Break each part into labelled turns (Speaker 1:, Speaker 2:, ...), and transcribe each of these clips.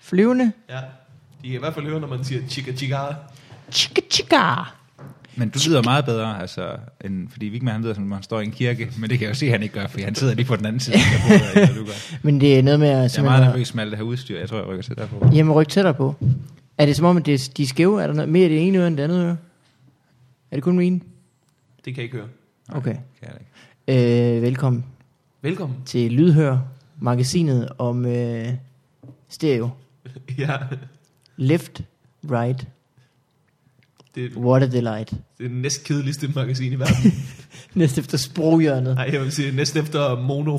Speaker 1: Flyvende.
Speaker 2: Ja. De kan i hvert fald høre, når man siger chica chica.
Speaker 1: Chika, chika.
Speaker 3: Men du lyder meget bedre, altså, end, fordi Vigman han lyder, som om han står i en kirke, men det kan jeg jo se, at han ikke gør, for han sidder lige på den anden side. af bordet, eller du gør.
Speaker 1: Men det er noget med at
Speaker 3: Jeg er meget
Speaker 1: simpelthen...
Speaker 3: nervøs med alt det her udstyr. Jeg tror, jeg rykker til derpå.
Speaker 1: Jamen, ryk tættere på. Er det som om, at det er, de er skæve? Er der noget mere i det ene øre end det andet øre? Er det kun min?
Speaker 2: Det kan jeg ikke høre.
Speaker 1: Okay.
Speaker 3: Kan jeg ikke.
Speaker 1: Øh, velkommen
Speaker 2: Velkommen.
Speaker 1: til Lydhør, magasinet om øh, stereo.
Speaker 2: Ja,
Speaker 1: Left, right,
Speaker 2: det, er-
Speaker 1: what a delight.
Speaker 2: det er den næst kedeligste magasin i verden.
Speaker 1: Næst efter sproghjørnet.
Speaker 2: Nej, jeg vil sige næst efter Mono.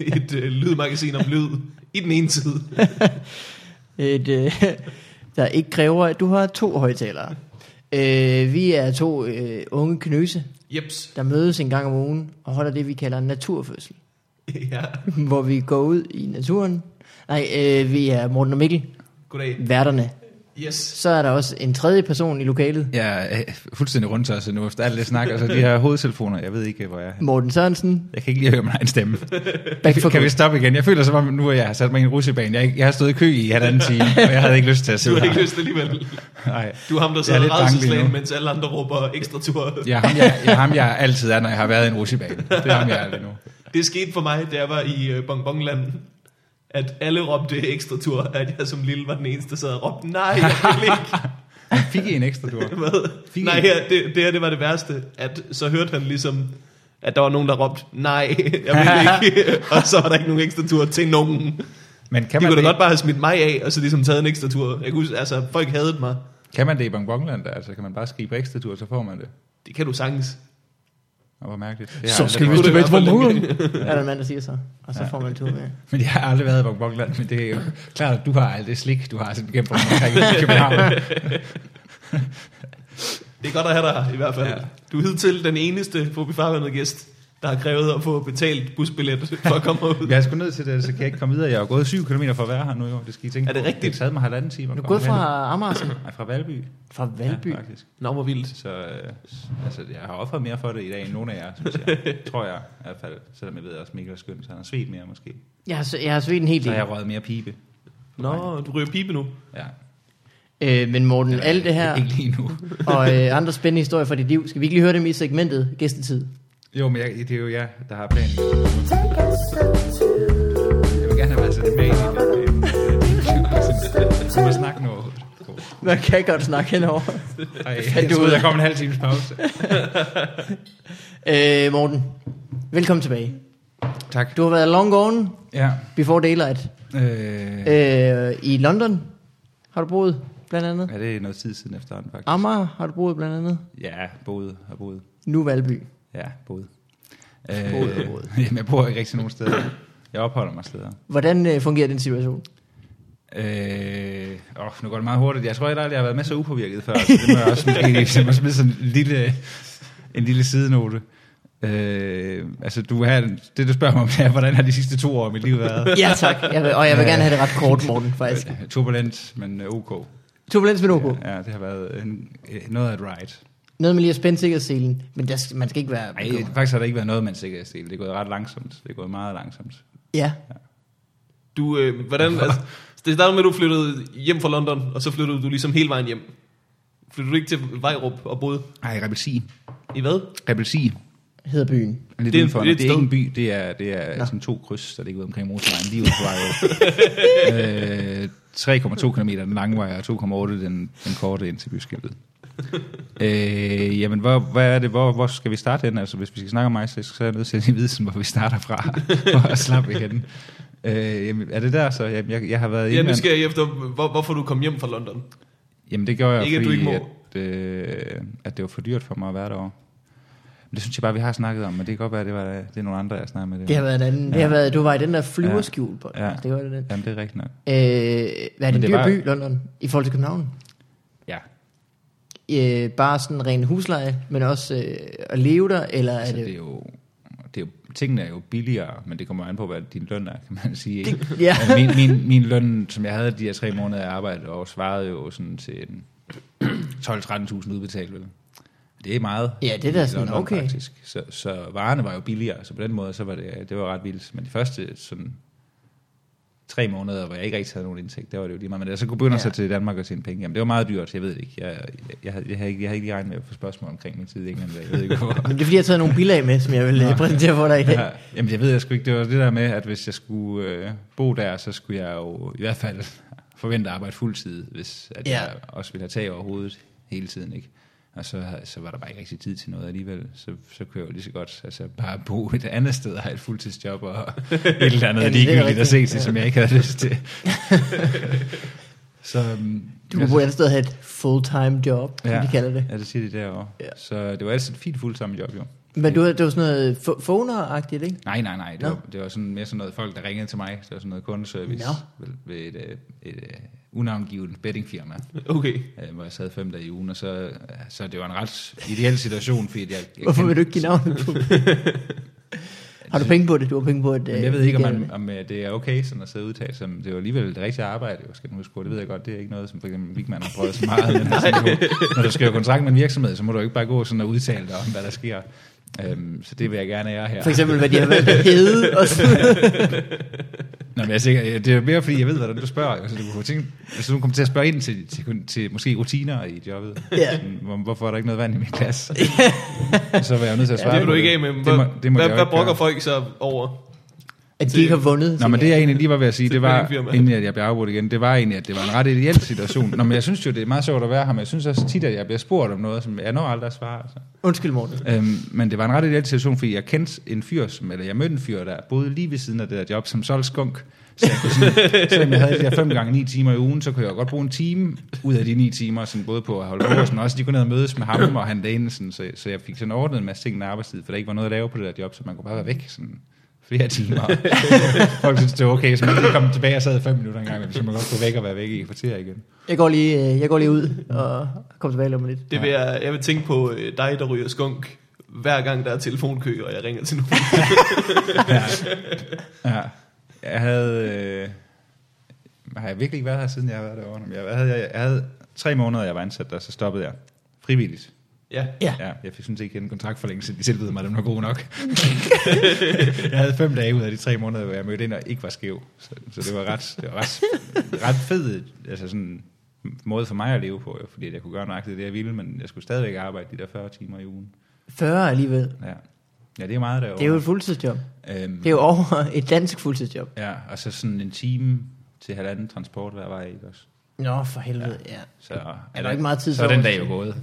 Speaker 2: Et øh, lydmagasin om lyd i den ene tid.
Speaker 1: Et, øh, der ikke kræver, at du har to højtalere. Øh, vi er to øh, unge knøse,
Speaker 2: Jeps.
Speaker 1: der mødes en gang om ugen og holder det, vi kalder en naturfødsel.
Speaker 2: Ja,
Speaker 1: Hvor vi går ud i naturen. Nej, øh, vi er Morten og Mikkel,
Speaker 2: goddag.
Speaker 1: værterne.
Speaker 2: Yes.
Speaker 1: Så er der også en tredje person i lokalet.
Speaker 3: Jeg er øh, fuldstændig rundtosset nu, efter alt det snak. Altså, de her hovedtelefoner, jeg ved ikke, hvor jeg er.
Speaker 1: Morten Sørensen,
Speaker 3: Jeg kan ikke lige høre min egen stemme.
Speaker 1: back for
Speaker 3: Kan vi
Speaker 1: good.
Speaker 3: stoppe igen? Jeg føler som om, nu at jeg har sat mig i en russebane. Jeg, jeg har stået i kø i halvanden time, og jeg havde ikke lyst til at
Speaker 2: Du
Speaker 3: sidde
Speaker 2: har ikke
Speaker 3: her.
Speaker 2: lyst alligevel.
Speaker 3: Nej.
Speaker 2: Du er ham, der
Speaker 3: Jeg er
Speaker 2: sidder
Speaker 3: lidt bange lige
Speaker 2: redselslagen,
Speaker 3: nu.
Speaker 2: mens alle andre råber ekstra tur.
Speaker 3: Jeg er ham, jeg, jeg, er ham, jeg altid er, når jeg har været i en russebane. Det er ham, jeg er lige nu.
Speaker 2: Det skete for mig, da jeg var i øh, Bongbongland, at alle råbte ekstra tur, at jeg som lille var den eneste, der sad og råbte, nej, jeg vil ikke.
Speaker 3: Fik I en ekstra tur?
Speaker 2: Hvad?
Speaker 3: Fint.
Speaker 2: Nej, ja, det, det her det var det værste, at så hørte han ligesom, at der var nogen, der råbte, nej, jeg vil ikke. og så var der ikke nogen ekstra tur til nogen.
Speaker 3: Men kan
Speaker 2: De
Speaker 3: man,
Speaker 2: kunne da godt
Speaker 3: det,
Speaker 2: bare have smidt mig af, og så ligesom taget en ekstra tur. Jeg kunne, huske, altså, folk havde mig.
Speaker 3: kan man det i Bongbongland? Altså, kan man bare skrive på ekstra tur, så får man det?
Speaker 2: Det kan du sagtens.
Speaker 3: Og hvor mærkeligt. Det har jeg
Speaker 4: Så
Speaker 3: aldrig
Speaker 4: skal vi
Speaker 3: prøvet.
Speaker 2: det
Speaker 4: tilbage til
Speaker 2: være for
Speaker 4: Bornholm.
Speaker 1: Er der en mand, der siger så? Og så får man en tur med.
Speaker 3: Men jeg har aldrig været i Bongbongland, men det er jo klart, at du har alt det slik, du har sådan gennem omkring i København.
Speaker 2: Det er godt at have dig i hvert fald. Ja.
Speaker 3: Ja.
Speaker 2: Du er hidtil den eneste Fobi Farvandet gæst, der har krævet at få betalt busbillet for at komme ud.
Speaker 3: Jeg er sgu nødt til det, så kan jeg ikke komme videre. Jeg har gået 7 km for at være her nu, jo. Det skal I tænke
Speaker 2: Er det
Speaker 3: på.
Speaker 2: rigtigt?
Speaker 3: Det taget mig halvanden time. at
Speaker 1: Du er
Speaker 3: komme
Speaker 1: gået
Speaker 3: herhen.
Speaker 1: fra Amarsen,
Speaker 3: Nej, fra Valby.
Speaker 1: fra Valby.
Speaker 3: Ja, faktisk.
Speaker 2: Nå, hvor vildt.
Speaker 3: Så øh, altså, jeg har offret mere for det i dag, end nogen af jer, synes jeg. Tror jeg i hvert fald. Selvom jeg ved også, Mikkel er skøn, så han har svedt mere måske.
Speaker 1: Jeg har, s- jeg har svedt en hel
Speaker 3: Så har
Speaker 1: del.
Speaker 3: jeg røget mere pibe.
Speaker 2: Nå, du ryger pibe nu.
Speaker 3: Ja.
Speaker 1: Øh, men Morten, alt det her
Speaker 3: Ikke lige nu.
Speaker 1: og øh, andre spændende historier fra dit liv, skal vi ikke lige høre dem i segmentet Gæstetid?
Speaker 3: Jo, men jeg, det er jo jer, der har planen.
Speaker 5: Take us up to,
Speaker 3: Jeg vil gerne have været sådan med i det. her plan. Du må snakke nu overhovedet.
Speaker 1: Man kan godt snakke henover.
Speaker 3: Ej,
Speaker 1: Fandt du
Speaker 3: jeg
Speaker 1: ud
Speaker 3: troede,
Speaker 1: af?
Speaker 3: der kom en halv times pause.
Speaker 1: Øh, Morten, velkommen tilbage.
Speaker 3: Tak.
Speaker 1: Du har været long gone
Speaker 3: Ja.
Speaker 1: before daylight.
Speaker 3: Øh,
Speaker 1: Øh, I London har du boet, blandt andet.
Speaker 3: ja, det er noget tid siden efterhånden, faktisk.
Speaker 1: Amager har du boet, blandt andet.
Speaker 3: Ja, boet og boet.
Speaker 1: Nu Valby.
Speaker 3: Ja, boet. Øh,
Speaker 1: Boet og boet.
Speaker 3: Jamen, jeg bor ikke rigtig nogen steder. Jeg opholder mig steder.
Speaker 1: Hvordan øh, fungerer den situation?
Speaker 3: Øh, åh, nu går det meget hurtigt. Jeg tror heller aldrig, jeg har været med så upåvirket før. Så det må jeg også måske jeg må smide sådan en lille, en lille sidenote. Øh, altså, du har, det du spørger mig om, det er, hvordan har de sidste to år af mit liv været?
Speaker 1: Ja tak, jeg vil, og jeg vil gerne have det ret kort, Morten, faktisk.
Speaker 3: Turbulent, men øh, ok.
Speaker 1: Turbulens med OK.
Speaker 3: Ja, det har været en, øh, noget af et ride.
Speaker 1: Noget med lige at spænde sikkerhedsselen, men der, skal- man skal ikke være...
Speaker 3: Nej,
Speaker 1: bekymret.
Speaker 3: faktisk har der ikke været noget med en sikkerhedsdel. Det er gået ret langsomt. Det er gået meget langsomt.
Speaker 1: Ja,
Speaker 2: Du, øh, hvordan, altså, det startede med, at du flyttede hjem fra London, og så flyttede du ligesom hele vejen hjem. Flyttede du ikke til Vejrup og boede
Speaker 3: Nej, Rebelsi.
Speaker 2: i hvad?
Speaker 3: Rebelsi.
Speaker 1: hedder byen.
Speaker 3: Lidt
Speaker 2: Det
Speaker 3: det,
Speaker 2: er-
Speaker 3: udenfor.
Speaker 2: det er
Speaker 3: Det,
Speaker 2: et
Speaker 3: det er ikke
Speaker 2: sted.
Speaker 3: en by, det er, det er
Speaker 1: Nå.
Speaker 3: sådan to kryds, der ligger ude omkring motorvejen, lige ude på vej øh, 3,2 km den lange vej, og 2,8 den, den korte ind til byskiltet. Øh, jamen, hvor, hvad er det, hvor, hvor skal vi starte hen? Altså, hvis vi skal snakke om mig, så så er jeg nødt til at lige vide, sådan, hvor vi starter fra, for at slappe igen. Øh, jamen, er det der så? Jamen, jeg, jeg har været i
Speaker 2: Ja, nu
Speaker 3: England.
Speaker 2: skal jeg efter, hvor, hvorfor du kom hjem fra London.
Speaker 3: Jamen det gjorde jeg,
Speaker 2: Ikke, at
Speaker 3: ikke,
Speaker 2: du
Speaker 3: fordi
Speaker 2: ikke må.
Speaker 3: at, øh, at det var for dyrt for mig at være derovre. Men det synes jeg bare, vi har snakket om, men det kan godt være, at det, var, det er nogle andre, jeg snakker med.
Speaker 1: Det har været en anden. Ja. Det har været, du var i den der flyverskjul på. Ja.
Speaker 3: Ja.
Speaker 1: Det var det den.
Speaker 3: Jamen det er rigtigt nok.
Speaker 1: Øh, hvad er det,
Speaker 3: Men
Speaker 1: en
Speaker 3: det
Speaker 1: dyr
Speaker 3: var-
Speaker 1: by, London, i forhold til København?
Speaker 3: Ja.
Speaker 1: Øh, bare sådan ren husleje, men også øh, at leve der, eller er
Speaker 3: Altså, det er
Speaker 1: det...
Speaker 3: jo, det er jo, tingene er jo billigere, men det kommer an på, hvad din løn er, kan man sige. Ikke?
Speaker 1: ja.
Speaker 3: Og min, min, min løn, som jeg havde de her tre måneder af arbejde, og svarede jo sådan til en 12-13.000 udbetalt. Vel? Det er meget.
Speaker 1: Ja, det er da
Speaker 3: i
Speaker 1: sådan, okay.
Speaker 3: Faktisk. Så, så varerne var jo billigere, så på den måde, så var det, det var ret vildt. Men de første sådan tre måneder, hvor jeg ikke rigtig havde nogen indtægt, der var det jo lige meget. Men da jeg så kunne begynde ja. at
Speaker 1: Ja.
Speaker 3: tage til Danmark og tjene penge, jamen det var meget dyrt, jeg ved det ikke. Jeg, jeg, jeg, havde, jeg, havde, ikke- jeg havde ikke lige regnet med at få spørgsmål omkring min tid i England, jeg ved ikke hvorfor.
Speaker 1: Men det er fordi, jeg har taget nogle bilag med, som jeg vil øh, præsentere for dig i dag.
Speaker 3: Ja, jamen jeg ved jeg sgu ikke, det var det der med, at hvis jeg skulle øh, bo der, så skulle jeg jo i hvert fald forvente at arbejde fuldtid, hvis at
Speaker 1: Ja.
Speaker 3: ja. jeg også ville have tag over hovedet hele tiden, ikke? Og så, så var der bare ikke rigtig tid til noget alligevel, så, så kunne jeg jo lige så godt altså, bare bo et andet sted og have et fuldtidsjob og et eller andet
Speaker 1: det er
Speaker 3: Jamen, ligegyldigt at se
Speaker 1: rigtigt,
Speaker 3: til,
Speaker 1: ja.
Speaker 3: som jeg ikke havde lyst til. så, um,
Speaker 1: Du kan bo et andet sted og have et full-time job, ja. som de kalder det.
Speaker 3: Ja, det siger de derovre.
Speaker 1: Ja.
Speaker 3: Ja. Så det var altså et fint fuldtime job, jo.
Speaker 1: Men du, det var sådan noget fo- phoner-agtigt, ikke?
Speaker 3: Nej, nej, nej. Det,
Speaker 1: Nå.
Speaker 3: var, det var sådan mere sådan noget folk, der ringede til mig. Det var sådan noget kundeservice
Speaker 1: Nå.
Speaker 3: ved, ved et, øh, et, et unavngivet bettingfirma,
Speaker 2: Okay.
Speaker 3: øh, hvor jeg sad fem dage i ugen, og så, øh, så det var en ret ideel situation, fordi jeg... jeg
Speaker 1: Hvorfor vil
Speaker 3: kendte-
Speaker 1: du ikke give navnet på Har du penge på det? Du har penge på det.
Speaker 3: Men jeg ved ikke, om, man, om øh, det er okay sådan at sidde og udtale sig, men det er jo alligevel et rigtigt arbejde, jo, skal man huske på. Det ved jeg godt, det er ikke noget, som for eksempel Wigman har prøvet så meget. Men altså, du, når du skriver kontrakt med en virksomhed, så må du ikke bare gå sådan og udtale dig om, hvad der sker. Øhm, så det vil jeg gerne ære her.
Speaker 1: For eksempel, hvad de har valgt at hedde. Og sådan.
Speaker 3: Nå, men jeg er sikker, det er mere fordi, jeg ved, hvordan du spørger. Altså, du kunne tænke, hvis du kommer til at spørge ind til, til, til måske rutiner i jobbet.
Speaker 1: Ja.
Speaker 3: Sådan, hvor- Hvorfor er der ikke noget vand i min glas? så var jeg jo nødt til at svare.
Speaker 2: Det vil
Speaker 3: på
Speaker 2: du ikke af med. Hvad,
Speaker 3: Det må, det må
Speaker 2: hvad,
Speaker 3: jeg jo
Speaker 2: hvad
Speaker 3: ikke
Speaker 2: brokker
Speaker 3: gøre.
Speaker 2: folk så over?
Speaker 1: At de ikke har vundet.
Speaker 3: Nå, men det jeg egentlig lige var ved at sige,
Speaker 2: Til
Speaker 3: det var,
Speaker 2: bettingfirmaet.
Speaker 3: inden at jeg blev afbrudt igen, det var egentlig, at det var en ret ideel situation. Nå, men jeg synes jo, det er meget sjovt at være her, men jeg synes også tit, at jeg bliver spurgt om noget, som jeg når aldrig at svare. Altså.
Speaker 1: Undskyld, Morten.
Speaker 3: Øhm, men det var en ret ideel situation, fordi jeg kendte en fyr, som, eller jeg mødte en fyr, der boede lige ved siden af det der job, som solgte skunk. Så jeg kunne sådan, selvom jeg havde de her 5 gange 9 timer i ugen, så kunne jeg godt bruge en time ud af de 9 timer, sådan både på at holde kurs, men også de kunne ned og mødes med ham og han derinde, sådan, så, så jeg fik sådan ordnet en masse ting med arbejdstid, for der ikke var noget at lave på det der job, så man kunne bare være væk sådan flere timer. Folk synes, det var okay, så man lige kom tilbage og sad 5 minutter en gang, men så man godt gå væk og være væk i et kvarter igen.
Speaker 1: Jeg går lige, øh, jeg går lige ud og kommer tilbage lige om lidt.
Speaker 2: Det vil jeg, jeg vil tænke på øh, dig, der ryger skunk, hver gang der er telefonkø, og jeg ringer til nogen.
Speaker 3: ja. ja. Jeg havde... Øh, har jeg virkelig ikke været her, siden jeg har været derovre? Jamen, Jeg havde, jeg, jeg havde tre måneder, jeg var ansat der, så stoppede jeg. Frivilligt.
Speaker 2: ja.
Speaker 1: Ja.
Speaker 3: Ja, jeg fik synes ikke en kontraktforlængelse. De tilbød mig, den var god nok. jeg havde fem dage ud af de tre måneder, hvor jeg mødte ind og ikke var skæv. Så, så det var ret, det var ret, ret fed altså sådan, måde for mig at leve på, jo, fordi jeg kunne gøre nøjagtigt det, jeg ville, men jeg skulle stadigvæk arbejde de der 40 timer i ugen.
Speaker 1: 40 alligevel.
Speaker 3: Ja, ja det er meget derovre.
Speaker 1: Det er jo et fuldtidsjob.
Speaker 3: Øhm,
Speaker 1: Det er jo over et dansk fuldtidsjob.
Speaker 3: Ja, og så sådan en time til halvanden transport hver vej, ikke også?
Speaker 1: Nå, for helvede, ja.
Speaker 3: Så er,
Speaker 1: der ikke meget tid
Speaker 3: Så er
Speaker 1: til
Speaker 3: den
Speaker 1: overs?
Speaker 3: dag jo gået.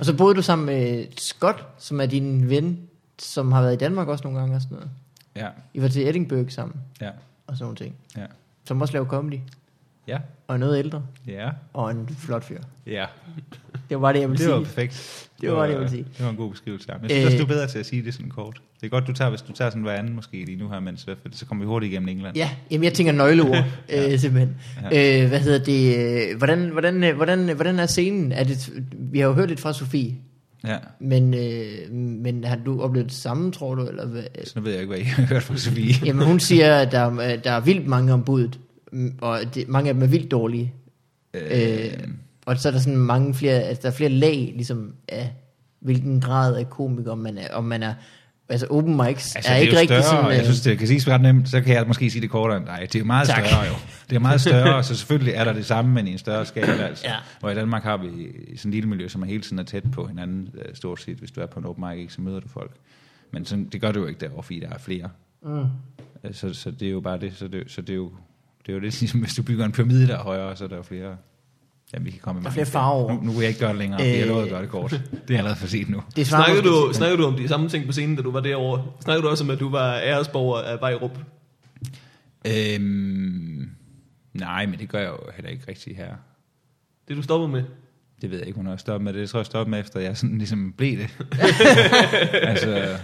Speaker 1: Og så boede du sammen med Scott, som er din ven, som har været i Danmark også nogle gange og sådan noget.
Speaker 3: Ja,
Speaker 1: I var til Edinburgh sammen
Speaker 3: ja,
Speaker 1: og sådan nogle ting.
Speaker 3: ja.
Speaker 1: Som også laver comedy,
Speaker 3: Ja,
Speaker 1: og er noget ældre,
Speaker 3: ja,
Speaker 1: og en flot fyr.
Speaker 3: ja.
Speaker 1: Det var bare det, jeg ville
Speaker 3: Det var
Speaker 1: sige.
Speaker 3: perfekt.
Speaker 1: Det var det, jeg ville sige.
Speaker 3: Det var en god beskrivelse. Arne. Jeg synes også,
Speaker 1: Øh.
Speaker 3: du er bedre til at sige det sådan kort. Det er godt, du tager, hvis du tager sådan hver anden måske lige nu her, mens, for så kommer vi hurtigt igennem England.
Speaker 1: Ja, jamen jeg tænker nøgleord, øh, simpelthen. Ja. Øh, hvad hedder det? øh, Hvordan, hvordan, øh, hvordan, øh, hvordan er scenen? Er det, vi har jo hørt lidt fra Sofie,
Speaker 3: ja.
Speaker 1: men, øh, men har du oplevet det samme, tror du? Eller hvad?
Speaker 3: Så nu ved jeg ikke, hvad I har hørt fra Sofie.
Speaker 1: Jamen hun siger, at der, er- øh, der er vildt mange om budet, mm, og det, mange af dem er vildt dårlige. Øh, og så er der sådan mange flere, altså der er flere lag, ligesom af hvilken grad af komiker man er, om man er, altså open mics altså, er,
Speaker 3: det
Speaker 1: ikke
Speaker 3: jo
Speaker 1: rigtig
Speaker 3: større,
Speaker 1: sådan,
Speaker 3: Jeg
Speaker 1: øh,
Speaker 3: synes, det kan siges ret nemt, så kan jeg måske sige det kortere end dig. Det er jo meget
Speaker 1: Tak.
Speaker 3: tak. større jo. Det er meget større, så selvfølgelig er der det samme, men i en større skala. Altså.
Speaker 1: Ja.
Speaker 3: Hvor i Danmark har vi sådan et lille miljø, som er hele tiden er tæt på hinanden, øh, stort set. Hvis du er på en open mic, ikke, så møder du folk. Men sådan, det gør du jo ikke derovre, fordi der er flere. Mm. Så, så det er jo bare det. Så det, så det er jo det er jo lidt ligesom, hvis du bygger en pyramide, der er højere, så er der jo flere... Jamen, vi kan komme med
Speaker 1: Der er flere
Speaker 3: mange ting.
Speaker 1: farver.
Speaker 3: Nu, nu vil jeg ikke gøre det længere, øh.
Speaker 1: Øh.
Speaker 3: jeg lovede at gøre det kort. Det er allerede for sent nu.
Speaker 1: det svarer
Speaker 2: Snakkede
Speaker 1: måske
Speaker 2: du,
Speaker 1: til-
Speaker 2: snakkede du om de samme ting på scenen, da du var derovre? Snakkede du også om, at du var æresborger af Vejrup?
Speaker 3: Øhm, nej, men det gør jeg jo heller ikke rigtig her.
Speaker 2: Det du stoppede med?
Speaker 3: Det ved jeg ikke, hun har stoppet med det. Det tror jeg, jeg stoppede med, efter jeg sådan ligesom blev det. altså,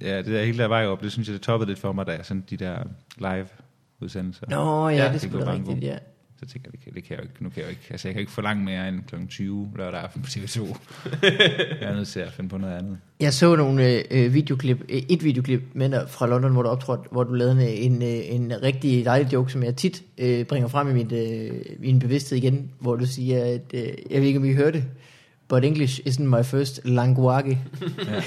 Speaker 3: ja, det der hele der vej op, det synes jeg, det toppede lidt for mig, da jeg sådan de der live udsendelser.
Speaker 1: Nå ja,
Speaker 2: Ja,
Speaker 1: ja det er
Speaker 3: det
Speaker 1: sgu
Speaker 3: kunne
Speaker 1: da
Speaker 3: være en
Speaker 1: rigtigt,
Speaker 3: god-
Speaker 1: ja.
Speaker 3: Så tænker jeg, det kan, det kan jeg jo ikke, nu kan jeg jo ikke, altså jeg kan jo ikke forlange mere end kl. 20 lørdag aften på TV2. jeg er nødt til at finde på noget andet.
Speaker 1: Jeg så nogle øh, øh, videoklip, øh, et videoklip med dig fra London, hvor du optrådte, hvor du lavede en, en, øh, en rigtig dejlig joke, som jeg tit øh, bringer frem i mit, øh, min bevidsthed igen, hvor du siger, at øh, jeg ved ikke, om I hørte det, but English isn't my first language. Ja.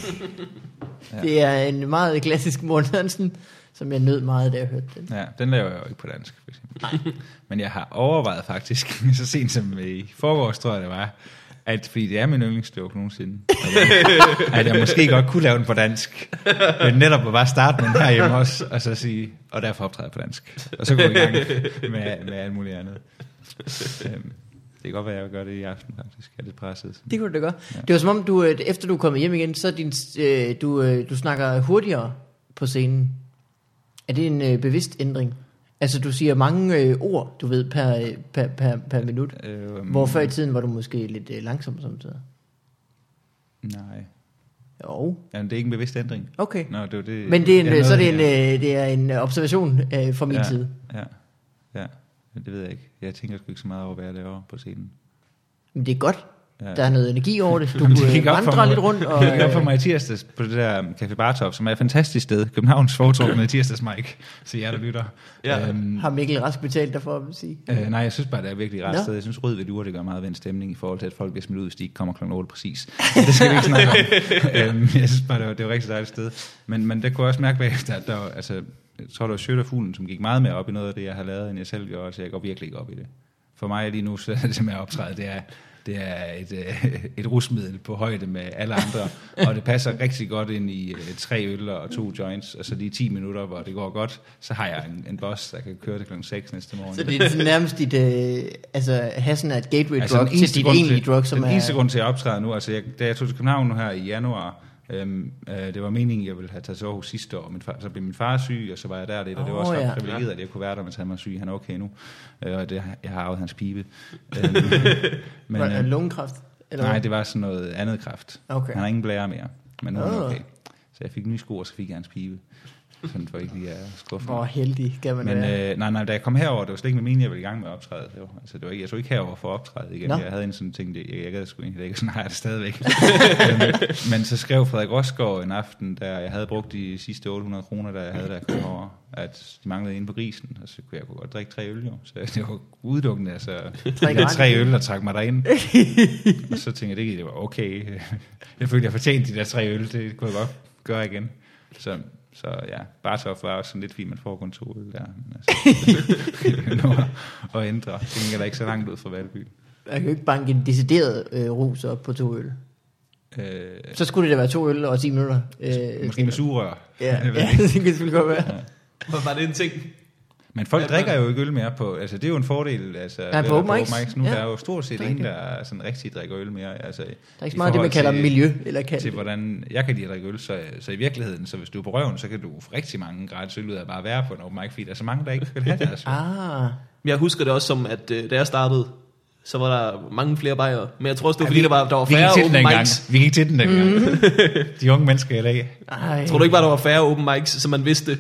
Speaker 3: Ja.
Speaker 1: Det er en meget klassisk Morten Hansen, som jeg nød meget, da jeg hørte den.
Speaker 3: Ja, den laver jeg jo ikke på dansk, for eksempel. Nej. Men jeg har overvejet faktisk, så sent som i forgårs, tror jeg det var, at, fordi det er min yndlingsjoke nogensinde, at jeg måske godt kunne lave den på dansk, men netop at bare starte med den herhjemme også, og så sige, og derfor optræder jeg på dansk. Og så går jeg i gang med, med alt muligt andet. Øhm, Det kan godt være, at jeg vil gøre det i aften, faktisk. Jeg er lidt presset.
Speaker 1: Det kunne du da gøre. Ja. Det var som om, du, øh, efter du er kommet hjem igen, så er din, øh, du, øh, du snakker hurtigere på scenen. Er det en øh, bevidst ændring? Altså, du siger mange øh, ord, du ved, per, øh, per, per, per minut.
Speaker 3: Øhm,
Speaker 1: Hvor før i tiden var du måske lidt øh, langsom samtidig.
Speaker 3: Nej.
Speaker 1: Jo,
Speaker 3: Jamen, det er ikke en bevidst ændring.
Speaker 1: okay.
Speaker 3: Nå, det var det,
Speaker 1: Men det er en,
Speaker 3: Øh, jeg
Speaker 1: øh, så er
Speaker 3: nåede
Speaker 1: det, en, øh, det er en observation øh, fra min
Speaker 3: ja,
Speaker 1: side.
Speaker 3: Ja, ja. Men det ved jeg ikke. Jeg tænker sgu ikke så meget over, hvad jeg laver på scenen.
Speaker 1: Men det er godt.
Speaker 3: Ja.
Speaker 1: Der er noget energi over det. Du
Speaker 3: Jamen, det
Speaker 1: øh,
Speaker 3: gik op for
Speaker 1: vandrer
Speaker 3: mig.
Speaker 1: lidt rundt. Og,
Speaker 3: Det gik op for
Speaker 1: øh,
Speaker 3: mig i tirsdags på det der um, Café Bartop, som er et fantastisk sted. Københavns foretrukne tirsdags, Mike, så jeg der lytter.
Speaker 2: Ja.
Speaker 3: Øhm,
Speaker 1: har Mikkel Rask betalt dig for at sige.
Speaker 3: øh, nej, jeg synes bare, det er virkelig ret
Speaker 1: Nå.
Speaker 3: sted. Jeg synes, rød velure, det gør meget ved en stemning i forhold til, at folk bliver smidt ud, hvis de ikke kommer kl. 8 præcis. Men det skal vi ikke snakke om. øhm, jeg synes bare, det var, det var et rigtig dejligt sted. Men, men der kunne jeg også mærke bagefter, at der var, altså, jeg tror, det var Sjøtterfuglen, som gik meget mere op i noget af det, jeg har lavet, end jeg selv gjorde, så jeg går virkelig ikke op i det. For mig lige nu, så er det som jeg optræder, det er, det er et, øh, et rusmiddel på højde med alle andre, og det passer rigtig godt ind i øh, tre øl og to joints, og så lige 10 minutter, hvor det går godt, så har jeg en, en boss, der kan køre det kl. 6 næste morgen.
Speaker 1: Så det er sådan nærmest dit, øh, altså hassen er et gateway
Speaker 3: Altså,
Speaker 1: drug
Speaker 3: den eneste
Speaker 1: til dit
Speaker 3: grund
Speaker 1: egentlige drug, som
Speaker 3: den
Speaker 1: er...
Speaker 3: eneste grund til, at jeg optræder nu, altså jeg, da jeg tog til København nu her i januar, øhm, øh, det var meningen, jeg ville have taget til Aarhus sidste år. Min far, så blev min far syg, og så var jeg der lidt, og det var
Speaker 1: Åh,
Speaker 3: også ret
Speaker 1: ja.
Speaker 3: privilegeret, at jeg kunne være der, mens han var syg. Han er okay nu, øh, og det, jeg har arvet hans pibe. Øhm, men,
Speaker 1: Var det
Speaker 3: øh,
Speaker 1: lungekræft? Eller
Speaker 3: nej,
Speaker 1: hvad?
Speaker 3: det var sådan noget andet kraft.
Speaker 1: Okay.
Speaker 3: Han har ingen blære mere, men nu er han
Speaker 1: Åh.
Speaker 3: okay. Så jeg fik nye sko, og så fik jeg hans pibe. Sådan for ikke lige at skuffe mig.
Speaker 1: Hvor heldig skal man
Speaker 3: Men
Speaker 1: være.
Speaker 3: øh, nej, nej, da jeg kom herover, det var slet ikke min mening, jeg ville i gang med at optræde. Det var, altså, det var ikke, jeg tog ikke herover for at optræde igen.
Speaker 1: Nå.
Speaker 3: Jeg havde en sådan ting, det, jeg, jeg gad sgu egentlig ikke, sådan har jeg det stadigvæk. Øhm, men så skrev Frederik Rosgaard en aften, der jeg havde brugt de sidste 800 kroner, der jeg havde, da jeg kom over, at de manglede inde på grisen, og så kunne jeg kunne godt drikke tre øl jo. Så det var udelukkende, altså de der tre
Speaker 1: gratis.
Speaker 3: øl, der trak mig derind. og så tænkte jeg, det, det var okay. Jeg følte, jeg fortjente de der tre øl, det kunne jeg godt gøre igen. Så, så ja, Bartov var også sådan lidt fint, man får kun to øl der. Men altså, nå at ændre. Det er heller ikke så langt ud fra Valby.
Speaker 1: Jeg kan jo ikke banke en decideret øh, rus op på to øl.
Speaker 3: Øh,
Speaker 1: Så skulle det da være to øl og 10 minutter. Øh,
Speaker 3: måske med sugerør.
Speaker 1: Ja,
Speaker 3: Jeg ved
Speaker 1: ja
Speaker 3: ikke.
Speaker 1: det kan selvfølgelig godt være.
Speaker 2: Var, var det en ting?
Speaker 3: Men folk
Speaker 2: Ja,
Speaker 3: drikker jo ikke øl mere på, altså det er jo en fordel, altså ved
Speaker 1: på
Speaker 3: at være
Speaker 1: open mics.
Speaker 3: Nu
Speaker 1: Ja.
Speaker 3: der er jo stort set
Speaker 1: Det er
Speaker 3: ingen,
Speaker 1: rigtigt.
Speaker 3: der sådan rigtig drikker øl mere. Altså, der
Speaker 1: Der er ikke så meget af det, man kalder miljø eller
Speaker 3: til
Speaker 1: kaldt.
Speaker 3: hvordan jeg kan lide at drikke øl, så, så i virkeligheden, så hvis du er på røven, så kan du få rigtig mange gratis øl ud af bare at være på en open mic, fordi der er så mange, der ikke vil have deres øl.
Speaker 1: Ah,
Speaker 2: Men jeg husker det også som, at øh, da jeg startede, så var der mange flere bajere. Men jeg tror også, det var
Speaker 3: Ej,
Speaker 2: fordi, der var, der var
Speaker 3: vi gik
Speaker 2: færre
Speaker 3: til den
Speaker 2: open
Speaker 3: dengang.
Speaker 2: mics.
Speaker 3: Vi gik til den dengang.
Speaker 1: Mm.
Speaker 3: De unge mennesker i dag.
Speaker 1: ej.
Speaker 2: Tror du ikke bare, der var færre open mics, så man vidste,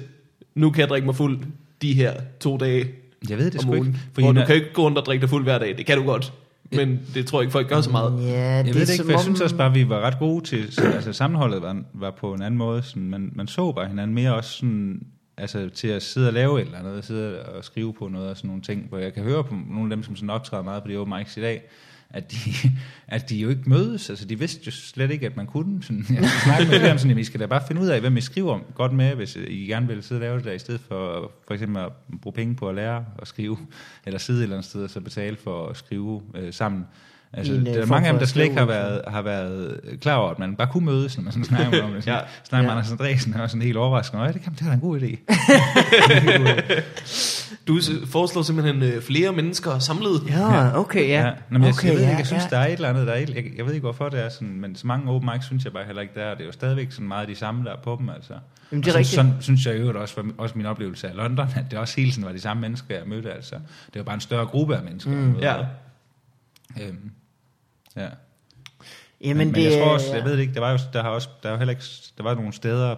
Speaker 2: nu kan jeg drikke mig fuld de her to dage
Speaker 3: Jeg ved det
Speaker 2: om
Speaker 3: sgu
Speaker 2: ugen.
Speaker 3: ikke.
Speaker 2: Hvor du
Speaker 3: når-
Speaker 2: kan ikke gå rundt og drikke dig fuld hver dag. Det kan du godt. Men det tror jeg ikke, folk gør så meget.
Speaker 1: Ja,
Speaker 3: jeg ved det ikke,
Speaker 1: som
Speaker 3: for jeg
Speaker 1: om-
Speaker 3: synes også bare, vi var ret gode til, så- altså sammenholdet var, var på en anden måde, sådan, man, man så bare hinanden mere også sådan, altså til at sidde og lave et eller andet, sidde og skrive på noget og sådan nogle ting, hvor jeg kan høre på nogle af dem, som sådan optræder meget på de open mics i dag, at de, at de jo ikke mødes, altså de vidste jo slet ikke, at man kunne. Sådan, jeg snakkede med dem sådan, at I skal da bare finde ud af, hvem I skriver om godt med, hvis I gerne vil sidde og lave det der, i stedet for for eksempel at bruge penge på at lære at skrive, eller sidde et eller andet sted og så betale for at skrive øh, sammen. Altså,
Speaker 1: I en, øh,
Speaker 3: der er
Speaker 1: form
Speaker 3: mange af dem,
Speaker 1: for
Speaker 3: der slet ikke har
Speaker 1: skriveøvelse.
Speaker 3: været har været klar over, at man bare kunne mødes, når man sådan snakker om det.
Speaker 2: Ja.
Speaker 3: ja. Snakker med
Speaker 1: Ja.
Speaker 3: Anders Andresen, og var sådan helt overraskende. "Øj, Det, kan, det var da en god idé.
Speaker 2: Du s- foreslår simpelthen øh, flere mennesker samlet.
Speaker 1: Ja, okay, ja.
Speaker 3: Nå, men jeg,
Speaker 1: okay,
Speaker 3: jeg, ved
Speaker 1: ja,
Speaker 3: ikke, jeg synes,
Speaker 1: ja.
Speaker 3: der er et eller andet, der er et, jeg, jeg ved ikke, hvorfor det er sådan, men så mange open mics synes jeg bare heller ikke, der er. Det er jo stadigvæk sådan meget de samme, der er på dem, altså.
Speaker 1: Jamen, det
Speaker 3: Og
Speaker 1: er
Speaker 3: så,
Speaker 1: rigtigt.
Speaker 3: sådan synes jeg i øvrigt også, var også min oplevelse af London, at det også hele tiden var de samme mennesker, jeg mødte, altså. Det var bare en større gruppe af mennesker. Mm.
Speaker 2: Ja.
Speaker 3: Øhm, ja.
Speaker 1: Jamen,
Speaker 3: Men, men
Speaker 1: det,
Speaker 3: jeg tror
Speaker 1: er-
Speaker 3: også, jeg ved det ikke, der var jo der har også, der var heller ikke, der var nogle steder,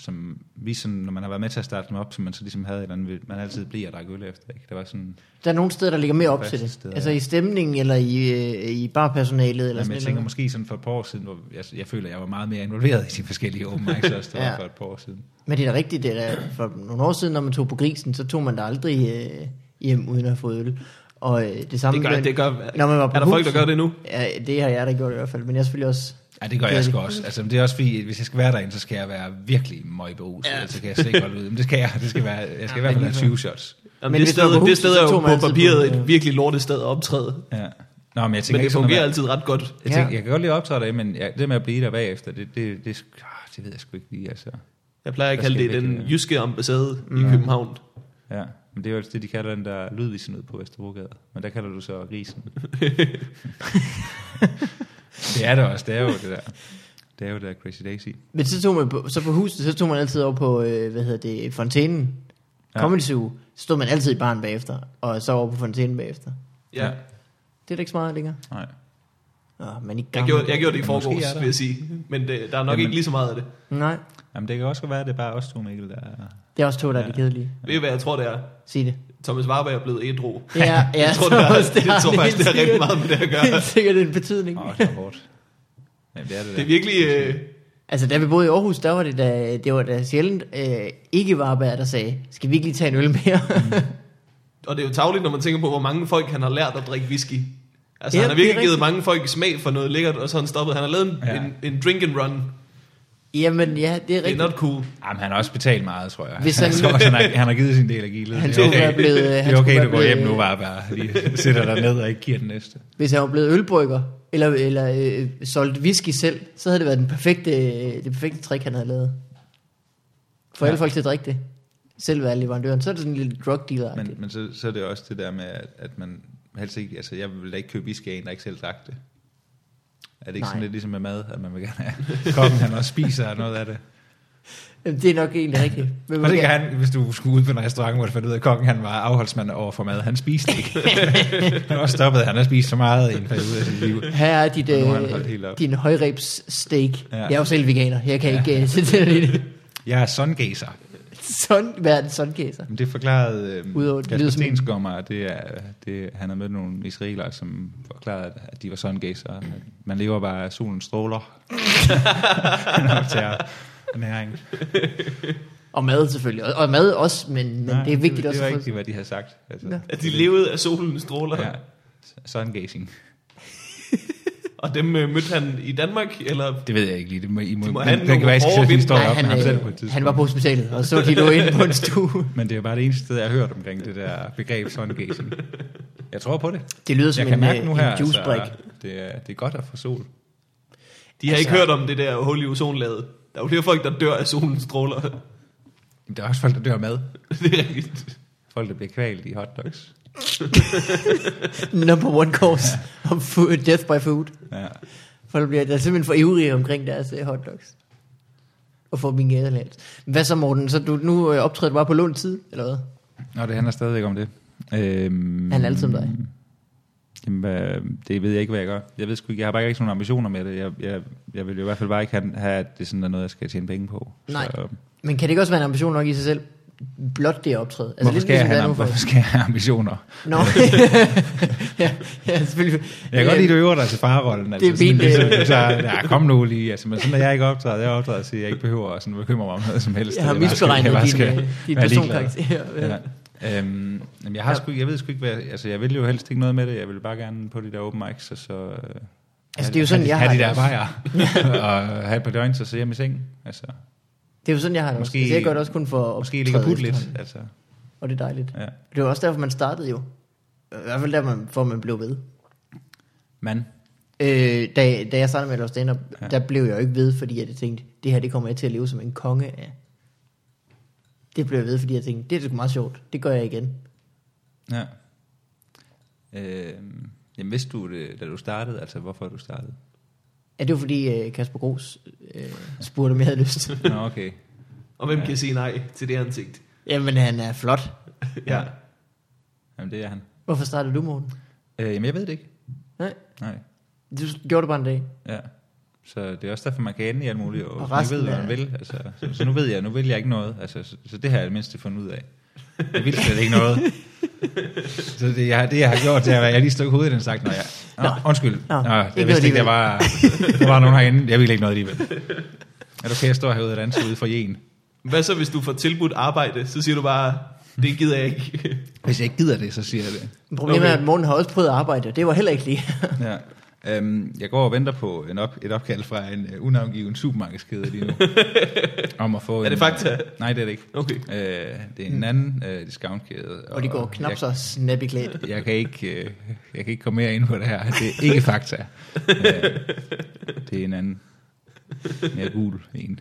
Speaker 3: som vi sådan, når man har været med til at starte dem op, som man så ligesom havde, et eller andet, man altid bliver at drikke øl efter, ikke? Der var sådan,
Speaker 1: Der er nogle steder, der ligger mere op
Speaker 3: Faste
Speaker 1: til det.
Speaker 3: steder,
Speaker 1: altså
Speaker 3: ja.
Speaker 1: i stemningen, eller i, øh, i barpersonalet, eller
Speaker 3: Jamen,
Speaker 1: sådan
Speaker 3: jeg
Speaker 1: noget.
Speaker 3: tænker måske sådan for et par år siden, hvor jeg, jeg føler, jeg var meget mere involveret i de forskellige open mics også, der
Speaker 1: Ja.
Speaker 3: var for et par år siden.
Speaker 1: Men det er da rigtigt, det er da, for nogle år siden, når man tog på grisen, så tog man da aldrig øh, hjem uden at have fået øl. Og øh, det samme...
Speaker 2: Det gør,
Speaker 1: blandt-
Speaker 2: det gør,
Speaker 1: når man var på
Speaker 2: er der folk,
Speaker 1: huset.
Speaker 2: der gør det nu?
Speaker 1: Ja, det har jeg da gjort i hvert fald, men jeg er selvfølgelig også
Speaker 3: Ja, det gør jeg sgu også. Altså, men det er også fordi, hvis jeg skal være derinde, så skal jeg være virkelig møg beruset. Ja. Så kan jeg slet ikke holde ud. Men det skal jeg. Det skal være, jeg skal i hvert fald have 20 shots.
Speaker 2: Jamen,
Speaker 1: Men
Speaker 2: men det,
Speaker 1: hvis man var
Speaker 2: sted,
Speaker 1: på
Speaker 2: det
Speaker 1: huset,
Speaker 2: sted
Speaker 1: så
Speaker 2: er jo
Speaker 1: tog man
Speaker 2: på
Speaker 1: altid
Speaker 2: papiret
Speaker 1: på, øh,
Speaker 2: et virkelig lortet sted at optræde.
Speaker 3: Ja. Nå, men jeg tænker
Speaker 2: Men det
Speaker 3: ikke sådan, at-
Speaker 2: fungerer altid ret godt.
Speaker 3: Jeg, tænker, jeg kan godt lide at optræde det, men jeg, det med at blive der bagefter, det, det, det, det, ah, det ved jeg sgu ikke lige, altså.
Speaker 2: Jeg plejer at
Speaker 3: Der
Speaker 2: kalde
Speaker 3: skal
Speaker 2: det den
Speaker 3: virkelig Mm. være.
Speaker 2: jyske ambassade i København.
Speaker 3: Ja, men det er jo altså det, de kalder den der lydvisen ud på Vesterbrogade. Men der kalder du så grisen. det er det også, det er jo det der. Det er jo det der Crazy Daisy.
Speaker 1: Men så tog man på, så på huset, så tog man altid over på, øh, hvad hedder det, fontænen.
Speaker 3: Ja.
Speaker 1: Comedy Zoo. Så stod man altid i baren bagefter, og så over på fontænen bagefter.
Speaker 2: Ja.
Speaker 1: Det er da ikke så meget længere.
Speaker 3: Nej.
Speaker 1: Åh, men ikke
Speaker 2: Jeg gjorde, jeg gjorde det i
Speaker 3: Men måske
Speaker 2: forgårs,
Speaker 3: er der.
Speaker 2: vil jeg sige. Men det, der er nok
Speaker 3: Jamen.
Speaker 2: ikke lige så meget af det.
Speaker 1: Nej,
Speaker 3: Jamen det kan også være, at det er bare os to, Mikkel, der...
Speaker 1: det er også to, der er de
Speaker 3: Ja.
Speaker 1: kedelige.
Speaker 2: Ved I, hvad jeg tror, det er?
Speaker 1: Sig det.
Speaker 2: Thomas Warberg er blevet ædru.
Speaker 1: Ja, ja,
Speaker 2: Jeg tror, det,
Speaker 1: også,
Speaker 2: er, det, jeg tror
Speaker 1: helt
Speaker 2: faktisk, det har rigtig
Speaker 1: sikkert-
Speaker 2: meget med det at gøre.
Speaker 1: Helt sikkert en betydning.
Speaker 3: Åh, oh, det er hårdt. Jamen det er det
Speaker 2: Det
Speaker 3: der.
Speaker 2: er virkelig... Øh,
Speaker 1: Altså, da vi boede i Aarhus, der var det da, det var da sjældent øh, ikke Varberg, der sagde, skal vi ikke lige tage en øl mere?
Speaker 2: og det er jo tavligt, når man tænker på, hvor mange folk han har lært at drikke whisky. Altså,
Speaker 1: Ja,
Speaker 2: ja, han har
Speaker 1: det er
Speaker 2: virkelig givet
Speaker 1: rigtigt.
Speaker 2: mange folk smag for noget lækkert, og så har han stoppet. Han har lavet en,
Speaker 3: Ja.
Speaker 2: ja. en, en drink and run. Det
Speaker 1: Jamen, ja, det er
Speaker 2: er
Speaker 1: rigtigt.
Speaker 2: not cool.
Speaker 3: Jamen han har også betalt meget, tror jeg.
Speaker 1: Hvis
Speaker 3: han,
Speaker 1: han-
Speaker 3: tror også, han, har, han har givet sin del af gildet.
Speaker 1: Han
Speaker 3: Det er
Speaker 1: skulle være
Speaker 3: okay,
Speaker 1: blevet... øh,
Speaker 3: det
Speaker 1: han
Speaker 3: er
Speaker 1: skulle
Speaker 3: okay
Speaker 1: være
Speaker 3: du går hjem
Speaker 1: blevet-
Speaker 3: nu, bare, bare lige sætter dig ned og ikke giver den næste.
Speaker 1: Hvis han var blevet ølbrygger, eller, eller øh, solgt whisky selv, så havde det været den perfekte, øh, det perfekte trick, han havde lavet. For
Speaker 3: Ja.
Speaker 1: alle folk til at drikke det. Selv være leverandøren. Så er det sådan en lille drug dealer
Speaker 3: Men, men så, så er det også det der med, at, at man helst ikke, altså jeg vil da ikke købe whisky af en, der ikke selv drak det. Er det ikke
Speaker 1: Nej.
Speaker 3: Nej. sådan lidt ligesom med mad, at man vil gerne have kokken, han også spiser noget af det?
Speaker 1: Jamen, det er nok egentlig rigtigt. Men
Speaker 3: Og det kan
Speaker 1: man-
Speaker 3: han, hvis du skulle ud på en restaurant, hvor du fandt ud af, at kokken han var afholdsmand over for mad, han spiste ikke. han var stoppet, han har spist så meget i en periode af sit liv.
Speaker 1: Her er dit,
Speaker 3: Og nu har han holdt
Speaker 1: øh,
Speaker 3: helt op.
Speaker 1: din højrebs steak. Ja.
Speaker 3: Ja.
Speaker 1: Jeg er jo selv veganer. Jeg kan
Speaker 3: Ja.
Speaker 1: ikke øh, sætte det i det.
Speaker 3: Jeg er sundgazer.
Speaker 1: Sådan, hvad er det sådan, Kæser?
Speaker 3: Men det forklarede øh,
Speaker 1: Udover, det lyder
Speaker 3: Kasper
Speaker 1: som en-
Speaker 3: Stensgaard mig, at det er, det, han har mødt nogle israelere, som forklarede, at- at de var sungazer. Man lever bare af solen stråler. Nok til at- næring.
Speaker 1: Og mad selvfølgelig. Og, og mad også, men, men
Speaker 3: Nej,
Speaker 1: det er vigtigt
Speaker 3: det,
Speaker 1: også.
Speaker 3: Det var
Speaker 1: at få-
Speaker 3: ikke, det, hvad de havde sagt. Altså,
Speaker 1: Nå.
Speaker 2: At de levede af solen stråler.
Speaker 3: Ja,
Speaker 2: Ja.
Speaker 3: sungazing.
Speaker 2: Og dem øh, mødte han i Danmark, eller...
Speaker 3: Det ved jeg ikke lige. Det må, I må,
Speaker 2: De må
Speaker 3: må
Speaker 2: have
Speaker 3: den,
Speaker 2: nogle
Speaker 3: den kan være, at I skal
Speaker 2: hårde
Speaker 3: sætte en
Speaker 2: vind.
Speaker 3: historie
Speaker 1: Nej,
Speaker 3: op med ham
Speaker 1: han,
Speaker 3: selv på et
Speaker 1: øh,
Speaker 3: tidspunkt.
Speaker 1: han var på hospitalet, og så de lå inde på en stue.
Speaker 3: Men det er bare det eneste sted, jeg har hørt omkring det der begreb sungazing. Jeg tror på det.
Speaker 1: Det lyder som
Speaker 3: Jeg kan
Speaker 1: en,
Speaker 3: mærke
Speaker 1: øh,
Speaker 3: nu
Speaker 1: en
Speaker 3: her,
Speaker 1: juicebrik.
Speaker 3: altså, det, er, det er godt at få sol.
Speaker 2: De har altså,
Speaker 1: Altså-
Speaker 2: ikke hørt om det der hul i ozonlaget. Der er jo flere folk, der dør af solens stråler.
Speaker 3: Men der er også folk, der dør af mad.
Speaker 2: det er rigtigt.
Speaker 3: Folk, der bliver kvalt i hotdogs.
Speaker 1: Number one course of food, death by food.
Speaker 3: Ja.
Speaker 1: Folk bliver der er simpelthen for ivrige omkring deres øh, hotdogs. Og får min gæderlands. altså. Hvad så, Morten? Så du nu øh, optræder du bare på lånt tid, eller hvad?
Speaker 3: Nå, det handler stadigvæk om det. Øhm,
Speaker 1: Han er altid om dig.
Speaker 3: Jamen, hvad- det ved jeg ikke, hvad jeg gør. Jeg ved sgu ikke, jeg har bare ikke rigtig nogen ambitioner med det. Jeg, jeg, jeg vil jo i hvert fald bare ikke have, have at det sådan er noget, jeg skal tjene penge på.
Speaker 1: Nej.
Speaker 3: Så,
Speaker 1: Men kan det ikke også være en ambition nok i sig selv? Blot det at optræde.
Speaker 3: altså, hvorfor,
Speaker 1: lidt
Speaker 3: skal jeg
Speaker 1: ligesom
Speaker 3: have,
Speaker 1: det er nu
Speaker 3: am-
Speaker 1: for-
Speaker 3: hvorfor skal jeg have ambitioner?
Speaker 1: Nå. ja, ja, selvfølgelig.
Speaker 3: Jeg kan godt lide, at du øver dig til farerollen. Altså,
Speaker 1: Det er fint,
Speaker 3: Sådan,
Speaker 1: det-
Speaker 3: ligesom, så, ja, kom nu lige. Altså, men sådan er jeg ikke optaget. Jeg er optaget at sige, at jeg ikke behøver at sådan, bekymre mig om noget som helst.
Speaker 1: Jeg har
Speaker 3: bare skal- jeg
Speaker 1: misberegnet
Speaker 3: bare
Speaker 1: din,
Speaker 3: skal
Speaker 1: øh, din
Speaker 3: være ligeglad.
Speaker 1: personkarakter. Ja.
Speaker 3: Ja. Øhm, jamen, jeg, har sgu, jeg ved sgu ikke, hvad, altså jeg vil jo helst ikke noget med det, jeg vil bare gerne på de der open mics, og så... Øh,
Speaker 1: Altså, det er jo sådan,
Speaker 3: have,
Speaker 1: jeg
Speaker 3: have
Speaker 1: har
Speaker 3: de
Speaker 1: det
Speaker 3: der
Speaker 1: også.
Speaker 3: bajer, og have et par døgns, og så hjem i seng. Altså,
Speaker 1: Det er jo sådan, jeg har det også.
Speaker 3: Måske-
Speaker 1: Måske, jeg gør det også kun for at
Speaker 3: måske ligge og
Speaker 1: optræde
Speaker 3: putte lidt.
Speaker 1: efterhånden.
Speaker 3: Altså,
Speaker 1: Og det er dejligt.
Speaker 3: ja.
Speaker 1: Det var også derfor, man startede jo. I hvert fald der, man, for man blev ved.
Speaker 3: Man,
Speaker 1: Øh, da, da jeg startede med at lave stand-up, ja. der
Speaker 3: Ja.
Speaker 1: blev jeg jo ikke ved, fordi jeg tænkte, det her det kommer jeg til at leve som en konge af. Det blev jeg ved, fordi jeg tænkte, det er sgu meget sjovt. Det gør jeg igen.
Speaker 3: ja. Øhm, jamen, vidste du det, da du startede? Altså, hvorfor du startede?
Speaker 1: Ja, det var fordi øh, Kasper Gros øh, spurgte, om jeg havde lyst.
Speaker 3: Nå, okay.
Speaker 2: Og hvem
Speaker 3: Ja.
Speaker 2: ja. kan sige nej til det ansigt?
Speaker 1: Jamen, han er flot.
Speaker 2: Ja.
Speaker 3: Jamen, det er han.
Speaker 1: Hvorfor startede du, Morten?
Speaker 3: Øh, jamen, jeg ved det ikke.
Speaker 1: Nej,
Speaker 3: Nej.
Speaker 1: du gjorde det bare en dag.
Speaker 3: Ja. Så det er også derfor, man kan ende i alt muligt, og,
Speaker 1: Og
Speaker 3: og
Speaker 1: resten
Speaker 3: resten, ved, hvad
Speaker 1: er-
Speaker 3: man vil. Altså, så, så, nu ved jeg, nu vil jeg ikke noget. Altså, så, så det har jeg i det mindste fundet ud af. Jeg vil slet ikke noget. Så det, jeg, har- det, jeg har gjort, det er, at jeg har lige stod hovedet i den og sagt, når jeg... Nå,
Speaker 1: Nå.
Speaker 3: undskyld.
Speaker 1: Nå,
Speaker 3: Nå, Nå, jeg
Speaker 1: ikke
Speaker 3: vidste
Speaker 1: noget
Speaker 3: ikke, der var, der var nogen herinde. Jeg vil ikke noget alligevel. Er det okay, jeg står herude og danser ude for en?
Speaker 2: Hvad så, hvis du får tilbudt arbejde? Så siger du bare, det gider jeg ikke.
Speaker 3: Hvis jeg ikke gider det, så siger jeg det.
Speaker 1: Men Problemet okay.
Speaker 2: Okay.
Speaker 1: er, at Morten har også prøvet at arbejde, og det var heller ikke lige.
Speaker 3: Ja. Øhm, jeg går og venter på en op, et opkald fra en uh, unavngiven supermarkedskæde lige nu. om at få
Speaker 2: Er det
Speaker 3: en,
Speaker 2: Fakta?
Speaker 3: Nej, det er det ikke.
Speaker 2: Okay.
Speaker 3: Øh, det er en anden øh, discountkæde.
Speaker 1: Og de går knap
Speaker 3: jeg,
Speaker 1: så snappy klædt.
Speaker 3: Jeg kan, ikke, øh, jeg kan ikke komme mere ind på det her. Det er ikke fakta. øh, det er en anden. Mere gul en.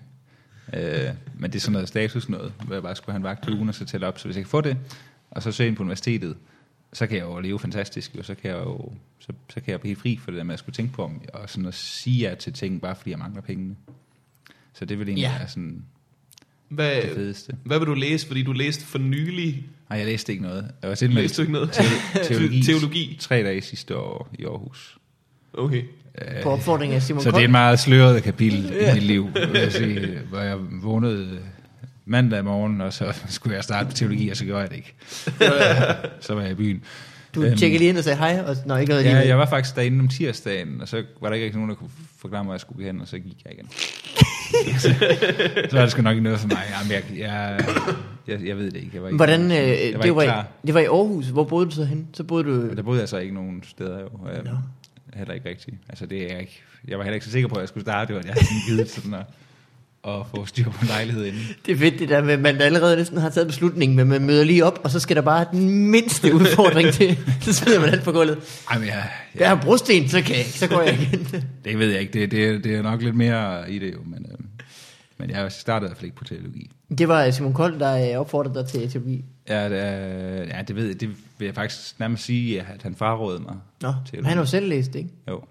Speaker 3: Øh, men det er sådan noget status noget, hvor jeg bare skulle have en vagt i ugen og så tælle op. Så hvis jeg kan få det, og så søge ind på universitetet, så kan jeg jo leve fantastisk, og så kan jeg jo så, så kan jeg blive helt fri for det der med at skulle tænke på om, og sådan at sige ja til ting, bare fordi jeg mangler pengene. Så det vil egentlig
Speaker 1: Ja.
Speaker 3: ja. være sådan
Speaker 2: Hvad,
Speaker 3: det fedeste.
Speaker 2: hvad vil du læse? Fordi du læste for nylig.
Speaker 3: Nej, jeg læste ikke noget. Jeg var tilmeldt
Speaker 2: Læste du ikke noget?
Speaker 3: teologi,
Speaker 2: Teologi.
Speaker 3: tre dage sidste år i Aarhus.
Speaker 2: Okay.
Speaker 1: På opfordring af Simon
Speaker 3: Øh, Så det er
Speaker 1: Kold.
Speaker 3: en meget sløret kapitel i mit liv, vil jeg sige, hvor jeg vågnede øh, mandag morgen, og så skulle jeg starte på teologi, og så gjorde jeg det ikke. Så var jeg i byen.
Speaker 1: Du
Speaker 3: Øhm,
Speaker 1: tjekkede lige ind og sagde hej, og når ikke noget
Speaker 3: Ja,
Speaker 1: alligevel.
Speaker 3: jeg var faktisk derinde om tirsdagen, og så var der ikke rigtig nogen, der kunne forklare mig, hvor jeg skulle hen, og så gik jeg igen. så var det sgu nok ikke noget for mig. Jamen, jeg, jeg, jeg, jeg ved det ikke. Jeg var ikke
Speaker 1: Hvordan, øh,
Speaker 3: jeg var
Speaker 1: det,
Speaker 3: ikke
Speaker 1: var
Speaker 3: klar.
Speaker 1: i, det var i Aarhus. Hvor boede du så hen? Så boede du...
Speaker 3: Men der boede jeg så ikke nogen steder jo. og Jeg,
Speaker 1: Nå.
Speaker 3: no. Heller ikke rigtigt. Altså det er jeg ikke. Jeg var heller ikke så sikker på, at jeg skulle starte. Det var, at jeg havde sådan givet sådan at, at få styr på lejligheden inden.
Speaker 1: Det er fedt det der med, at man allerede næsten har taget beslutningen, men man møder lige op, og så skal der bare den mindste udfordring til. Så smider man alt på gulvet.
Speaker 3: Ej, men jeg,
Speaker 1: Der
Speaker 3: jeg,
Speaker 1: er brosten, så kan jeg ikke, så går jeg igen.
Speaker 3: det ved jeg ikke. Det, det, det er nok lidt mere i det jo. Men, øh, men jeg startede i hvert fald ikke på teologi.
Speaker 1: Det var Simon Kold, der øh, opfordrede dig til teologi.
Speaker 3: Ja, det, er- ja, det, ved, det vil jeg faktisk nærmest sige, at han frarådede mig.
Speaker 1: Nå,
Speaker 3: Teologi.
Speaker 1: men han har jo selv læst det, ikke?
Speaker 3: Jo.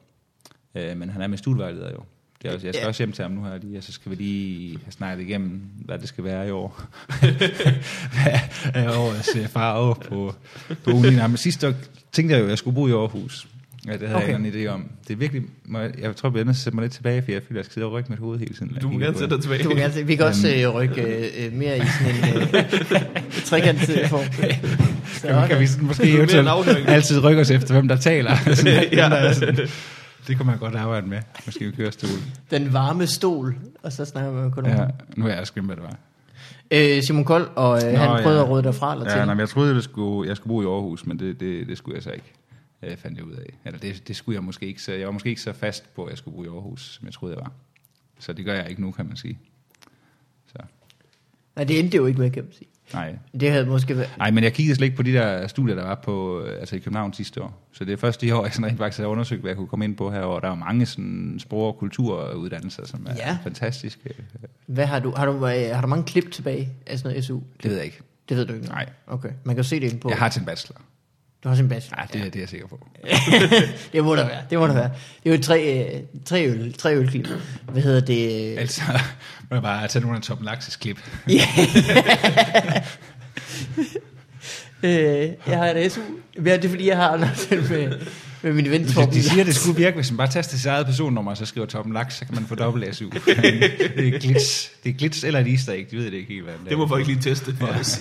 Speaker 3: Øh, men han er min studievejleder jo. Det er også, jeg skal
Speaker 1: Ja.
Speaker 3: ja. også hjem til ham nu her lige, og så skal vi lige have snakket igennem, hvad det skal være i år. hvad er årets øh, farve på, på ugen? Nej, men sidste år tænkte jeg jo, at jeg skulle bo i Aarhus. Ja, det havde okay.
Speaker 1: Okay.
Speaker 3: jeg ikke nogen idé om. Det er virkelig, må jeg, jeg tror, jeg bliver nødt til at sætte mig lidt tilbage, for jeg føler, at jeg skal sidde og rykke mit hoved hele tiden. når jeg
Speaker 2: Du må
Speaker 3: kigger
Speaker 2: gerne
Speaker 3: på
Speaker 2: sætte dig
Speaker 3: det.
Speaker 2: tilbage.
Speaker 1: Du kan altså, vi kan også øh, rykke øh, øh, mere i sådan en øh, trekantet form.
Speaker 3: Kan vi, kan vi sådan
Speaker 2: Det
Speaker 3: måske
Speaker 2: er mere en
Speaker 3: eventuelt
Speaker 2: afhøring.
Speaker 3: altid rykke os efter, hvem der taler? sådan, ja.
Speaker 2: Ja.
Speaker 3: hvem der er sådan, det kunne man godt arbejde med. Måske en kørestol.
Speaker 1: Den varme stol, og så snakker man kun om
Speaker 3: Ja,
Speaker 1: ja.
Speaker 3: nu har jeg også glemt, hvad det var.
Speaker 1: øh, Simon Kold, og øh,
Speaker 3: Nå,
Speaker 1: han prøvede
Speaker 3: ja.
Speaker 1: at råde dig fra eller til.
Speaker 3: Ja, nej, men jeg troede, jeg skulle, jeg skulle bo i Aarhus, men det, det, det skulle jeg så ikke, øh, fandt jeg ud af. Eller det, det skulle jeg måske ikke, så jeg var måske ikke så fast på, at jeg skulle bo i Aarhus, som jeg troede, jeg var. Så det gør jeg ikke nu, kan man sige. Så,
Speaker 1: nej, det endte det jo ikke med, kan man sige.
Speaker 3: nej.
Speaker 1: Det havde måske været...
Speaker 3: Nej, men jeg kiggede slet ikke på de der studier, der var på, øh, altså i København sidste år. Så det er først i år, jeg sådan rent faktisk har undersøgt, hvad jeg kunne komme ind på her, og der er jo mange sådan sprog- og kulturuddannelser, som er
Speaker 1: Ja.
Speaker 3: ja. fantastiske. Øh,
Speaker 1: Hvad har du? Har du, øh, har du mange klip tilbage af sådan noget SU?
Speaker 3: Det ved jeg ikke.
Speaker 1: Det ved du ikke?
Speaker 3: Nej.
Speaker 1: Okay, man kan jo se det inde på...
Speaker 3: Jeg har til en bachelor.
Speaker 1: Du har sin bachelor.
Speaker 3: Ja, det, ja. det er jeg sikker på.
Speaker 1: det må der være, det må der være. Det er jo tre, øh, tre, øl, tre ølklip. Hvad hedder det? øh,
Speaker 3: Altså, må jeg bare tage nogle af Tom Laxes klip.
Speaker 1: Ja. øh, jeg har et SU. Ja, det er fordi, jeg har aftalt med, med min ven
Speaker 3: De,
Speaker 1: Torben.
Speaker 3: de siger, det skulle virke, hvis man bare taster sit eget personnummer, og så skriver Torben Laks, så kan man få dobbelt SU. det er glitz, det er glitz eller et easter egg, de ved det ikke helt, hvad
Speaker 2: Det må folk lige teste for os.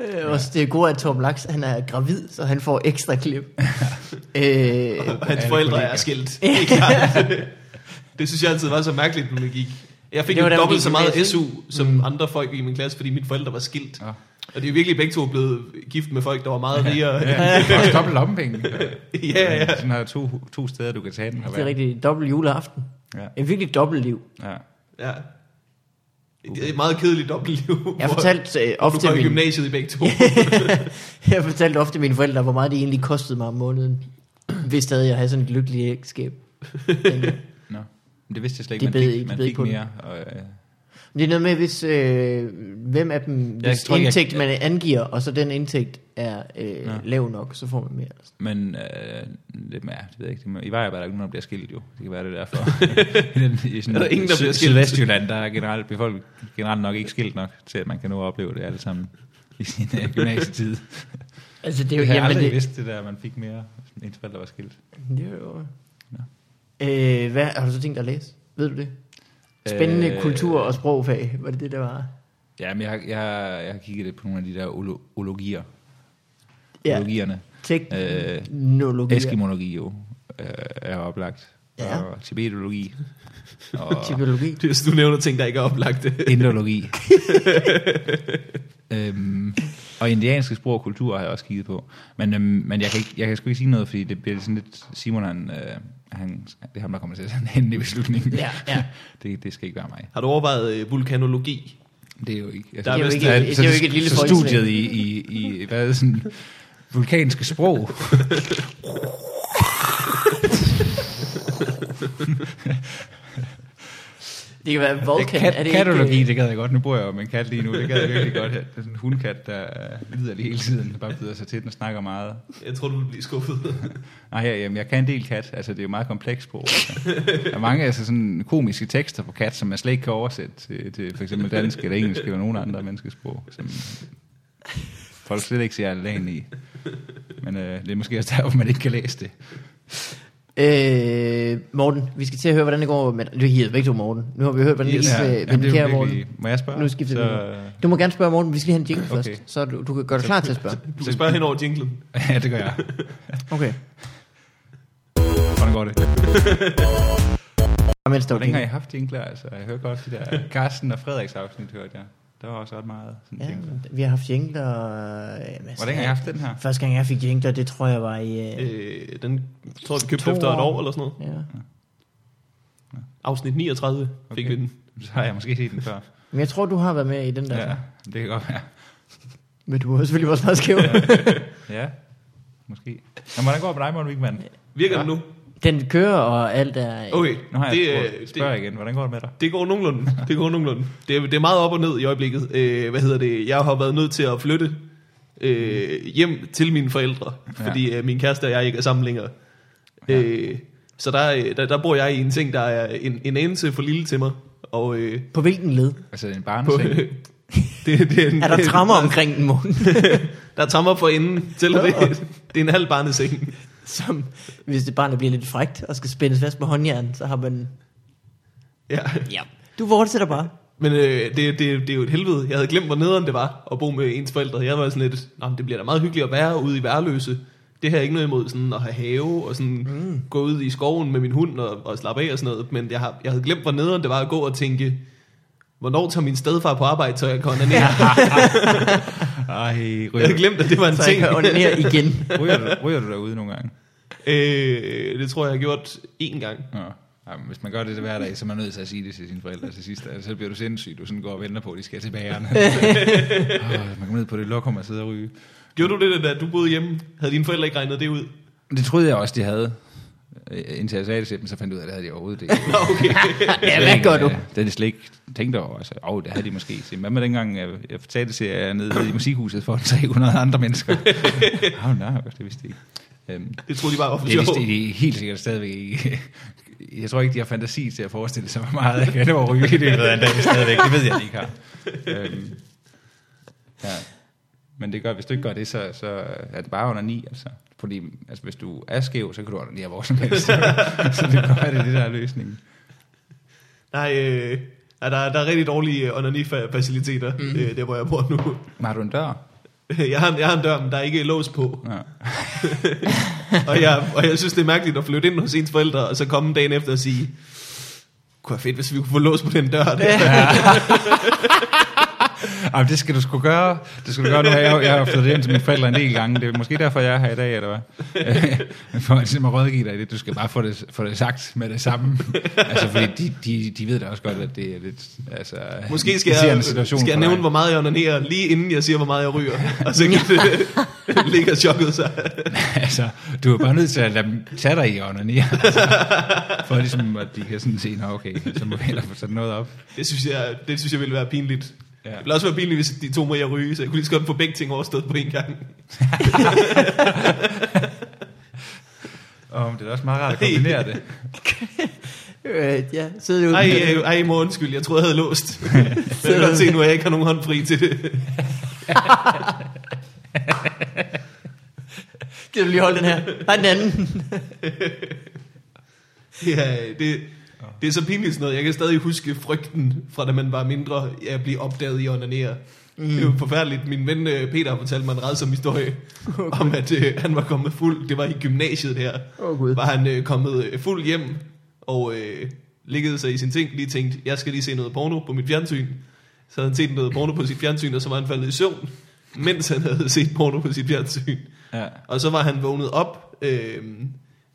Speaker 1: Øh, også det gode er, at Torben Laks, han er gravid, så han får ekstra klip. øh,
Speaker 2: Hans
Speaker 3: alle
Speaker 2: forældre er
Speaker 3: kollegaer.
Speaker 2: skilt. Det er klart. Det synes jeg altid var så mærkeligt, når man gik. Jeg fik
Speaker 1: Det var
Speaker 2: jo
Speaker 1: da, man
Speaker 2: dobbelt
Speaker 1: gik
Speaker 2: så
Speaker 1: i
Speaker 2: meget
Speaker 1: gymnasiet,
Speaker 2: SU som andre folk i min klasse, fordi mine forældre var skilt.
Speaker 3: Ja.
Speaker 2: Og det er jo virkelig begge to blevet gift med folk, der var meget rigere. Ja,
Speaker 3: Ja, også dobbelt lommepenge.
Speaker 2: ja. ja.
Speaker 3: Sådan har jeg to, to steder, du kan tage den.
Speaker 1: det er rigtigt. Dobbelt juleaften.
Speaker 3: Ja.
Speaker 1: En virkelig dobbeltliv.
Speaker 3: Ja.
Speaker 2: ja. Det er et meget kedeligt dobbeltliv.
Speaker 1: Jeg fortalte øh,
Speaker 2: Du
Speaker 1: ofte
Speaker 2: går i
Speaker 1: min,
Speaker 2: gymnasiet i begge to.
Speaker 1: jeg fortalte ofte mine forældre, hvor meget det egentlig kostede mig om måneden. Hvis stadig jeg havde sådan et lykkeligt ægteskab. Men, øh,
Speaker 3: Nå. Men det vidste jeg slet
Speaker 1: De
Speaker 3: ikke. Man
Speaker 1: bed
Speaker 3: fik,
Speaker 1: ikke- de
Speaker 3: man
Speaker 1: bed
Speaker 3: fik
Speaker 1: ikke på den.
Speaker 3: mere. Og, øh,
Speaker 1: Det er noget med, hvis, øh, hvem af dem, hvis
Speaker 3: tror ikke, jeg-
Speaker 1: indtægt man angiver, og så den indtægt er øh, ja.
Speaker 3: Ja.
Speaker 1: lav nok, så får man mere.
Speaker 3: men øh, det, ja, det ved jeg ikke. Det må, I var bare der er ikke nogen, der bliver skilt jo. Det kan være det er derfor. I den, i sådan,
Speaker 2: Er der ingen, der
Speaker 3: Syd-
Speaker 2: bliver skilt?
Speaker 3: Sydvestjylland, der er generelt, bliver folk generelt nok ikke skilt nok, til at man kan nå at opleve det alle sammen i sin øh, gymnasietid.
Speaker 1: Altså, det er
Speaker 3: Det
Speaker 1: jo,
Speaker 3: jeg har
Speaker 1: jamen,
Speaker 3: aldrig
Speaker 1: det,
Speaker 3: det... vidst det der, man fik mere, ens forældre var skilt.
Speaker 1: det er jo... Øh, hvad har du så tænkt dig at læse? Ved du det? Spændende øh, kultur- og sprogfag, var det det, der var?
Speaker 3: Ja, men jeg, har- jeg, har- jeg har kigget lidt på nogle af de der olo- ologier. Ja.
Speaker 1: Ja,
Speaker 3: Ologierne. Øh,
Speaker 1: teknologi. Øh,
Speaker 3: Eskimologi jo, øh, er oplagt.
Speaker 1: Ja.
Speaker 3: Og tibetologi. Og
Speaker 1: Teknologi.
Speaker 2: Hvis du nævner ting, der ikke er oplagt.
Speaker 3: indologi. øhm, og Og indianske sprog og kultur har jeg også kigget på. Men, øhm, men jeg, kan ikke, jeg kan sgu ikke sige noget, fordi det bliver sådan lidt... Simon, han, øh, han, det er ham, der kommer til at tage den endelige beslutning.
Speaker 1: Ja, ja.
Speaker 3: det, det skal ikke være mig.
Speaker 2: Har du overvejet øh, vulkanologi?
Speaker 3: Det er jo ikke...
Speaker 2: Der er Det er jo vist-
Speaker 1: ikke- det er jo ikke et lille
Speaker 3: så
Speaker 1: folkeslag.
Speaker 3: studiet i, i, i hvad er det, sådan, vulkanske sprog.
Speaker 1: Det kan være Vulcan.
Speaker 3: kat,
Speaker 1: er det
Speaker 3: katologi,
Speaker 1: ikke, øh,
Speaker 3: det gad jeg godt. Nu bor jeg jo med en kat lige nu. Det gad jeg virkelig godt. Det er sådan en hundkat, der øh, lider lige hele tiden. Der bare bider sig til den og snakker meget.
Speaker 2: Jeg tror, du vil blive skuffet.
Speaker 3: Nej, ja, jamen, jeg kan en del kat. Altså, det er jo meget komplekst sprog. Altså. Der er mange altså, sådan, komiske tekster på kat, som man slet ikke kan oversætte til, til for eksempel dansk eller engelsk eller nogen andre menneskesprog, som folk slet ikke ser alene i. Men øh, det er måske også derfor, man ikke kan læse det.
Speaker 1: Øh, Morten, vi skal til at høre, hvordan det går med... Du hedder begge to Morten. Nu har vi hørt, hvordan det gik med, med
Speaker 3: jamen,
Speaker 1: den
Speaker 3: det er
Speaker 1: kære
Speaker 3: jo
Speaker 1: Morten.
Speaker 3: virkelig- Må jeg spørge?
Speaker 1: Nu skifter
Speaker 3: så,
Speaker 1: vi. Du må gerne spørge Morten, vi skal lige have en jingle
Speaker 3: Okay.
Speaker 1: først. Så du, du kan gøre dig klar til at spørge.
Speaker 2: Du kan spørge hen over jinglen.
Speaker 3: Ja, det gør jeg.
Speaker 1: Okay.
Speaker 3: Hvordan går det?
Speaker 1: Og mens der
Speaker 3: Hvor
Speaker 1: var
Speaker 3: længe har
Speaker 1: jingle.
Speaker 3: I haft jingler? Altså, jeg hører godt de der Carsten og Frederiks afsnit, hørte jeg. Der var også ret meget sådan ja.
Speaker 1: Ja,
Speaker 3: jingler.
Speaker 1: vi har haft jingler... øh,
Speaker 3: Hvor længe har I haft den her?
Speaker 1: Første gang jeg fik jingler, det tror jeg var i... Øh,
Speaker 2: Øh, den tror jeg, vi købte
Speaker 1: To
Speaker 2: efter et
Speaker 1: år.
Speaker 2: år eller sådan noget.
Speaker 1: ja.
Speaker 2: Afsnit 39 okay. fik
Speaker 3: Okay.
Speaker 2: vi den.
Speaker 3: Så har jeg måske set den før.
Speaker 1: Men jeg tror, du har været med i den der.
Speaker 3: Ja,
Speaker 1: Ja.
Speaker 3: det kan godt være.
Speaker 1: Men du var selvfølgelig også meget skæv.
Speaker 3: Ja, måske. Nå, hvordan går det med dig, Morten Wigman?
Speaker 2: Virker
Speaker 3: Ja.
Speaker 2: ja. den nu?
Speaker 1: den kører, og alt er...
Speaker 2: Okay,
Speaker 3: Nu har jeg det,
Speaker 2: øh,
Speaker 3: spurgt, spørger jeg igen, hvordan går det med dig?
Speaker 2: Det går nogenlunde. Det går nogenlunde. Det er, det er meget op og ned i øjeblikket. Øh, hvad hedder det? Jeg har været nødt til at flytte øh, hjem til mine forældre,
Speaker 3: Ja.
Speaker 2: fordi øh, min kæreste og jeg ikke er sammen længere.
Speaker 3: Ja.
Speaker 2: Øh, så der, øh, der, der bor jeg i en ting, der er en, en anelse for lille til mig. Og øh,
Speaker 1: På hvilken led?
Speaker 3: Altså en
Speaker 2: på,
Speaker 3: barneseng?
Speaker 2: det, det, er en,
Speaker 1: Er der trammer omkring den, Morten?
Speaker 2: Der er trammer for enden til det. Det er en halv barneseng.
Speaker 1: Som, hvis det barnet bliver lidt frægt og skal spændes fast på håndjern, så har man...
Speaker 2: Ja.
Speaker 1: Ja. Du fortsætter bare.
Speaker 2: Men øh, det, det, det er jo et helvede. Jeg havde glemt, hvor nederen det var at bo med ens forældre. Jeg var sådan lidt, Nå, men det bliver da meget hyggeligt at være ude i værløse. Det har jeg ikke noget imod sådan at have have og sådan mm. gå ud i skoven med min hund og, og slappe af og sådan noget. Men jeg, har, jeg havde glemt, hvor nederen det var at gå og tænke, hvornår tager min stedfar på arbejde, så jeg kan onanere?
Speaker 3: Ej,
Speaker 2: Jeg
Speaker 3: ryger,
Speaker 2: havde
Speaker 3: du-
Speaker 2: glemt, at det var en
Speaker 1: Så jeg
Speaker 2: ting.
Speaker 1: kan onanere igen.
Speaker 3: ryger, du, ryger du derude nogle gange?
Speaker 2: Øh, det tror jeg, jeg har gjort én gang.
Speaker 3: Nå. Ej, men hvis man gør det hver dag, så er man nødt til at sige det til sine forældre til sidst. Altså, så bliver du sindssyg, du sådan går og venter på, at de skal til bagerne. oh, man kommer ned på det lokum og sidder og ryge.
Speaker 2: Gjorde du det, da du boede hjemme? Havde dine forældre ikke regnet det ud?
Speaker 3: Det troede jeg også, de havde. Øh, Indtil jeg sagde det til dem, så fandt jeg ud af, at det havde de overhovedet ikke. Øh,
Speaker 2: Nå, okay.
Speaker 1: Ja, hvad gør du?
Speaker 3: Det havde de slet ikke tænkt over. Altså, åh, det havde de måske. Så, hvad med dengang, jeg, jeg fortalte til jer nede i musikhuset for 300 andre mennesker? Åh, oh, nej, det vidste de ikke. Øhm,
Speaker 2: Det troede de bare var for
Speaker 3: det
Speaker 2: sjov.
Speaker 3: vidste de helt sikkert stadigvæk ikke. Jeg tror ikke, de har fantasi til at forestille sig, hvor meget jeg kan over ryge i løbet af en dag stadigvæk. Det ved jeg, de ikke har. Øhm, ja. Men det gør, hvis du ikke gør det, så, så er det bare under 9, altså. Fordi altså, hvis du er skæv, så kan du ordentligt hvor som helst. så det kan være, det er det, der er løsningen.
Speaker 2: Nej, øh, ja, der, er- der er rigtig dårlige øh, onani-faciliteter, mm. øh, der hvor jeg bor nu.
Speaker 3: Men har du en dør?
Speaker 2: Jeg har, en- jeg har en dør, men der er ikke lås på.
Speaker 3: Ja.
Speaker 2: Og jeg, og jeg synes, det er mærkeligt at flytte ind hos ens forældre, og så komme dagen efter og sige, kunne være fedt, hvis vi kunne få lås på den dør. Der.
Speaker 3: Ej, men det skal du sgu gøre. Det skal du gøre nu. Jeg, har- jeg har flyttet hjem til mine forældre en del gange. Det er måske derfor, jeg er her i dag, eller hvad? For at simpelthen rådgive dig i det. Du skal bare få det, få det sagt med det samme. Altså, fordi de, de, de ved da også godt, at det er lidt... Altså,
Speaker 2: Måske skal
Speaker 3: irriterende
Speaker 2: jeg,
Speaker 3: situation
Speaker 2: skal jeg
Speaker 3: for
Speaker 2: nævne,
Speaker 3: dig.
Speaker 2: hvor meget jeg onanerer, lige inden jeg siger, hvor meget jeg ryger. Og så kan det ligger chokket sig.
Speaker 3: altså, du er bare nødt til at lade dem tage dig i ånden, ja. altså, For ligesom, at de kan sådan se, nå okay, så må vi hellere få sat noget op.
Speaker 2: Det synes jeg, det synes jeg ville være pinligt.
Speaker 3: Ja.
Speaker 2: Ja. Det ville også være pinligt, hvis de to mig at ryge, så jeg kunne lige så godt få begge ting overstået på en gang.
Speaker 3: Og det er da også meget rart at kombinere det.
Speaker 1: Øh, ja, sidder du
Speaker 2: Ej, øh, ej, mor, undskyld, jeg troede, jeg havde låst. Men jeg kan godt se nu, at jeg ikke har nogen håndfri til det.
Speaker 1: Skal du lige holde den her? Nej, den anden.
Speaker 2: Ja, det, det er så pinligt sådan noget. Jeg kan stadig huske frygten fra, da man var mindre, at blive opdaget i at onanere. Mm. Det er jo forfærdeligt. Min ven øh, Peter fortalte mig en redsom historie okay. om, at øh, han var kommet fuld. Det var i gymnasiet der.
Speaker 1: Åh, Gud.
Speaker 2: Var han øh, kommet øh, fuld hjem og øh, liggede sig i sin ting. Lige tænkte, jeg skal lige se noget porno på mit fjernsyn. Så havde han set noget porno på sit fjernsyn, og så var han faldet i søvn. mens han havde set porno på sit fjernsyn.
Speaker 3: Ja.
Speaker 2: Og så var han vågnet op øh,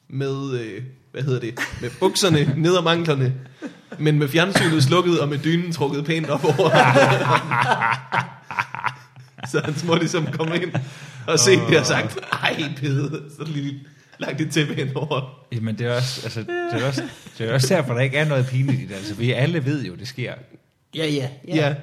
Speaker 2: med, øh, hvad hedder det, med bukserne ned om anklerne, men med fjernsynet slukket og med dynen trukket pænt op over. så han må ligesom komme ind og se det og sagt, ej pede, så lige lagt et tæppe hen over.
Speaker 3: Jamen, det er, også, altså, det, er også, det er også derfor, der ikke er noget pinligt i det. Altså, vi alle ved jo, det sker.
Speaker 1: Ja, ja,
Speaker 2: Ja. ja.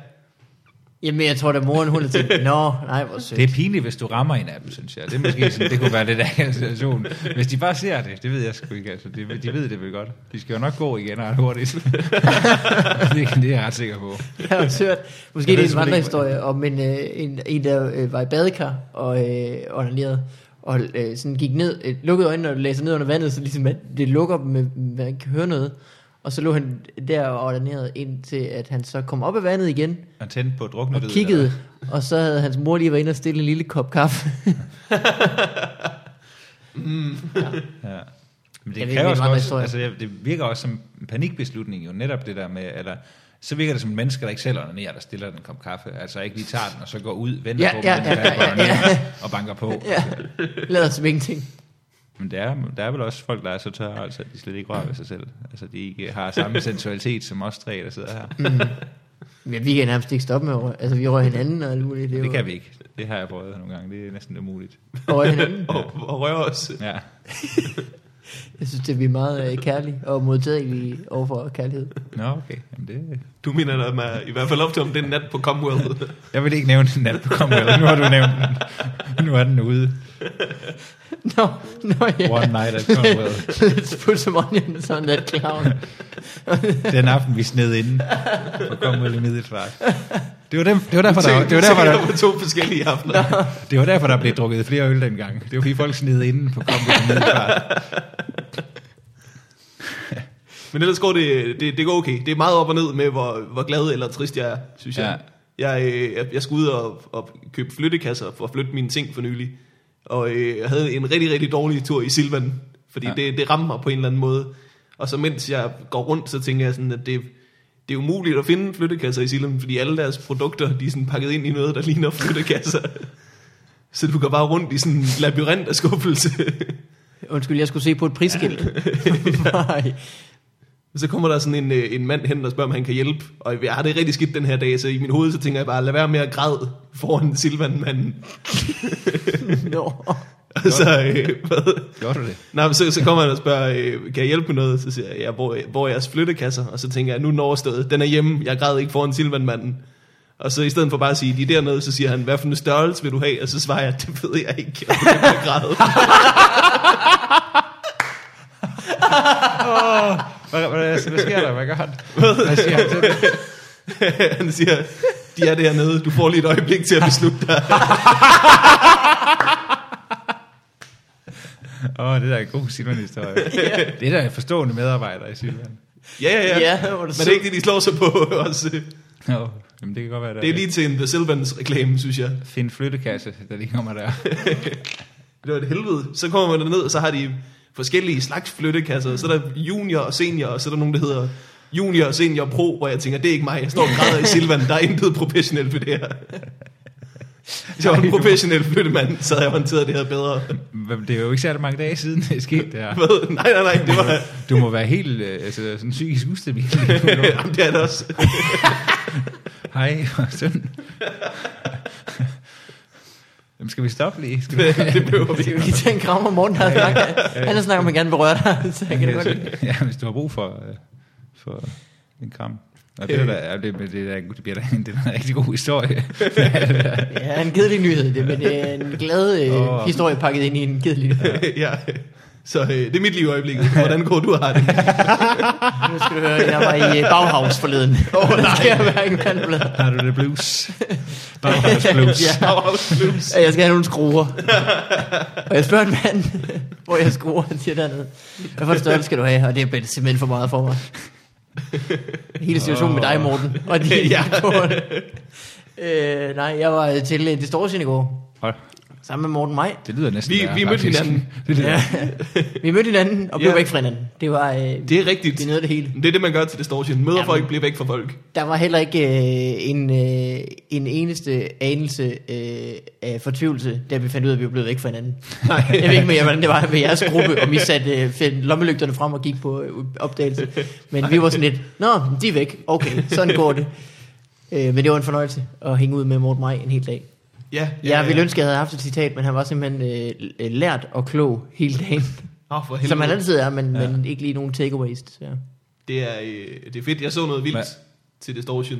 Speaker 1: Jamen, jeg tror, da moren, hun har tænkt, nå, nej, hvor sødt.
Speaker 3: Det er pinligt, hvis du rammer en af dem, synes jeg. Det, er måske sådan, det kunne være lidt af en situation. Hvis de bare ser det, det ved jeg sgu ikke. Altså, de, de ved det vel godt. De skal jo nok gå igen ret hurtigt. det, det er jeg ret sikker på.
Speaker 1: Jeg har også hørt, måske
Speaker 3: Jeg ved
Speaker 1: det er en
Speaker 3: simpelthen ikke,
Speaker 1: vandrehistorie, om en, øh, en, en der øh, var i badekar og øh, onanerede, og øh, sådan gik ned, øh, lukkede øjnene og lagde sig ned under vandet, så ligesom at det lukker dem, med, man ikke kan høre noget. Og så lå han der og onanerede, indtil at han så kom op af vandet igen,
Speaker 3: Og tændte på
Speaker 1: og
Speaker 3: drukne
Speaker 1: kiggede, og så havde hans mor lige været inde og stille en lille kop kaffe.
Speaker 3: Ja. Men
Speaker 1: Jeg
Speaker 3: det,
Speaker 1: ved
Speaker 3: kræver
Speaker 1: ikke,
Speaker 3: også,
Speaker 1: hvad der
Speaker 3: også
Speaker 1: står.
Speaker 3: altså, jeg- det virker også som en panikbeslutning jo, netop det der med, eller så virker det som en menneske, der ikke selv onanerer, der stiller den kop kaffe, altså ikke lige tager den, og så går ud, venter
Speaker 1: Ja,
Speaker 3: på,
Speaker 1: ja,
Speaker 3: venter
Speaker 1: ja,
Speaker 3: på,
Speaker 1: ja, ja,
Speaker 3: onanerer og banker på.
Speaker 1: ja, lader som ingenting.
Speaker 3: Men der er, der er vel også folk, der er så tørre, altså, at de slet ikke rører ved sig selv. Altså, de ikke har samme sensualitet som os tre, der sidder her.
Speaker 1: Men vi kan nærmest ikke stoppe med at røre. Altså, vi rører hinanden og alt muligt.
Speaker 3: Det kan vi ikke. Det har jeg prøvet nogle gange. Det er næsten umuligt.
Speaker 1: Rører hinanden.
Speaker 2: Og, og røre os.
Speaker 3: Ja.
Speaker 1: Jeg synes, det er vi er meget øh, kærlige og modtagelige overfor kærlighed.
Speaker 3: Nå, okay. Jamen, det...
Speaker 2: Du minder dig mig i hvert fald op til om den nat på Commonwealth.
Speaker 3: Jeg vil ikke nævne den nat på Commonwealth. Nu har du nævnt den. Nu er den ude.
Speaker 1: Nå, nå ja.
Speaker 3: One night at Commonwealth.
Speaker 1: Let's put some onions on that clown.
Speaker 3: Den aften, vi sned inden på Commonwealth i Middelfart. Det var, dem, det var derfor, der, det var derfor,
Speaker 2: der,
Speaker 3: der,
Speaker 2: på to forskellige aftener.
Speaker 3: det var derfor, der blev drukket flere øl dengang. Det var fordi folk sned inden på Commonwealth i Middelfart.
Speaker 2: Men ellers går det, det, det går okay. Det er meget op og ned med, hvor, hvor glad eller trist jeg er, synes jeg. Jeg, øh, jeg, jeg skulle ud og, og købe flyttekasser for at flytte mine ting for nylig. Og øh, jeg havde en rigtig, rigtig dårlig tur i Silvan, fordi
Speaker 3: Ja.
Speaker 2: ja. det, det ramte mig på en eller anden måde. Og så mens jeg går rundt, så tænker jeg sådan, at det, det er umuligt at finde flyttekasser i Silvan, fordi alle deres produkter, de er sådan pakket ind i noget, der ligner flyttekasser. Så du går bare rundt i sådan en labyrint af skuffelse.
Speaker 1: Undskyld, jeg skulle se på et prisskilt. Nej.
Speaker 2: Men Så kommer der sådan en, øh, en mand hen og spørger, om han kan hjælpe. Og jeg har det rigtig skidt den her dag, så i min hoved, så tænker jeg bare, lad være med at græde foran Silvan-manden.
Speaker 1: Nå.
Speaker 2: Og så, øh, hvad?
Speaker 3: Gjorde du det?
Speaker 2: Nej, men så, så kommer han og spørger, øh, kan jeg hjælpe med noget? Så siger jeg, ja, hvor, hvor er jeres flyttekasser? Og så tænker jeg, nu er den overstået. Den er hjemme, jeg græd ikke foran Silvan-manden. Og så i stedet for bare at sige, de er dernede, så siger han, hvad for en størrelse vil du have? Og så svarer jeg, det ved jeg ikke. Og så begynder jeg at græde.
Speaker 3: Hvad, hvad, altså, hvad sker der? Hvad gør han? Hvad siger han til det?
Speaker 2: han siger, de er dernede, du får lige et øjeblik til at beslutte dig.
Speaker 3: Åh, oh, det der er en god Silvan-historie. Det er der en forstående medarbejder i Silvan.
Speaker 2: Ja, ja, ja.
Speaker 1: Ja, hvor er
Speaker 2: men
Speaker 1: det
Speaker 2: det er ikke det, de slår sig på os. øh.
Speaker 3: Jo, jamen det kan godt være, der
Speaker 2: Det er lige til en The Silvans reklame, synes jeg.
Speaker 3: Find flyttekasse, der lige kommer der.
Speaker 2: Det var et helvede. Så kommer man derned, og så har de forskellige slags flyttekasser. Så er der junior og senior, og så er der nogen, der hedder junior og senior pro, hvor jeg tænker, det er ikke mig. Jeg står og græder i Silvan. Der er intet professionelt ved det her. Hvis jeg var en professionel flyttemand, så havde jeg håndteret det her bedre.
Speaker 3: Men Det er jo ikke særlig mange dage siden, det skete der.
Speaker 2: Hvad? Nej, nej, nej, det var...
Speaker 3: Du må være helt øh, altså, sådan psykisk ustabil. lige nu.
Speaker 2: Jamen, det er det også.
Speaker 3: Hej, og sådan. Jamen, skal vi stoppe lige? Skal vi...
Speaker 2: Det, det behøver vi
Speaker 1: Det er jo
Speaker 2: ikke.
Speaker 1: lige til en krammer morgen, der snakker. Han har snakket, om, at man gerne vil røre dig. Så jeg kan det godt lide.
Speaker 3: Ja, hvis du har brug for, øh, for en kram. Og det, er da, ja, det, det, det, er- det bliver da en, det er da en rigtig god historie.
Speaker 1: Ja, en kedelig nyhed, det, men det er en glad øh,
Speaker 3: Åh.
Speaker 1: historie pakket ind i en kedelig nyhed.
Speaker 2: Ja. Så øh, det er mit liv i øjeblikket. Hvordan går du og har det?
Speaker 1: Nu skal du høre, jeg var i øh, Bauhaus forleden. Åh oh, nej. jeg være en pandblad.
Speaker 3: Har du det blues? Bauhaus blues.
Speaker 1: Ja. at jeg skal have nogle skruer. og jeg spørger en mand, hvor jeg skruer, han siger dernede, hvad for en størrelse skal du have? Og det er simpelthen for meget for mig. Hele situationen med dig, Morten. Og de, ja. øh, nej, jeg var til øh, Distortion i går.
Speaker 3: Hold.
Speaker 1: Sammen med Morten Maj.
Speaker 3: Det lyder næsten
Speaker 2: Vi-
Speaker 3: værre,
Speaker 2: vi mødte
Speaker 3: faktisk.
Speaker 2: hinanden.
Speaker 3: det lyder, ja.
Speaker 1: Vi mødte hinanden og blev
Speaker 2: Ja.
Speaker 1: ja. væk fra hinanden. Det var... Øh, det,
Speaker 2: Det er rigtigt.
Speaker 1: det er noget af det hele.
Speaker 2: Det er det, man gør til distortion. Møder
Speaker 1: Jamen.
Speaker 2: folk, bliver væk fra folk.
Speaker 1: Der var heller ikke øh, en, øh, en eneste anelse øh, af fortvivlelse, da vi fandt ud af, at vi var blevet væk fra hinanden.
Speaker 2: Nej.
Speaker 1: Jeg ved ikke mere, hvordan det var ved jeres gruppe, om I satte øh, fandt lommelygterne frem og gik på øh, opdagelse. Men vi var sådan lidt, nå, de er væk. Okay, sådan går det. Øh, men det var en fornøjelse at hænge ud med Morten Maj en hel dag.
Speaker 2: Ja,
Speaker 1: Ja, jeg ville ønske, at jeg havde haft et citat, men han var simpelthen øh, øh, lært og klog hele dagen.
Speaker 2: Åh, for
Speaker 1: Som han
Speaker 2: helvede.
Speaker 1: altid er, men, ja. men ikke lige nogen takeaways. Ja.
Speaker 2: Det er, øh, det er fedt. Jeg så noget vildt
Speaker 3: Hvad?
Speaker 2: til Distortion.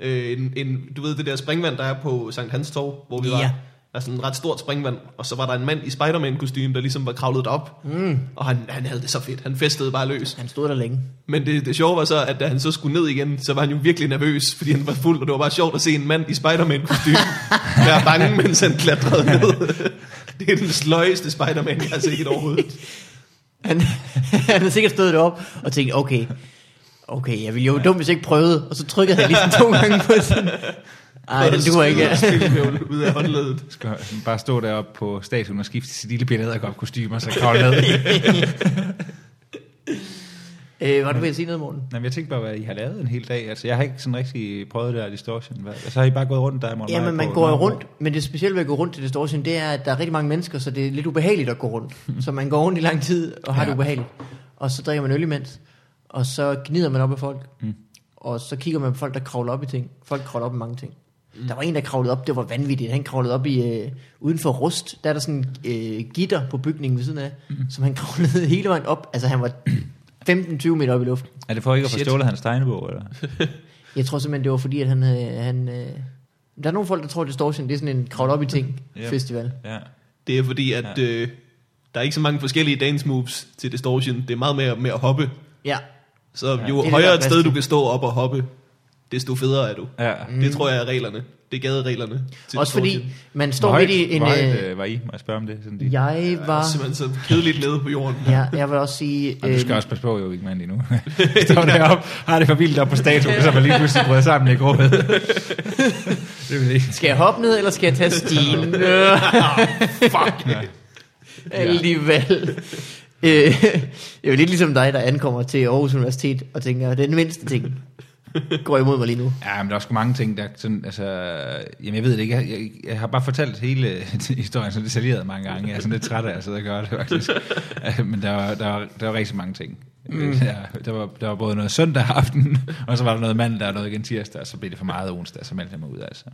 Speaker 2: Øh, en, en, du ved det der springvand, der er på Sankt Hans Torv, hvor vi ja.
Speaker 1: Ja.
Speaker 2: var. Der er sådan et ret stort springvand, og så var der en mand i spiderman kostume der ligesom var kravlet op. Mm. Og han, han havde det så fedt. Han festede bare løs.
Speaker 1: Han stod der længe.
Speaker 2: Men det, det sjove var så, at da han så skulle ned igen, så var han jo virkelig nervøs, fordi han var fuld, og det var bare sjovt at se en mand i Spider-Man kostume være bange, mens han klatrede ned. det er den sløjeste Spider-Man, jeg har set overhovedet.
Speaker 1: Han, han havde sikkert stået deroppe og tænkt, okay, okay, jeg ville jo ja. dumt, hvis jeg ikke prøvede. Og så trykkede han ligesom to gange på sådan. Ej, den duer ikke.
Speaker 2: Og skød spilhævl ud af håndledet.
Speaker 3: Skal han bare stå deroppe på statuen og skifte sit lille billede og gå op kostymer, så kravle ned.
Speaker 1: øh, var du ved at sige noget, Morten?
Speaker 3: Jamen, jeg tænkte bare, hvad I har lavet en hel dag. Altså, jeg har ikke sådan rigtig prøvet det her distortion. Hvad? Altså, har I bare gået rundt der i morgen?
Speaker 1: Ja, men man går jo rundt, men det specielle ved at gå rundt til distortion, det er, at der er rigtig mange mennesker, så det er lidt ubehageligt at gå rundt. Så man går rundt i lang tid og har
Speaker 3: Ja.
Speaker 1: det ubehageligt. Og så drikker man øl imens, og så gnider man op af folk. Mm. Og så kigger man på folk, der kravler op i ting. Folk kravler op i mange ting. Mm. Der var en, der kravlede op, det var vanvittigt. Han kravlede op i, øh, uden for rust, der er der sådan en øh, gitter på bygningen ved siden af, mm. som han kravlede hele vejen op. Altså han var 15-20 meter op i luften.
Speaker 3: Er det for ikke at
Speaker 2: Shit.
Speaker 3: forstå hans tegnebog, eller?
Speaker 1: Jeg tror simpelthen, det var fordi, at han... Øh, han øh, der er nogle folk, der tror, at distortion det er sådan en kravle op i ting
Speaker 3: Ja.
Speaker 1: festival.
Speaker 3: Ja.
Speaker 2: Det er fordi, at ja. øh, der er ikke så mange forskellige dance moves til Distortion. Det er meget mere med at hoppe.
Speaker 1: Ja,
Speaker 2: Så ja,
Speaker 1: det
Speaker 2: jo
Speaker 1: er
Speaker 2: højere
Speaker 1: der
Speaker 2: et
Speaker 1: plads
Speaker 2: sted,
Speaker 1: til.
Speaker 2: du kan stå op og hoppe, desto federe er du.
Speaker 3: ja.
Speaker 2: Mm. Det tror jeg er reglerne. Det er gadereglerne. til
Speaker 1: også
Speaker 2: Distortion.
Speaker 1: fordi man står
Speaker 3: Hvor
Speaker 1: midt
Speaker 3: højt
Speaker 1: i en...
Speaker 3: Var,
Speaker 1: Øh,
Speaker 3: I, øh, var I? Må jeg spørge om det? Sådan lige?
Speaker 1: jeg
Speaker 2: Jeg
Speaker 1: var...
Speaker 2: er simpelthen så kedeligt nede på jorden.
Speaker 1: Ja, jeg vil også sige... øh,
Speaker 3: Og altså, du skal også passe på, jo ikke mand endnu. Står deroppe, har det for vildt op på statuen, så man lige pludselig bryder sammen i gråhed. det vil ikke.
Speaker 1: skal jeg hoppe ned, eller skal jeg tage stigen?
Speaker 2: Fuck!
Speaker 1: Alligevel. Øh, det er jo lidt ligesom dig, der ankommer til Aarhus Universitet og tænker, den mindste ting går imod mig lige nu.
Speaker 3: Ja, men der er sgu mange ting, der sådan, altså, jamen jeg ved det ikke, jeg, jeg, jeg har bare fortalt hele historien så detaljeret mange gange, jeg er sådan lidt træt af at sidde og gøre det faktisk, Øh, men der var, der var, der var rigtig mange ting. Mm. Ja, der, var, der var både noget søndag aften, og så var der noget mandag og noget igen tirsdag, og så blev det for meget onsdag, så meldte jeg mig ud altså.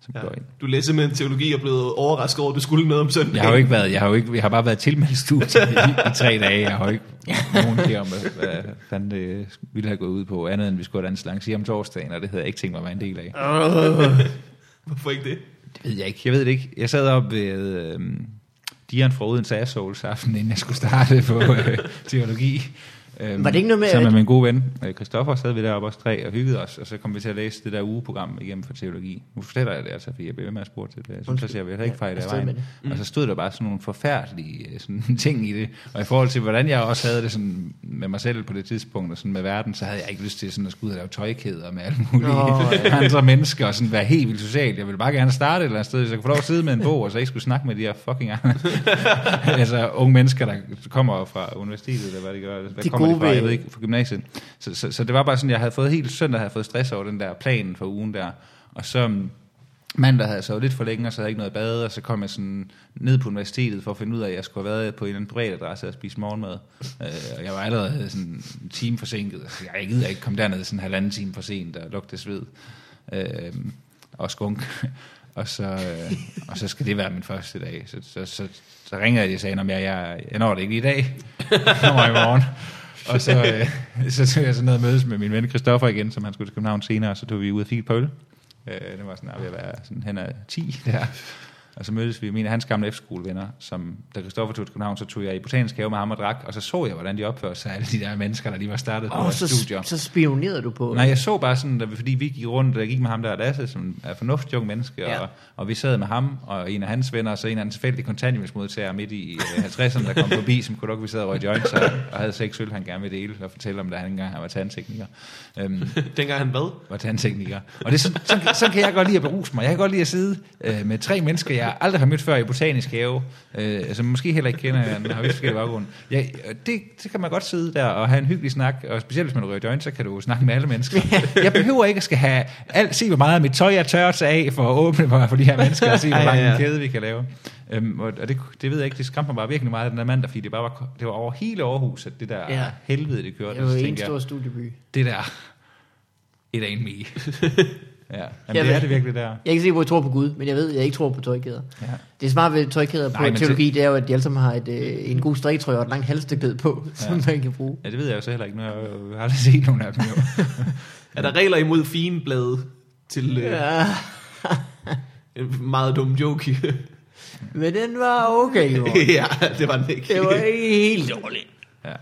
Speaker 3: Så
Speaker 2: Ja.
Speaker 3: ja. ind.
Speaker 2: Du læser med teologi og blevet overrasket over, at du skulle noget om søndagen.
Speaker 3: Jeg har jo ikke været, jeg har jo ikke, jeg har bare været tilmeldt studiet i, i, tre dage. Jeg har jo ikke nogen idé om, hvad, hvad fanden det ville have gået ud på, andet end vi skulle have danset lanceret om torsdagen, og det havde jeg ikke tænkt mig at være en del af.
Speaker 2: Hvorfor ikke det?
Speaker 3: Det ved jeg ikke, jeg ved det ikke. Jeg sad op ved øh, Dion fra Odense Assholes aften, inden jeg skulle starte på øh, teologi. Øhm,
Speaker 1: Var det ikke noget med,
Speaker 3: Sammen
Speaker 1: at-
Speaker 3: med min gode ven, øh, Christoffer, sad vi deroppe også tre og hyggede os, og så kom vi til at læse det der ugeprogram igennem for teologi. Nu fortæller jeg det altså, fordi jeg blev ved med at spørge til det. Jeg synes,
Speaker 1: Undskyld.
Speaker 3: jeg ser, jeg ikke
Speaker 1: Ja,
Speaker 3: fejl af
Speaker 1: afsted med
Speaker 3: vejen.
Speaker 1: det.
Speaker 3: Mm. Og så stod der bare sådan nogle forfærdelige øh, sådan, ting i det. Og i forhold til, hvordan jeg også havde det sådan, med mig selv på det tidspunkt, og sådan med verden, så havde jeg ikke lyst til sådan, at skulle ud og lave tøjkæder med alle mulige
Speaker 1: Nå,
Speaker 3: oh, andre mennesker, og sådan være helt vildt social. Jeg ville bare gerne starte et eller andet sted, så jeg kunne få lov at sidde med en bog, og så ikke skulle snakke med de her fucking andre. altså unge mennesker, der kommer fra universitetet, eller hvad de gør. Hvad
Speaker 1: Det
Speaker 3: kommer de
Speaker 1: gode
Speaker 3: fra?
Speaker 1: ved-
Speaker 3: Jeg ved ikke, fra gymnasiet. Så, så, så, det var bare sådan, jeg havde fået helt søndag, havde jeg fået stress over den der plan for ugen der. Og så mm, mandag havde jeg sovet lidt for længe, og så havde jeg ikke noget bad, og så kom jeg sådan ned på universitetet for at finde ud af, at jeg skulle have været på en eller anden privat adresse og spise morgenmad. Øh, og jeg var allerede sådan en time forsinket. Altså, Jeg gider ikke komme derned sådan en halvanden time for sent og lugte sved øh, og skunk. Og så, øh, og så skal det være min første dag. Så, så, så, så ringer jeg og sagde, at jeg, jeg, jeg når det ikke i dag. Jeg kommer i morgen. Og så, øh, så tog jeg sådan noget mødes med min ven Christoffer igen, som han skulle til København senere, og så tog vi ud og fik et pøl. Øh, det var sådan, at jeg var sådan hen ad 10 der. Og så mødtes vi, mine og hans gamle efterskolevenner, som da Christoffer tog til København, så tog jeg i botanisk have med ham og drak, og så så jeg, hvordan de opførte sig, alle de der mennesker, der lige var startet på
Speaker 1: Og
Speaker 3: vores
Speaker 1: så,
Speaker 3: studier.
Speaker 1: så spionerede du på...
Speaker 3: Nej, jeg så bare sådan, da, vi- fordi vi gik rundt, og jeg gik med ham der, Lasse, som er fornuftig ung menneske, ja.
Speaker 1: Ja.
Speaker 3: og, og vi sad med ham, og en af hans venner, og så en eller anden tilfældig kontanthjælpsmodtager midt i øh, 50'erne, der kom forbi, som kunne nok, vi sad og røg joints, og, og havde seks øl, han gerne ville dele, og fortælle om, da han engang han var tandtekniker. Øhm,
Speaker 2: Dengang han hvad?
Speaker 3: var tandtekniker. Og det, er sådan, sådan, sådan kan jeg godt lide at beruse mig. Jeg kan godt lide at sidde øh, med tre mennesker, jeg jeg aldrig har mødt før i botanisk have, øh, som måske heller ikke kender, jeg, men har vist forskellige baggrund. Ja, øh, det, det kan man godt sidde der og have en hyggelig snak, og specielt hvis man rører joint, så kan du snakke med alle mennesker. Jeg behøver ikke at skal have alt, se hvor meget af mit tøj jeg tørt af for at åbne mig for de her mennesker, og se hvor
Speaker 2: Ja, ja,
Speaker 3: mange
Speaker 2: ja.
Speaker 3: kæde vi kan lave. Øhm, og og det, det ved jeg ikke, det skræmte mig bare virkelig meget den der mandag, fordi det, bare var, det var over hele Aarhus, at det der
Speaker 1: Ja.
Speaker 3: ja. helvede, det kørte.
Speaker 1: Det er jo
Speaker 3: Så
Speaker 1: en
Speaker 3: tænkte jeg,
Speaker 1: stor studieby.
Speaker 3: det der, it ain't me. ja, Jamen,
Speaker 1: Jeg
Speaker 3: det
Speaker 1: ved-
Speaker 3: er det virkelig der.
Speaker 1: Jeg kan se, hvor jeg tror på Gud, men jeg ved, at jeg ikke tror på tøjkæder.
Speaker 3: Ja.
Speaker 1: Det smarte ved tøjkæder på
Speaker 3: Nej, men
Speaker 1: teologi, det er jo, at de alle sammen har et, øh, en god striktrøje og et langt halsstykke på, som man kan bruge.
Speaker 3: ja, det ved jeg jo så heller ikke, nu har jeg jo aldrig set nogen af dem jo.
Speaker 2: Er der regler imod figenblade til øh,
Speaker 1: Ja,
Speaker 2: en meget dum joke?
Speaker 1: men den var okay, jo.
Speaker 2: ja, det var den ikke.
Speaker 1: Det var ikke helt dårligt.
Speaker 3: Ja.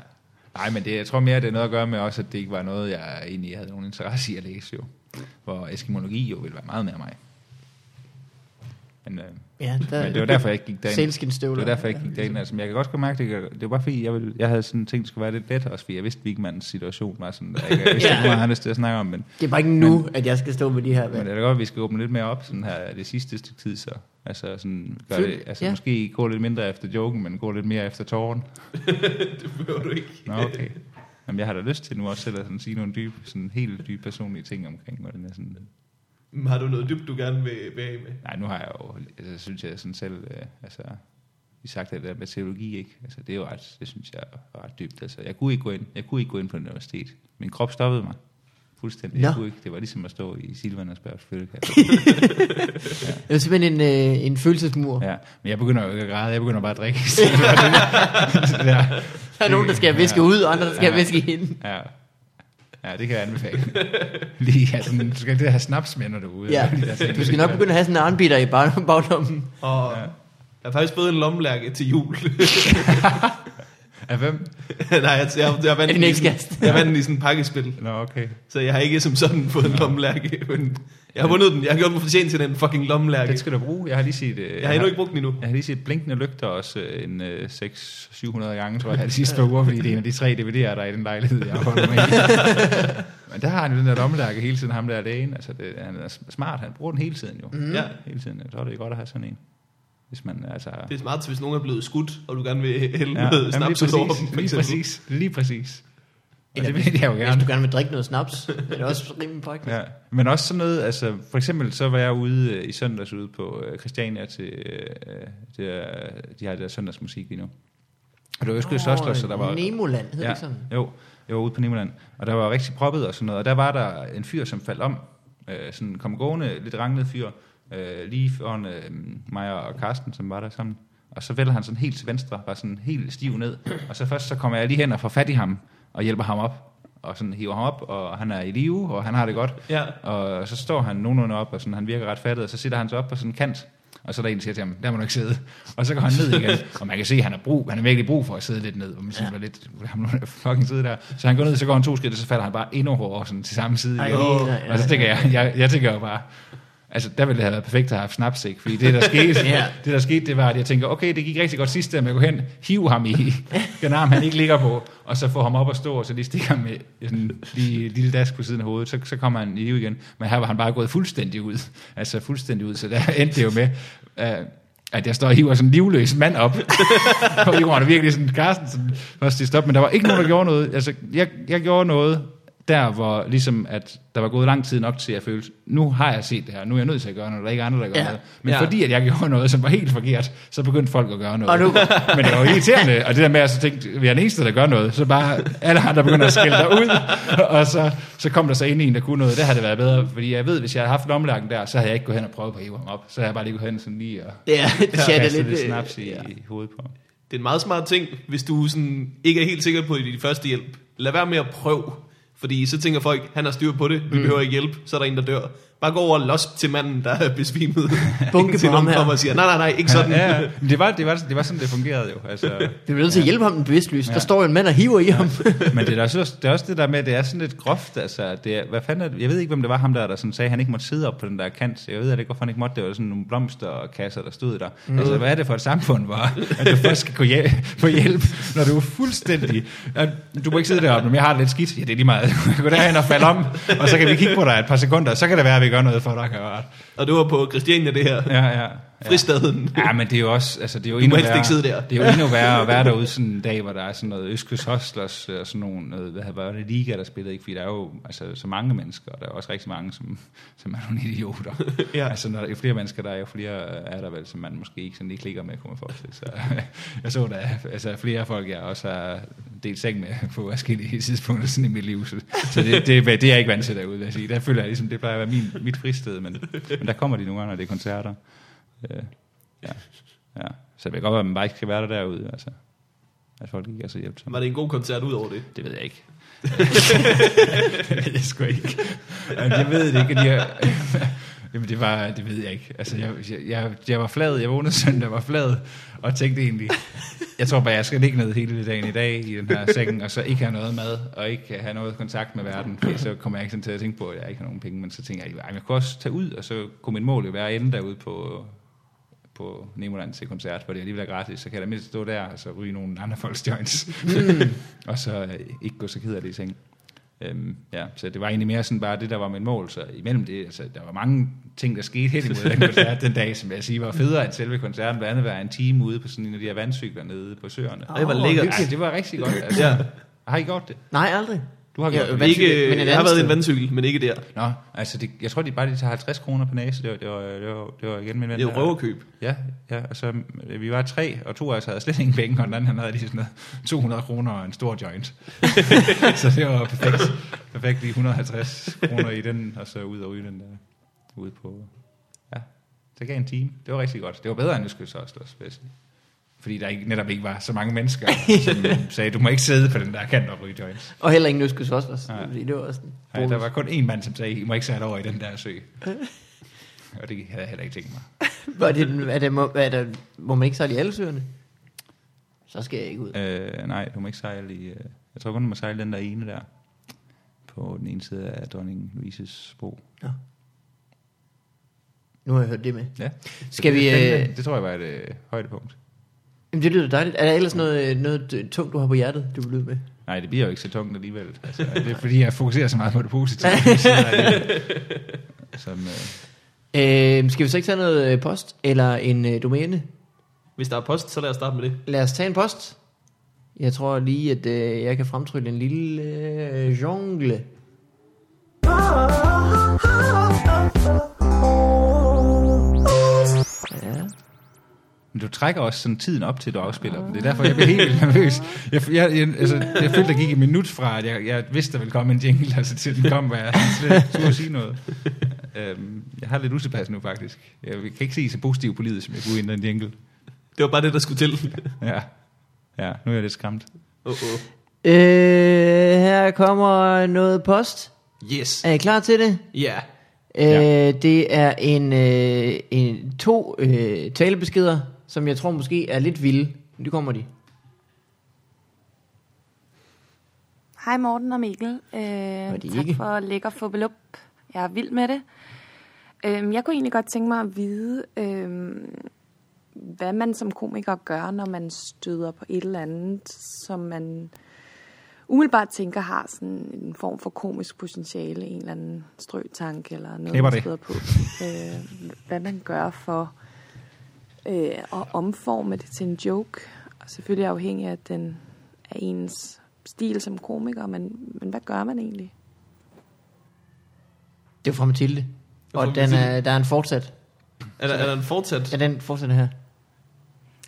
Speaker 3: Nej, men det, jeg tror mere, det er noget at gøre med også, at det ikke var noget, jeg egentlig havde nogen interesse i at læse jo. Hvor eskimologi jo ville være meget mere mig. Men, øh,
Speaker 1: Ja, der,
Speaker 3: men det var derfor, jeg ikke gik derind.
Speaker 1: Sælskinstøvler.
Speaker 3: Det var derfor, jeg ikke gik derind. Altså, men jeg kan godt godt mærke, det, gør- det var bare fordi, jeg, ville, jeg havde sådan tænkt, det skulle være lidt lettere, også fordi jeg vidste, at Wigmans situation var sådan, der, ikke? jeg vidste
Speaker 1: Ja.
Speaker 3: ikke, hvor han lyst til at snakke om, men,
Speaker 1: Det er bare ikke nu, at jeg skal stå med de her.
Speaker 3: men det
Speaker 1: Men,
Speaker 3: er da godt, at vi skal åbne lidt mere op sådan her det sidste stykke tid, så altså, sådan, gør
Speaker 1: Fyld,
Speaker 3: det, altså,
Speaker 1: ja.
Speaker 3: ja. måske gå lidt mindre efter joken, men gå lidt mere efter tåren.
Speaker 2: det behøver du ikke.
Speaker 3: Nå, okay. Jamen, jeg har da lyst til nu også selv at sådan, sige nogle dybe, sådan helt dybe personlige ting omkring, hvordan jeg sådan...
Speaker 2: Men Har du noget dybt, du gerne vil være med?
Speaker 3: Nej, nu har jeg jo, altså, synes jeg sådan selv, øh, altså, vi sagt det der med teologi, ikke? Altså, det er jo ret, det synes jeg er ret dybt. Altså, jeg kunne ikke gå ind, jeg kunne ikke gå ind på universitet. Min krop stoppede mig. Fuldstændig.
Speaker 1: Nå.
Speaker 3: Jeg kunne ikke. Det var ligesom at stå i Silvanersbergs flyttekast.
Speaker 1: det er simpelthen en, øh, en følelsesmur. Ja.
Speaker 3: Ja, men jeg begynder jo ikke at græde, jeg begynder bare at drikke. Så det var sådan- så det er-
Speaker 1: Der er nogen, der skal viske
Speaker 3: Ja.
Speaker 1: ud, og andre, der skal
Speaker 3: Ja.
Speaker 1: viske ind.
Speaker 3: Ja. ja, det kan jeg anbefale. Lige, altså, du skal det have snaps med, når du er ude.
Speaker 1: Ja.
Speaker 3: Lige der ting,
Speaker 1: Du skal nok begynde at have sådan en armbitter i bag- baglommen.
Speaker 2: Og ja. jeg har faktisk fået en lommelærke til jul.
Speaker 3: Af hvem?
Speaker 2: Nej, jeg, jeg, jeg, vandt
Speaker 1: Er
Speaker 2: den
Speaker 1: det
Speaker 2: i
Speaker 1: en
Speaker 2: sådan,
Speaker 1: ekskæreste?
Speaker 2: jeg vandt den i sådan en pakkespil.
Speaker 3: Nå, okay.
Speaker 2: Så jeg har ikke som sådan fået en lommelærke. Men jeg har vundet den. Jeg har gjort mig fortjent til den fucking lommelærke.
Speaker 3: Den skal du bruge. Jeg har lige set... øh,
Speaker 2: Jeg har endnu ikke brugt den endnu.
Speaker 3: Jeg har lige set blinkende lygter også øh, en øh, 600-700 gange, tror jeg, de sidste par uger, fordi det er en af de tre DVD'er, der er i den lejlighed, jeg holder med. Men der har han jo den der lommelærke hele tiden, ham der er lægen. Altså, det, han er smart, han bruger den hele tiden jo. Mm.
Speaker 2: Ja.
Speaker 3: Hele tiden. Så er det godt at have sådan en. Hvis man, altså...
Speaker 2: Det er smart, hvis nogen er blevet skudt, og du gerne vil hælde
Speaker 3: jamen,
Speaker 2: ja,
Speaker 3: lige,
Speaker 2: snaps ud over dem.
Speaker 3: præcis,
Speaker 2: for
Speaker 3: lige
Speaker 2: eksempel.
Speaker 3: præcis. Lige præcis. Og
Speaker 1: Eller
Speaker 3: det vil jeg jo
Speaker 1: Hvis
Speaker 3: gerne.
Speaker 1: du gerne vil drikke noget snaps, det er også rimelig praktisk.
Speaker 3: Ja, men også sådan noget, altså for eksempel så var jeg ude øh, i søndags ude på øh, Christiania til, øh, det er, de har det der søndagsmusik lige nu. Og det var Øskøs
Speaker 1: Åh,
Speaker 3: Østløs, så der var...
Speaker 1: Nemoland, hedder ja. det ikke sådan?
Speaker 3: Jo, jeg var ude på Nemoland, og der var rigtig proppet og sådan noget, og der var der en fyr, som faldt om, øh, sådan kom gående, lidt ranglet fyr, øh, lige foran øh, mig og Karsten, som var der sammen. Og så vælger han sådan helt til venstre, bare sådan helt stiv ned, og så først så kommer jeg lige hen og får fat i ham, og hjælper ham op, og sådan hiver ham op, og han er i live, og han har det godt.
Speaker 2: Ja.
Speaker 3: Og så står han nogenlunde op, og sådan, han virker ret fattet, og så sidder han så op på sådan en kant, og så er der en, der siger til ham, der må du ikke sidde. Og så går han ned igen, og man kan se, at han har, brug, han har virkelig brug for at sidde lidt ned, og man siger, ja. lidt, ham nu der fucking sidde der. Så han går ned, så går han to skridt, og så falder han bare endnu hårdere sådan, til samme side.
Speaker 1: Ej,
Speaker 3: igen.
Speaker 1: nej, altså, nej,
Speaker 3: og så tænker jeg, jeg, jeg tænker jo bare, Altså, der ville det have været perfekt at have haft snaps, ikke? Fordi det der, skete,
Speaker 1: Ja.
Speaker 3: det, der skete, det var, at jeg tænker, okay, det gik rigtig godt sidst, der med at gå hen, hive ham i den arm, han ikke ligger på, og så få ham op og stå, og så lige stikke ham med sådan, lige et lille dask på siden af hovedet, så, så kommer han i live igen. Men her var han bare gået fuldstændig ud. Altså, fuldstændig ud, så der endte det jo med, øh, at jeg står og hiver sådan en livløs mand op på jorden, og virkelig sådan, Carsten, sådan, først lige stop, men der var ikke nogen, der gjorde noget. Altså, jeg, jeg gjorde noget, der hvor ligesom, at der var gået lang tid nok til, at jeg følte, nu har jeg set det her, nu er jeg nødt til at gøre noget, der er ikke andre, der gør
Speaker 1: Ja.
Speaker 3: ja. noget. Men
Speaker 2: Ja.
Speaker 3: ja. fordi at jeg gjorde noget, som var helt forkert, så begyndte folk at gøre noget.
Speaker 1: Og nu-
Speaker 3: Men det var jo irriterende, og det der med, at jeg så tænkte, vi er den eneste, der gør noget, så bare alle andre begynder at skælde dig ud, og så, så kom der så ind en, der kunne noget, det havde det været bedre, fordi jeg ved, hvis jeg havde haft lommelærken der, så havde jeg ikke gået hen og prøvet på at hive ham op, så havde jeg bare lige gået hen sådan lige og
Speaker 1: Det er, det er
Speaker 3: kastet
Speaker 1: lidt...
Speaker 3: lidt
Speaker 1: øh,
Speaker 3: snaps i, i hovedet på ham.
Speaker 2: Det er en meget smart ting, hvis du sådan ikke er helt sikker på i dit første hjælp. Lad være med at prøve, fordi så tænker folk, han har styr på det, vi
Speaker 3: Mm.
Speaker 2: behøver ikke hjælp, så er der en, der dør. Bare gå over og losp til manden, der er besvimet.
Speaker 1: Bunke
Speaker 2: Indtil
Speaker 1: på
Speaker 2: nogen
Speaker 1: ham her.
Speaker 2: kommer og siger, nej, nej, nej, ikke sådan.
Speaker 3: Ja, ja. Men Det, var, det, var, det var sådan, det fungerede jo. Altså,
Speaker 1: Vi bliver nødt til at hjælpe ham den bevidstløs. Der står jo en mand og hiver i ham.
Speaker 3: men det er, også, det er også det der med, at det er sådan lidt groft. Altså, det er, hvad fanden er det? Jeg ved ikke, hvem det var ham der, der sådan sagde, at han ikke måtte sidde op på den der kant. Så Jeg ved ikke, hvorfor han ikke måtte. Det var sådan nogle blomsterkasser, der stod der. Mm. Altså, hvad er det for et samfund, hvor at du først skal gå hjæl- få hjælp, når du er fuldstændig... at Du må ikke sidde deroppe, men jeg har det lidt skidt. Ja, det er lige meget. Gå derhen og fald om, og så kan vi kigge på dig et par sekunder. Så kan det være, at vi gøre noget for dig, kan jeg rart.
Speaker 2: Og det var på Christiania, det her. Ja.
Speaker 3: Ja, ja. ja.
Speaker 2: Fristaden.
Speaker 3: Ja, men det er jo også, altså det er jo endnu
Speaker 2: helst
Speaker 3: værre,
Speaker 2: ikke sidde der.
Speaker 3: Det er jo endnu værre at være derude sådan en dag, hvor der er sådan noget Østkyst Hostlers og sådan nogle, noget, hvad var det, liga, der spillede, ikke? Fordi der er jo altså, så mange mennesker, og der er også rigtig mange, som, som er nogle idioter.
Speaker 2: Ja.
Speaker 3: ja. Altså når der er flere mennesker, der er jo flere er der vel, som man måske ikke sådan lige klikker med, kunne man forestille sig. Jeg så der altså, flere folk, jeg også har delt seng med på forskellige tidspunkter sådan i mit liv. Så så det, det, det er jeg ikke vant til derude, vil jeg sige. Der føler jeg ligesom, det plejer at være min, mit fristed, men, men der kommer de nogle gange, når det er koncerter. Øh, ja. ja. Så det kan godt være, at man bare ikke skal være der derude. Altså. At folk ikke er så hjælpsomme.
Speaker 2: Var det en god koncert ud over det?
Speaker 3: Det ved jeg ikke. det ved jeg sgu ikke. Jamen, jeg ved det ikke. og De har... Jamen, det, var, det ved jeg ikke. Altså, jeg, jeg- jeg, jeg var flad. Jeg vågnede søndag og var flad. Og tænkte egentlig, jeg tror bare, jeg skal ligge ned hele dagen i dag i den her sengen, og så ikke have noget mad, og ikke have noget kontakt med verden. Fordi så kommer jeg ikke sådan til at tænke på, at jeg ikke har nogen penge. Men så tænker jeg, at jeg kunne også tage ud, og så kunne min mål jo være at ende derude på på Nemoland til koncert, hvor det alligevel er gratis, så kan jeg da mindst stå der og så ryge nogle andre folks joints.
Speaker 2: Mm.
Speaker 3: og så øh, ikke gå så ked af det i seng. Øhm, ja, så det var egentlig mere sådan bare det, der var mit mål. Så imellem det, altså, der var mange ting, der skete helt imod den koncert den dag, som jeg siger var federe end selve koncerten. Blandt andet var jeg en time ude på sådan en af de her vandcykler nede på søerne.
Speaker 2: Ej, hvor
Speaker 1: Åh,
Speaker 2: lækkert.
Speaker 1: hyggeligt.
Speaker 3: Altså, det var rigtig godt. Altså,
Speaker 2: Ja.
Speaker 3: ja. Har I gjort det?
Speaker 1: Nej, aldrig.
Speaker 3: Du har gjort det.
Speaker 1: vandcykel,
Speaker 2: Ikke,
Speaker 1: men et
Speaker 2: jeg har
Speaker 1: andet
Speaker 2: været i
Speaker 1: sted.
Speaker 2: en vandcykel, men ikke der.
Speaker 3: Nå, altså det, jeg tror, de bare de tager 50 kroner per næse. Det var, det var, det var, det var igen min ven.
Speaker 2: Det er jo
Speaker 3: der-
Speaker 2: røverkøb.
Speaker 3: Ja, ja, og så øh, vi var tre, og to af os havde slet ingen penge, og den anden han havde lige sådan noget 200 kroner og en stor joint. så det var perfekt. Perfekt lige 150 kroner i den, og så ud og ryge den der ude på... Ja, så gav en time. Det var rigtig godt. Det var bedre end Østkøs også, vil jeg sige. Fordi der ikke, netop ikke var så mange mennesker, som sagde, du må ikke sidde på den der kant og ryge joints.
Speaker 1: Og heller ingen øskes også.
Speaker 3: Nej.
Speaker 1: Fordi det var også en
Speaker 3: Nej, der
Speaker 1: bonus.
Speaker 3: var kun én mand, som sagde, I må ikke sætte over i den der sø. Og det havde jeg heller ikke tænkt mig.
Speaker 1: Var det, den- er det, må, er det, må man ikke sejle i alle søerne? Så skal jeg ikke ud.
Speaker 3: Øh, nej, du må ikke sejle i... Øh, jeg tror kun, du må sejle den der ene der. På den ene side af dronning Louises bro.
Speaker 1: Nu har jeg hørt det med.
Speaker 3: Ja.
Speaker 1: Skal
Speaker 3: det,
Speaker 1: vi,
Speaker 3: Det,
Speaker 1: øh,
Speaker 3: det, det tror jeg var et øh, højdepunkt.
Speaker 1: Jamen, det lyder dejligt. Er der ellers noget, øh, noget øh, tungt, du har på hjertet, du vil lyde med?
Speaker 3: Nej, det bliver jo ikke så tungt alligevel. Altså, det er fordi, jeg fokuserer så meget på det positive. Jeg sidder alligevel. Som, øh,
Speaker 1: Øh, skal vi så ikke tage noget øh, post eller en øh, domæne?
Speaker 2: Hvis der er post, så lad os starte med det.
Speaker 1: Lad os tage en post. Jeg tror lige, at øh, jeg kan fremtrylle en lille øh, jongle. Ja.
Speaker 3: men du trækker også sådan tiden op til, at du afspiller dem. Det er derfor, jeg bliver helt vildt nervøs. Jeg, jeg, jeg, altså, jeg følte, der gik et minut fra, at jeg, jeg vidste, der ville komme en jingle, og så til den kom, var jeg slet ikke turde sige noget. Øhm, jeg har lidt utilpas nu, faktisk. Jeg kan ikke se så positivt på livet, som jeg kunne inden den jingle.
Speaker 2: Det var bare det, der skulle til.
Speaker 3: Ja. Ja, nu er jeg lidt skræmt.
Speaker 2: oh, oh.
Speaker 1: Øh, her kommer noget post.
Speaker 2: Yes.
Speaker 1: Er I klar til det?
Speaker 2: Ja.
Speaker 1: Øh,
Speaker 3: Ja.
Speaker 1: Det er en, øh, en to øh, talebeskeder, som jeg tror måske er lidt vilde. Men nu kommer de.
Speaker 4: Hej Morten og Mikkel. Øh,
Speaker 1: de
Speaker 4: tak
Speaker 1: ikke?
Speaker 4: for lækker fubbelup. Jeg er vild med det. Øh, jeg kunne egentlig godt tænke mig at vide, øh, hvad man som komiker gør, når man støder på et eller andet, som man umiddelbart tænker har sådan en form for komisk potentiale, en eller anden strøtanke eller noget,
Speaker 3: Knipper
Speaker 4: man
Speaker 3: det.
Speaker 4: støder på. Øh, hvad man gør for øh, at omforme det til en joke. Og selvfølgelig afhængig af, den, af ens stil som komiker, men, men hvad gør man egentlig?
Speaker 1: Det er fra Mathilde.
Speaker 2: var
Speaker 1: Og
Speaker 2: fra
Speaker 1: den er,
Speaker 2: Mathilde.
Speaker 1: der er en fortsat.
Speaker 2: Er der, er der en fortsat?
Speaker 1: Ja, den fortsætter her.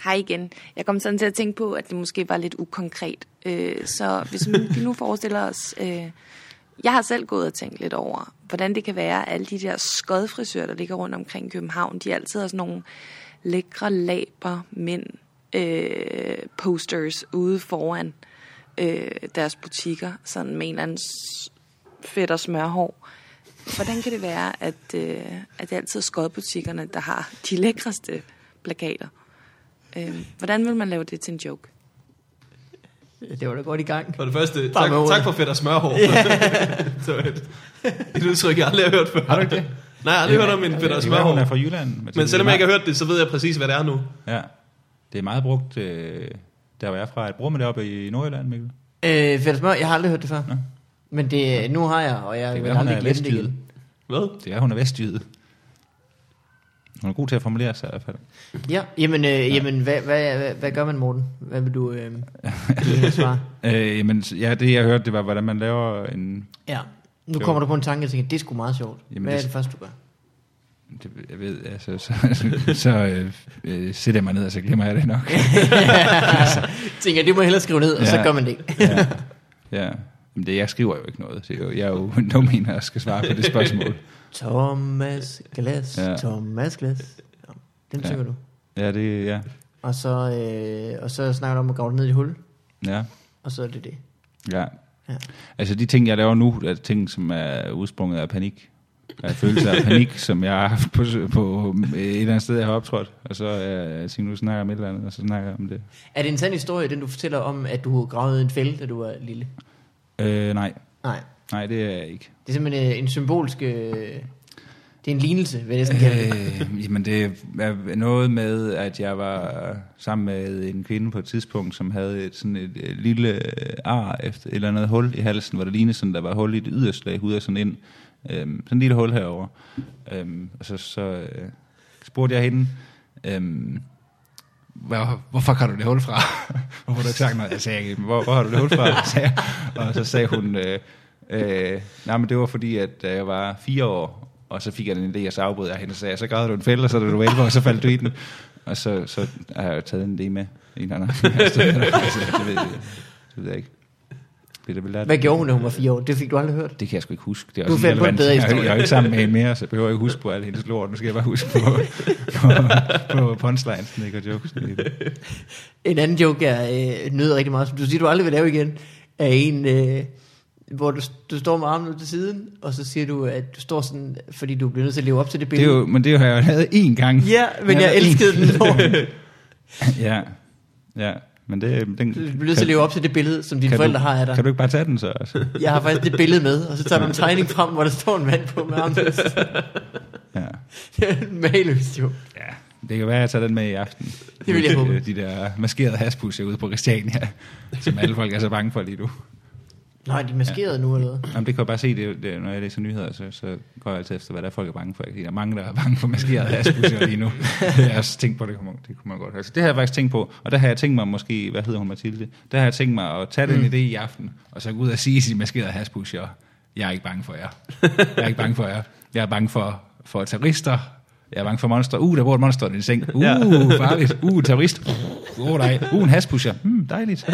Speaker 4: Hej igen. Jeg kom sådan til at tænke på, at det måske var lidt ukonkret. Øh, så hvis vi nu forestiller os... Øh, jeg har selv gået og tænkt lidt over, hvordan det kan være, at alle de der skodfrisører, der ligger rundt omkring København, de altid har sådan nogle lækre laber mænd øh, posters ude foran øh, deres butikker, sådan med en eller anden s- fedt og smørhår. Hvordan kan det være, at, øh, at det altid er skodbutikkerne, der har de lækreste plakater? Øh, hvordan vil man lave det til en joke?
Speaker 1: Det var da godt i gang.
Speaker 2: For det første,
Speaker 1: Bare
Speaker 2: tak,
Speaker 1: med ordet.
Speaker 2: tak for fedt og smørhår. så et, et udtryk, jeg aldrig har hørt før.
Speaker 3: Har du ikke det?
Speaker 2: Nej, jeg har aldrig hørt om en fedt og
Speaker 3: Det kan være, hun er
Speaker 2: smørhår.
Speaker 3: fra Jylland. Men,
Speaker 2: Men selvom jeg ikke har hørt det, så ved jeg præcis, hvad det er nu.
Speaker 3: Ja. Det er meget brugt, øh, der hvor jeg er fra. Bruger man det oppe i Nordjylland, Mikkel?
Speaker 1: Øh, Fælles Mør, jeg har aldrig hørt det før.
Speaker 3: Nå.
Speaker 1: Men det, nu har jeg, og jeg det
Speaker 3: Det kan
Speaker 1: vil
Speaker 3: være, hun
Speaker 1: aldrig
Speaker 3: er
Speaker 1: glemme det
Speaker 3: vestjyde.
Speaker 1: igen.
Speaker 2: Hvad?
Speaker 3: Det er, hun er vestjyde. Hun er god til at formulere sig i hvert fald.
Speaker 1: Ja, jamen, øh, jamen hvad, hvad, hvad, hvad gør man, Morten? Hvad vil du øh, give hende svar?
Speaker 3: Øh, men ja, det jeg hørte, det var, hvordan man laver en...
Speaker 1: Ja, nu
Speaker 3: Jo.
Speaker 1: kommer du på en tanke, og tænker, det er sgu meget sjovt.
Speaker 3: Jamen,
Speaker 1: Jamen, hvad
Speaker 3: det-
Speaker 1: er det første, du gør?
Speaker 3: Det, jeg ved, altså, så, så, så øh, øh, sætter jeg mig ned, og så glemmer jeg det nok.
Speaker 1: tænker, det må jeg hellere skrive ned, og ja. så
Speaker 3: Ja.
Speaker 1: gør man det.
Speaker 3: ja. ja. Men det, jeg skriver jo ikke noget. Det er jo, jeg er jo no mener, at skal svare på det spørgsmål.
Speaker 1: Thomas Glas, ja.
Speaker 3: Ja.
Speaker 1: Thomas Glas. Nå, Den
Speaker 3: Ja.
Speaker 1: synger du.
Speaker 3: Ja, det ja.
Speaker 1: Og så, øh, og så snakker du om at grave det ned i et hul,
Speaker 3: Ja.
Speaker 1: og så er det det.
Speaker 3: Ja.
Speaker 1: Ja.
Speaker 3: ja. Altså de ting, jeg laver nu, er ting, som er udsprunget af panik. Af følelser af panik, som jeg har haft på, på øh, et eller andet sted, jeg har optrådt. Og så øh, tænker jeg, nu snakker jeg om et eller andet, og så snakker jeg om det.
Speaker 1: Er det en sand historie, den du fortæller om, at du gravede en fælde, da du var lille?
Speaker 3: Øh, nej,
Speaker 1: Nej,
Speaker 3: nej, det er jeg ikke.
Speaker 1: det er simpelthen øh, en symbolsk... Øh, det er en lignelse, vil jeg sådan kalde det.
Speaker 3: Øh, jamen det er noget med, at jeg var sammen med en kvinde på et tidspunkt, som havde et, sådan et, et lille øh, ar efter et eller andet hul i halsen, hvor der lignede sådan, der var hul i det yderste lag hud og sådan ind. Øhm, sådan et lille hul herover. Øhm, og så, så øh, spurgte jeg hende, øhm, hvor, hvorfor har du det hul fra? hvorfor har du ikke sagt noget? Jeg sagde ikke, hvor, hvor har du det hul fra? Sagde jeg. Og så sagde hun, øh, øh, nej, men det var fordi, at da jeg var fire år, og så fik jeg den idé, og så afbrød jeg hende og sagde, så græd du en fælde, og så da du var 11 år, så faldt du i den. Og så, så har jeg jo taget en idé med. En eller anden. aften. Altså, det, ved jeg, det ved jeg ikke. Bliver det belært?
Speaker 1: Hvad gjorde hun, da hun var fire år? Det fik du aldrig hørt.
Speaker 3: Det kan jeg sgu ikke huske. Det er
Speaker 1: Du
Speaker 3: også
Speaker 1: fandt på en
Speaker 3: irrelevant.
Speaker 1: bedre
Speaker 3: Jeg, er jo-
Speaker 1: historie.
Speaker 3: jeg er jo ikke sammen med hende mere, så jeg behøver ikke huske på alt hendes lort. Nu skal jeg bare huske på, på, på punchlines, ikke, og jokes.
Speaker 1: En anden joke, jeg øh, nød rigtig meget, som du siger, du aldrig vil lave igen, er en, øh, hvor du, du står med armen ud til siden, og så siger du, at du står sådan, fordi du bliver nødt til at leve op til det
Speaker 3: Det er
Speaker 1: billede.
Speaker 3: jo, men det har jeg jo lavet én gang.
Speaker 1: Ja, men
Speaker 3: Ja,
Speaker 1: jeg
Speaker 3: en-
Speaker 1: elskede den lort.
Speaker 3: Ja, ja. Men det, den,
Speaker 1: Du bliver nødt til at leve op til det billede, som dine
Speaker 3: kan
Speaker 1: forældre
Speaker 3: du,
Speaker 1: har af dig.
Speaker 3: Kan du ikke bare tage den så? Altså?
Speaker 1: Jeg har faktisk det billede med, og så tager du en tegning frem, hvor der står en mand på med armen.
Speaker 3: Ja.
Speaker 1: Det er maløst jo.
Speaker 3: ja. Det kan være, at jeg tager den med i aften.
Speaker 1: Det vil jeg håbe.
Speaker 3: De der maskerede haspusser ude på Christiania, som alle folk er så bange for lige nu.
Speaker 1: Nej, de er maskeret nu eller noget.
Speaker 3: Jamen, det kan jeg bare se, det, det, når jeg læser nyheder, så, så går jeg altid efter, hvad der er, folk er bange for. Jeg kan sige, Der er mange, der er bange for maskerede haspusser lige nu. jeg har også tænkt på, det kunne, man- det kunne man godt høre. Så det har jeg faktisk tænkt på, og der har jeg tænkt mig måske, hvad hedder hun Mathilde? Der har jeg tænkt mig at tage den idé i aften, og så gå ud og sige til de maskerede haspusser, jeg er ikke bange for jer. Jeg er ikke bange for jer. Jeg er bange for, for terrorister. Jeg er bange for monstre. Uh, der bor et monster i din seng. Uh,
Speaker 2: Ja.
Speaker 3: farligt. Uh, terrorist. Uh, oh, nej. Uh, en haspusher. Hmm, dejligt.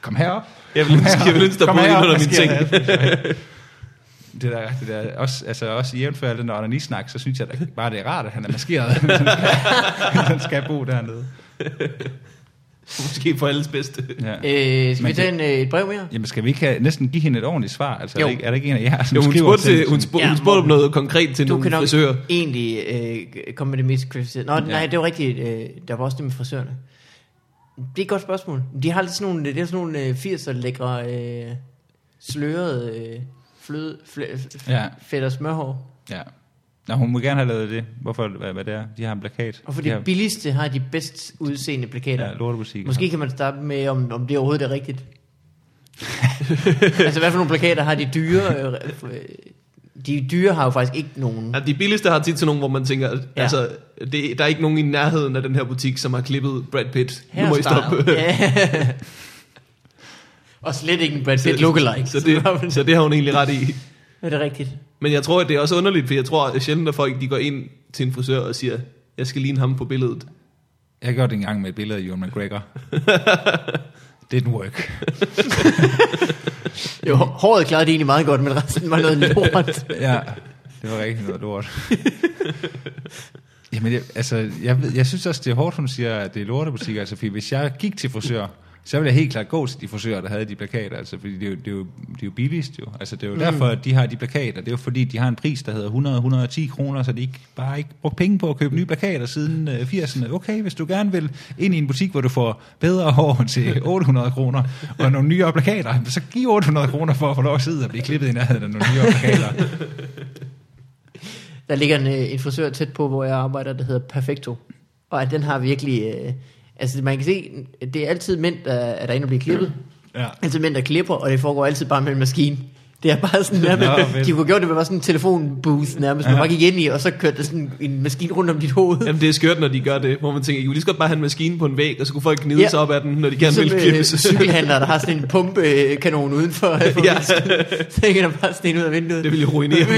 Speaker 3: Kom herop.
Speaker 2: Jeg vil ønske, jeg vil ønske der
Speaker 3: Kom
Speaker 2: boede
Speaker 3: herop,
Speaker 2: en under
Speaker 3: hvad
Speaker 2: mine
Speaker 3: sker
Speaker 2: ting.
Speaker 3: Det der, det der, også, altså også i jævnfald den der snak, så synes jeg da bare, det er rart, at han er maskeret. han, skal, han skal bo dernede.
Speaker 2: Måske for alles bedste.
Speaker 3: Ja.
Speaker 1: Øh, skal vi
Speaker 3: Men
Speaker 1: tage en, øh, et brev mere?
Speaker 3: Jamen skal vi ikke have, næsten give hende et ordentligt svar? Altså, er,
Speaker 1: Jo.
Speaker 3: det ikke, er det ikke en af jer, som
Speaker 2: Jo, hun
Speaker 3: skriver
Speaker 2: spurgte, til,
Speaker 3: sådan-
Speaker 2: hun, spurgte,
Speaker 1: Ja,
Speaker 2: hun spurgte om noget konkret til
Speaker 1: Du
Speaker 2: nogle
Speaker 1: kan nok
Speaker 2: frisører.
Speaker 1: egentlig øh, komme med det mest kvalificerede. Nå, ja. nej, det var rigtigt. Øh, der var også det med frisørerne. Det er et godt spørgsmål. De har lidt sådan nogle, det er sådan nogle øh, 80'er lækre øh, slørede øh, fløde, flø,
Speaker 3: Ja.
Speaker 1: fedt og smørhår.
Speaker 3: Ja. Nå, hun må gerne have lavet det. Hvorfor, hvad, hvad det er? De har en plakat.
Speaker 1: Og for
Speaker 3: de
Speaker 1: det
Speaker 3: har,
Speaker 1: billigste har de bedst udseende plakater.
Speaker 3: ja, lortemusik.
Speaker 1: Måske kan man starte med, om, om det overhovedet er rigtigt. altså, hvad for nogle plakater har de dyre? øh, øh, De dyre har jo faktisk ikke nogen.
Speaker 2: Ja, de billigste har tit sådan nogle, hvor man tænker,
Speaker 1: Ja.
Speaker 2: ja. altså, det, der er ikke nogen i nærheden af den her butik, som har klippet Brad Pitt. nu må I
Speaker 1: Hairstyle.
Speaker 2: stoppe.
Speaker 1: Ja. Og slet ikke en Brad Pitt lookalike.
Speaker 2: Så det, så det har hun egentlig ret i.
Speaker 1: er det rigtigt.
Speaker 2: Men jeg tror, at det er også underligt, for jeg tror at sjældent, at folk de går ind til en frisør og siger, jeg skal ligne ham på billedet.
Speaker 3: Jeg gjorde det engang med et billede af Ewan McGregor. Didn't work.
Speaker 1: Jo, håret klarede det egentlig meget godt, men resten var noget lort.
Speaker 3: Ja, det var rigtig noget lort. Jamen, jeg, altså, jeg, ved- jeg synes også, det er hårdt, hun siger, at det er lortebutikker. Altså, fordi hvis jeg gik til frisør, så ville jeg helt klart gå til de frisører, der havde de plakater. Altså, fordi det er jo, det er jo, det er jo billigst jo. Altså, det er jo mm. derfor, at de har de plakater. Det er jo fordi, de har en pris, der hedder 100-110 kroner, så de ikke, bare ikke brugt penge på at købe nye plakater siden øh, 80'erne. Okay, hvis du gerne vil ind i en butik, hvor du får bedre hår til 800 kroner og nogle nyere plakater, så giv 800 kroner for at få lov at sidde og blive klippet i nærheden af nogle nyere plakater.
Speaker 1: Der ligger en, øh, en frisør tæt på, hvor jeg arbejder, der hedder Perfecto. Og at den har virkelig... Øh, altså, man kan se, det er altid mænd, der er derinde og bliver klippet.
Speaker 3: Ja.
Speaker 1: Altid mænd, der klipper, og det foregår altid bare med en maskine. Det er bare sådan nærmest,
Speaker 3: Nå, fedt.
Speaker 1: de kunne have gjort det med bare sådan en telefonbooth nærmest, man bare gik ind i, og så kørte der sådan en maskine rundt om dit hoved.
Speaker 2: Jamen, det er skørt, når de gør det, hvor man tænker, I kunne lige så godt bare have en maskine på en væg, og så kunne folk gnide
Speaker 1: Ja.
Speaker 2: sig op af den, når de gerne
Speaker 1: Som
Speaker 2: ville
Speaker 1: øh,
Speaker 2: klippes.
Speaker 1: cykelhandler, der har sådan en pumpekanon udenfor. øh,
Speaker 2: Ja.
Speaker 1: ja. Så hænger der bare sådan en ud af vinduet.
Speaker 2: det ville jo ruinere dem.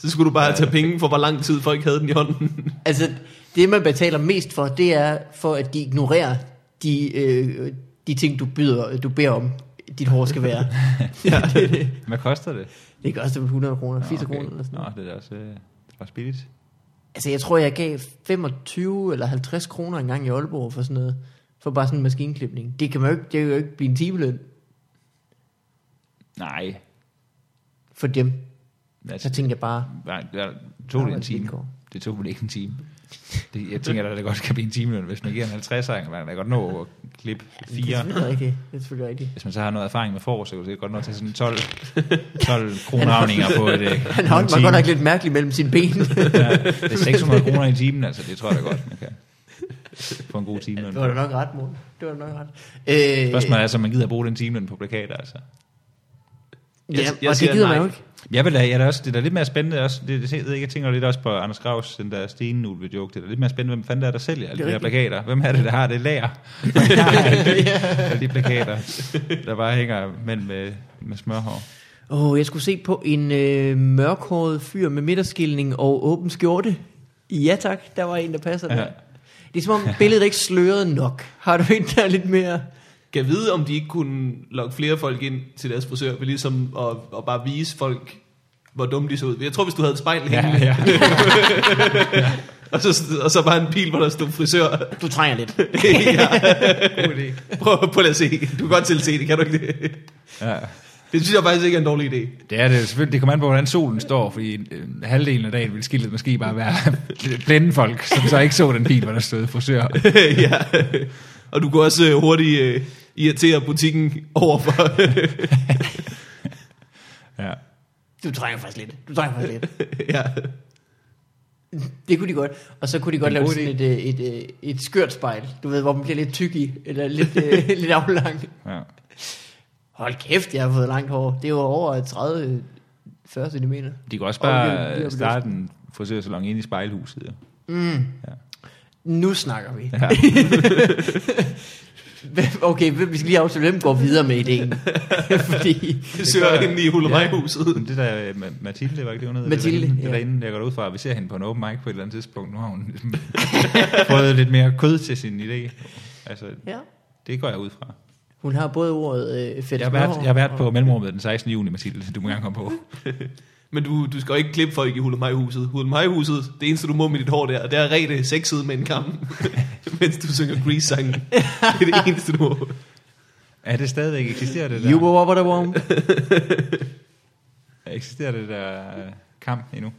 Speaker 2: Så skulle du bare tage penge for, hvor lang tid folk havde den i hånden.
Speaker 1: Altså, det man betaler mest for, det er for, at de ignorerer de, øh, de ting, du, byder, du beder om, dit hår skal være. ja. det, det,
Speaker 3: Hvad koster det?
Speaker 1: det koster vel 100 kroner, 80
Speaker 3: okay.
Speaker 1: kroner eller sådan noget.
Speaker 3: Nå, det er da også, øh, det er også billigt.
Speaker 1: Altså, jeg tror, jeg gav 25 eller 50 kroner engang i Aalborg for sådan noget. For bare sådan en maskinklipning. Det kan, man jo ikke, det kan jo ikke blive en timeløn
Speaker 3: Nej.
Speaker 1: for dem. Så
Speaker 3: Altså,
Speaker 1: tænkte jeg bare,
Speaker 3: nej, der tog det en time.
Speaker 1: Arbejdsvilkår.
Speaker 3: Det tog vel ikke en time. Det, jeg tænker, at det godt kan blive en time, hvis man giver en 50'er, kan man da godt nå at klippe
Speaker 1: det er
Speaker 3: fire.
Speaker 1: selvfølgelig rigtigt. Det er selvfølgelig rigtigt.
Speaker 3: Hvis man så har noget erfaring med forår, så kan du sikkert godt nå til sådan 12, 12 kronavninger på et, øh,
Speaker 1: Han
Speaker 3: på en
Speaker 1: holdt mig
Speaker 3: time.
Speaker 1: godt nok lidt mærkeligt mellem sine ben.
Speaker 3: Ja, det er 600 kroner i timen, altså det tror jeg da godt, man kan. På en god timeløn.
Speaker 1: det var da nok ret, mor. Det var da nok ret. Øh,
Speaker 3: Spørgsmålet er, så om man gider bruge den timeløn på plakater, altså.
Speaker 1: Ja,
Speaker 2: Jeg-
Speaker 1: jeg,
Speaker 2: jeg
Speaker 1: og det
Speaker 2: siger
Speaker 1: gider
Speaker 2: nej.
Speaker 1: man jo ikke.
Speaker 3: Jeg vil da, jeg er da også, det er da lidt mere spændende, også, det, det, jeg, ved ikke, jeg tænker lidt også på Anders Graus, den der stenulve joke, det er da lidt mere spændende, hvem fanden der er, der sælger alle de
Speaker 1: Det er
Speaker 3: her
Speaker 1: rigtigt.
Speaker 3: plakater? Hvem er det, der har det lager? alle de plakater, der bare hænger mænd med, med smørhår.
Speaker 1: Åh, oh, jeg skulle se på en øh, mørkhåret fyr med midterskilning og åben skjorte. Ja tak, der var en, der passer ja.
Speaker 3: Ja.
Speaker 1: der. Det er som om billedet ikke slørede nok. Har du en, der er lidt mere...
Speaker 2: Kan vide, om de ikke kunne lokke flere folk ind til deres frisør, ved ligesom at, at bare vise folk, hvor dumme de så ud. Jeg tror, hvis du havde et spejl hængende,
Speaker 3: Ja, ja.
Speaker 2: og, så, og så bare en pil, hvor der stod frisør.
Speaker 1: Du trænger lidt.
Speaker 2: ja. Prøv, prøv at se. Du kan godt selv se det, kan du ikke det?
Speaker 3: ja.
Speaker 2: Det synes jeg faktisk ikke er en dårlig idé.
Speaker 3: Det er det selvfølgelig. Det kommer an på, hvordan solen står, fordi øh, halvdelen af dagen ville skiltet måske bare være blinde folk, som så ikke så den bil, hvor der stod frisør.
Speaker 2: ja. Og du kan også øh, hurtigt øh, irritere butikken overfor.
Speaker 3: Ja.
Speaker 1: Du trænger faktisk lidt. Du trænger faktisk lidt.
Speaker 2: ja.
Speaker 1: Det kunne de godt. Og så kunne de godt
Speaker 3: En
Speaker 1: lave
Speaker 3: god
Speaker 1: sådan et, øh, et, et, et skørt spejl. Du ved, hvor man bliver lidt tyk i. Eller lidt, øh, lidt aflang.
Speaker 3: ja.
Speaker 1: Hold kæft, jeg har fået langt hår. Det er jo over 30... 40 cm.
Speaker 3: De kan også
Speaker 1: Og
Speaker 3: bare
Speaker 1: vi er- vi er-
Speaker 3: starte en frisørsalon inde i spejlhuset. Ja.
Speaker 1: Nu snakker vi.
Speaker 3: Ja.
Speaker 1: Hvem- Okay, hvem- vi skal lige aftale, hvem går videre med ideen. Fordi
Speaker 2: Frisør inde i Hulvejhuset.
Speaker 3: Men det der øh, Ma- Mathilde, var ikke det, hun hed?
Speaker 1: Mathilde,
Speaker 3: det, der, det
Speaker 1: ja.
Speaker 3: der inden, jeg går ud fra, at vi ser hende på en open mic på et eller andet tidspunkt. Nu har hun ligesom fået lidt mere kød til sin idé. Altså,
Speaker 1: ja.
Speaker 3: det går jeg ud fra.
Speaker 1: hun har både ordet øh, fedt
Speaker 3: Jeg har været, jeg har været på mellemrummet den 16. juni, Mathilde. Du må gerne komme på.
Speaker 2: Men du, du skal jo ikke klippe folk i Hulmajhuset. Hulmajhuset, det eneste du må med dit hår der, og der er rigtig sexet med en kam, mens du synger Grease-sangen. Det er det eneste du må.
Speaker 3: Er det stadigvæk? Eksisterer det der?
Speaker 1: You were what I want.
Speaker 3: Eksisterer det der øh, kamp endnu?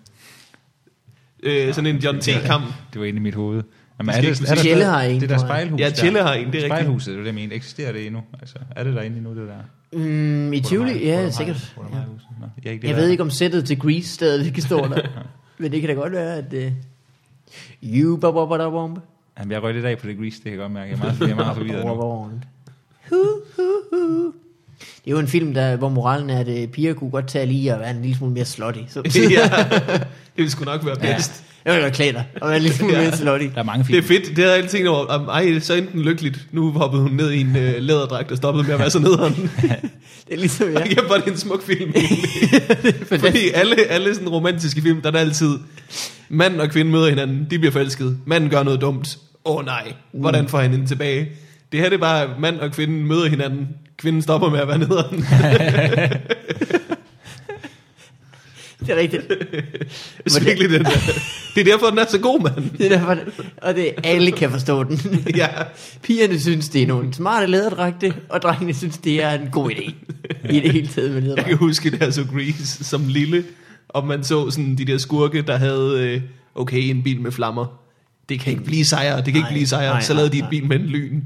Speaker 2: Øh, sådan en John T-kam.
Speaker 3: Det var inde i mit hoved. Jamen,
Speaker 2: skal ikke-
Speaker 1: Tjelle har en,
Speaker 3: det der
Speaker 1: tror jeg.
Speaker 3: spejlhus
Speaker 2: Ja,
Speaker 3: der?
Speaker 2: Tjelle har en, det er rigtigt.
Speaker 3: Spejlhuset, det var det, jeg mente. Eksisterer det endnu? Altså, er det derinde endnu, det der?
Speaker 1: Mm, I Tivoli? Ja, sikkert.
Speaker 3: Under
Speaker 1: Ja.
Speaker 3: mig, Nå, jeg, er ikke det
Speaker 1: Jeg
Speaker 3: der.
Speaker 1: ved ikke, om sættet til Grease stadigvæk kan stå der. Men det kan da godt være, at... Øh, you were what I want.
Speaker 3: Jamen, jeg røg lidt af på det grease, det kan jeg godt mærke. Jeg er meget, jeg er meget forvirret nu.
Speaker 1: Overvågen. Hu, hu, hu. Det er jo en film, der, hvor moralen er, at øh, piger kunne godt tage lige at være en lille smule mere slutty. Så,
Speaker 2: ja, det ville sgu nok være bedst.
Speaker 1: jeg vil godt klæde dig og være en lille smule mere slutty.
Speaker 3: Der er mange
Speaker 2: Det
Speaker 3: film.
Speaker 2: er fedt, det havde jeg altid tænkt over. Am, Ej, så enten lykkeligt. Nu hoppede hun ned i en øh, læderdragt og stoppede med at være så nederen.
Speaker 1: Det er ligesom,
Speaker 2: Ja.
Speaker 1: ja.
Speaker 2: Kæft, var det en smuk film. Fordi alle, alle sådan romantiske film, der er det altid, mand og kvinde møder hinanden, de bliver forelsket, manden gør noget dumt, åh oh, nej, hvordan får han hende tilbage? Det her det er bare, mand og kvinde møder hinanden, kvinden stopper med at være nederen.
Speaker 1: Det er rigtigt.
Speaker 2: Det er virkelig det der. Det er derfor, den er så god, mand.
Speaker 1: Det er derfor, og det alle kan forstå den.
Speaker 2: Ja.
Speaker 1: Pigerne synes, det er nogle smarte læderdragte, og drengene synes, det er en god idé. I det hele taget med
Speaker 2: Jeg kan
Speaker 1: læderdragte.
Speaker 2: huske, da jeg så Grease som lille, og man så sådan de der skurke, der havde, øh, okay, en bil med flammer. Det kan ikke blive sejere, det kan ikke
Speaker 1: Mm. Nej,
Speaker 2: blive sejere.
Speaker 1: nej,
Speaker 2: Så lavede de
Speaker 1: nej,
Speaker 2: et bil med en lyn.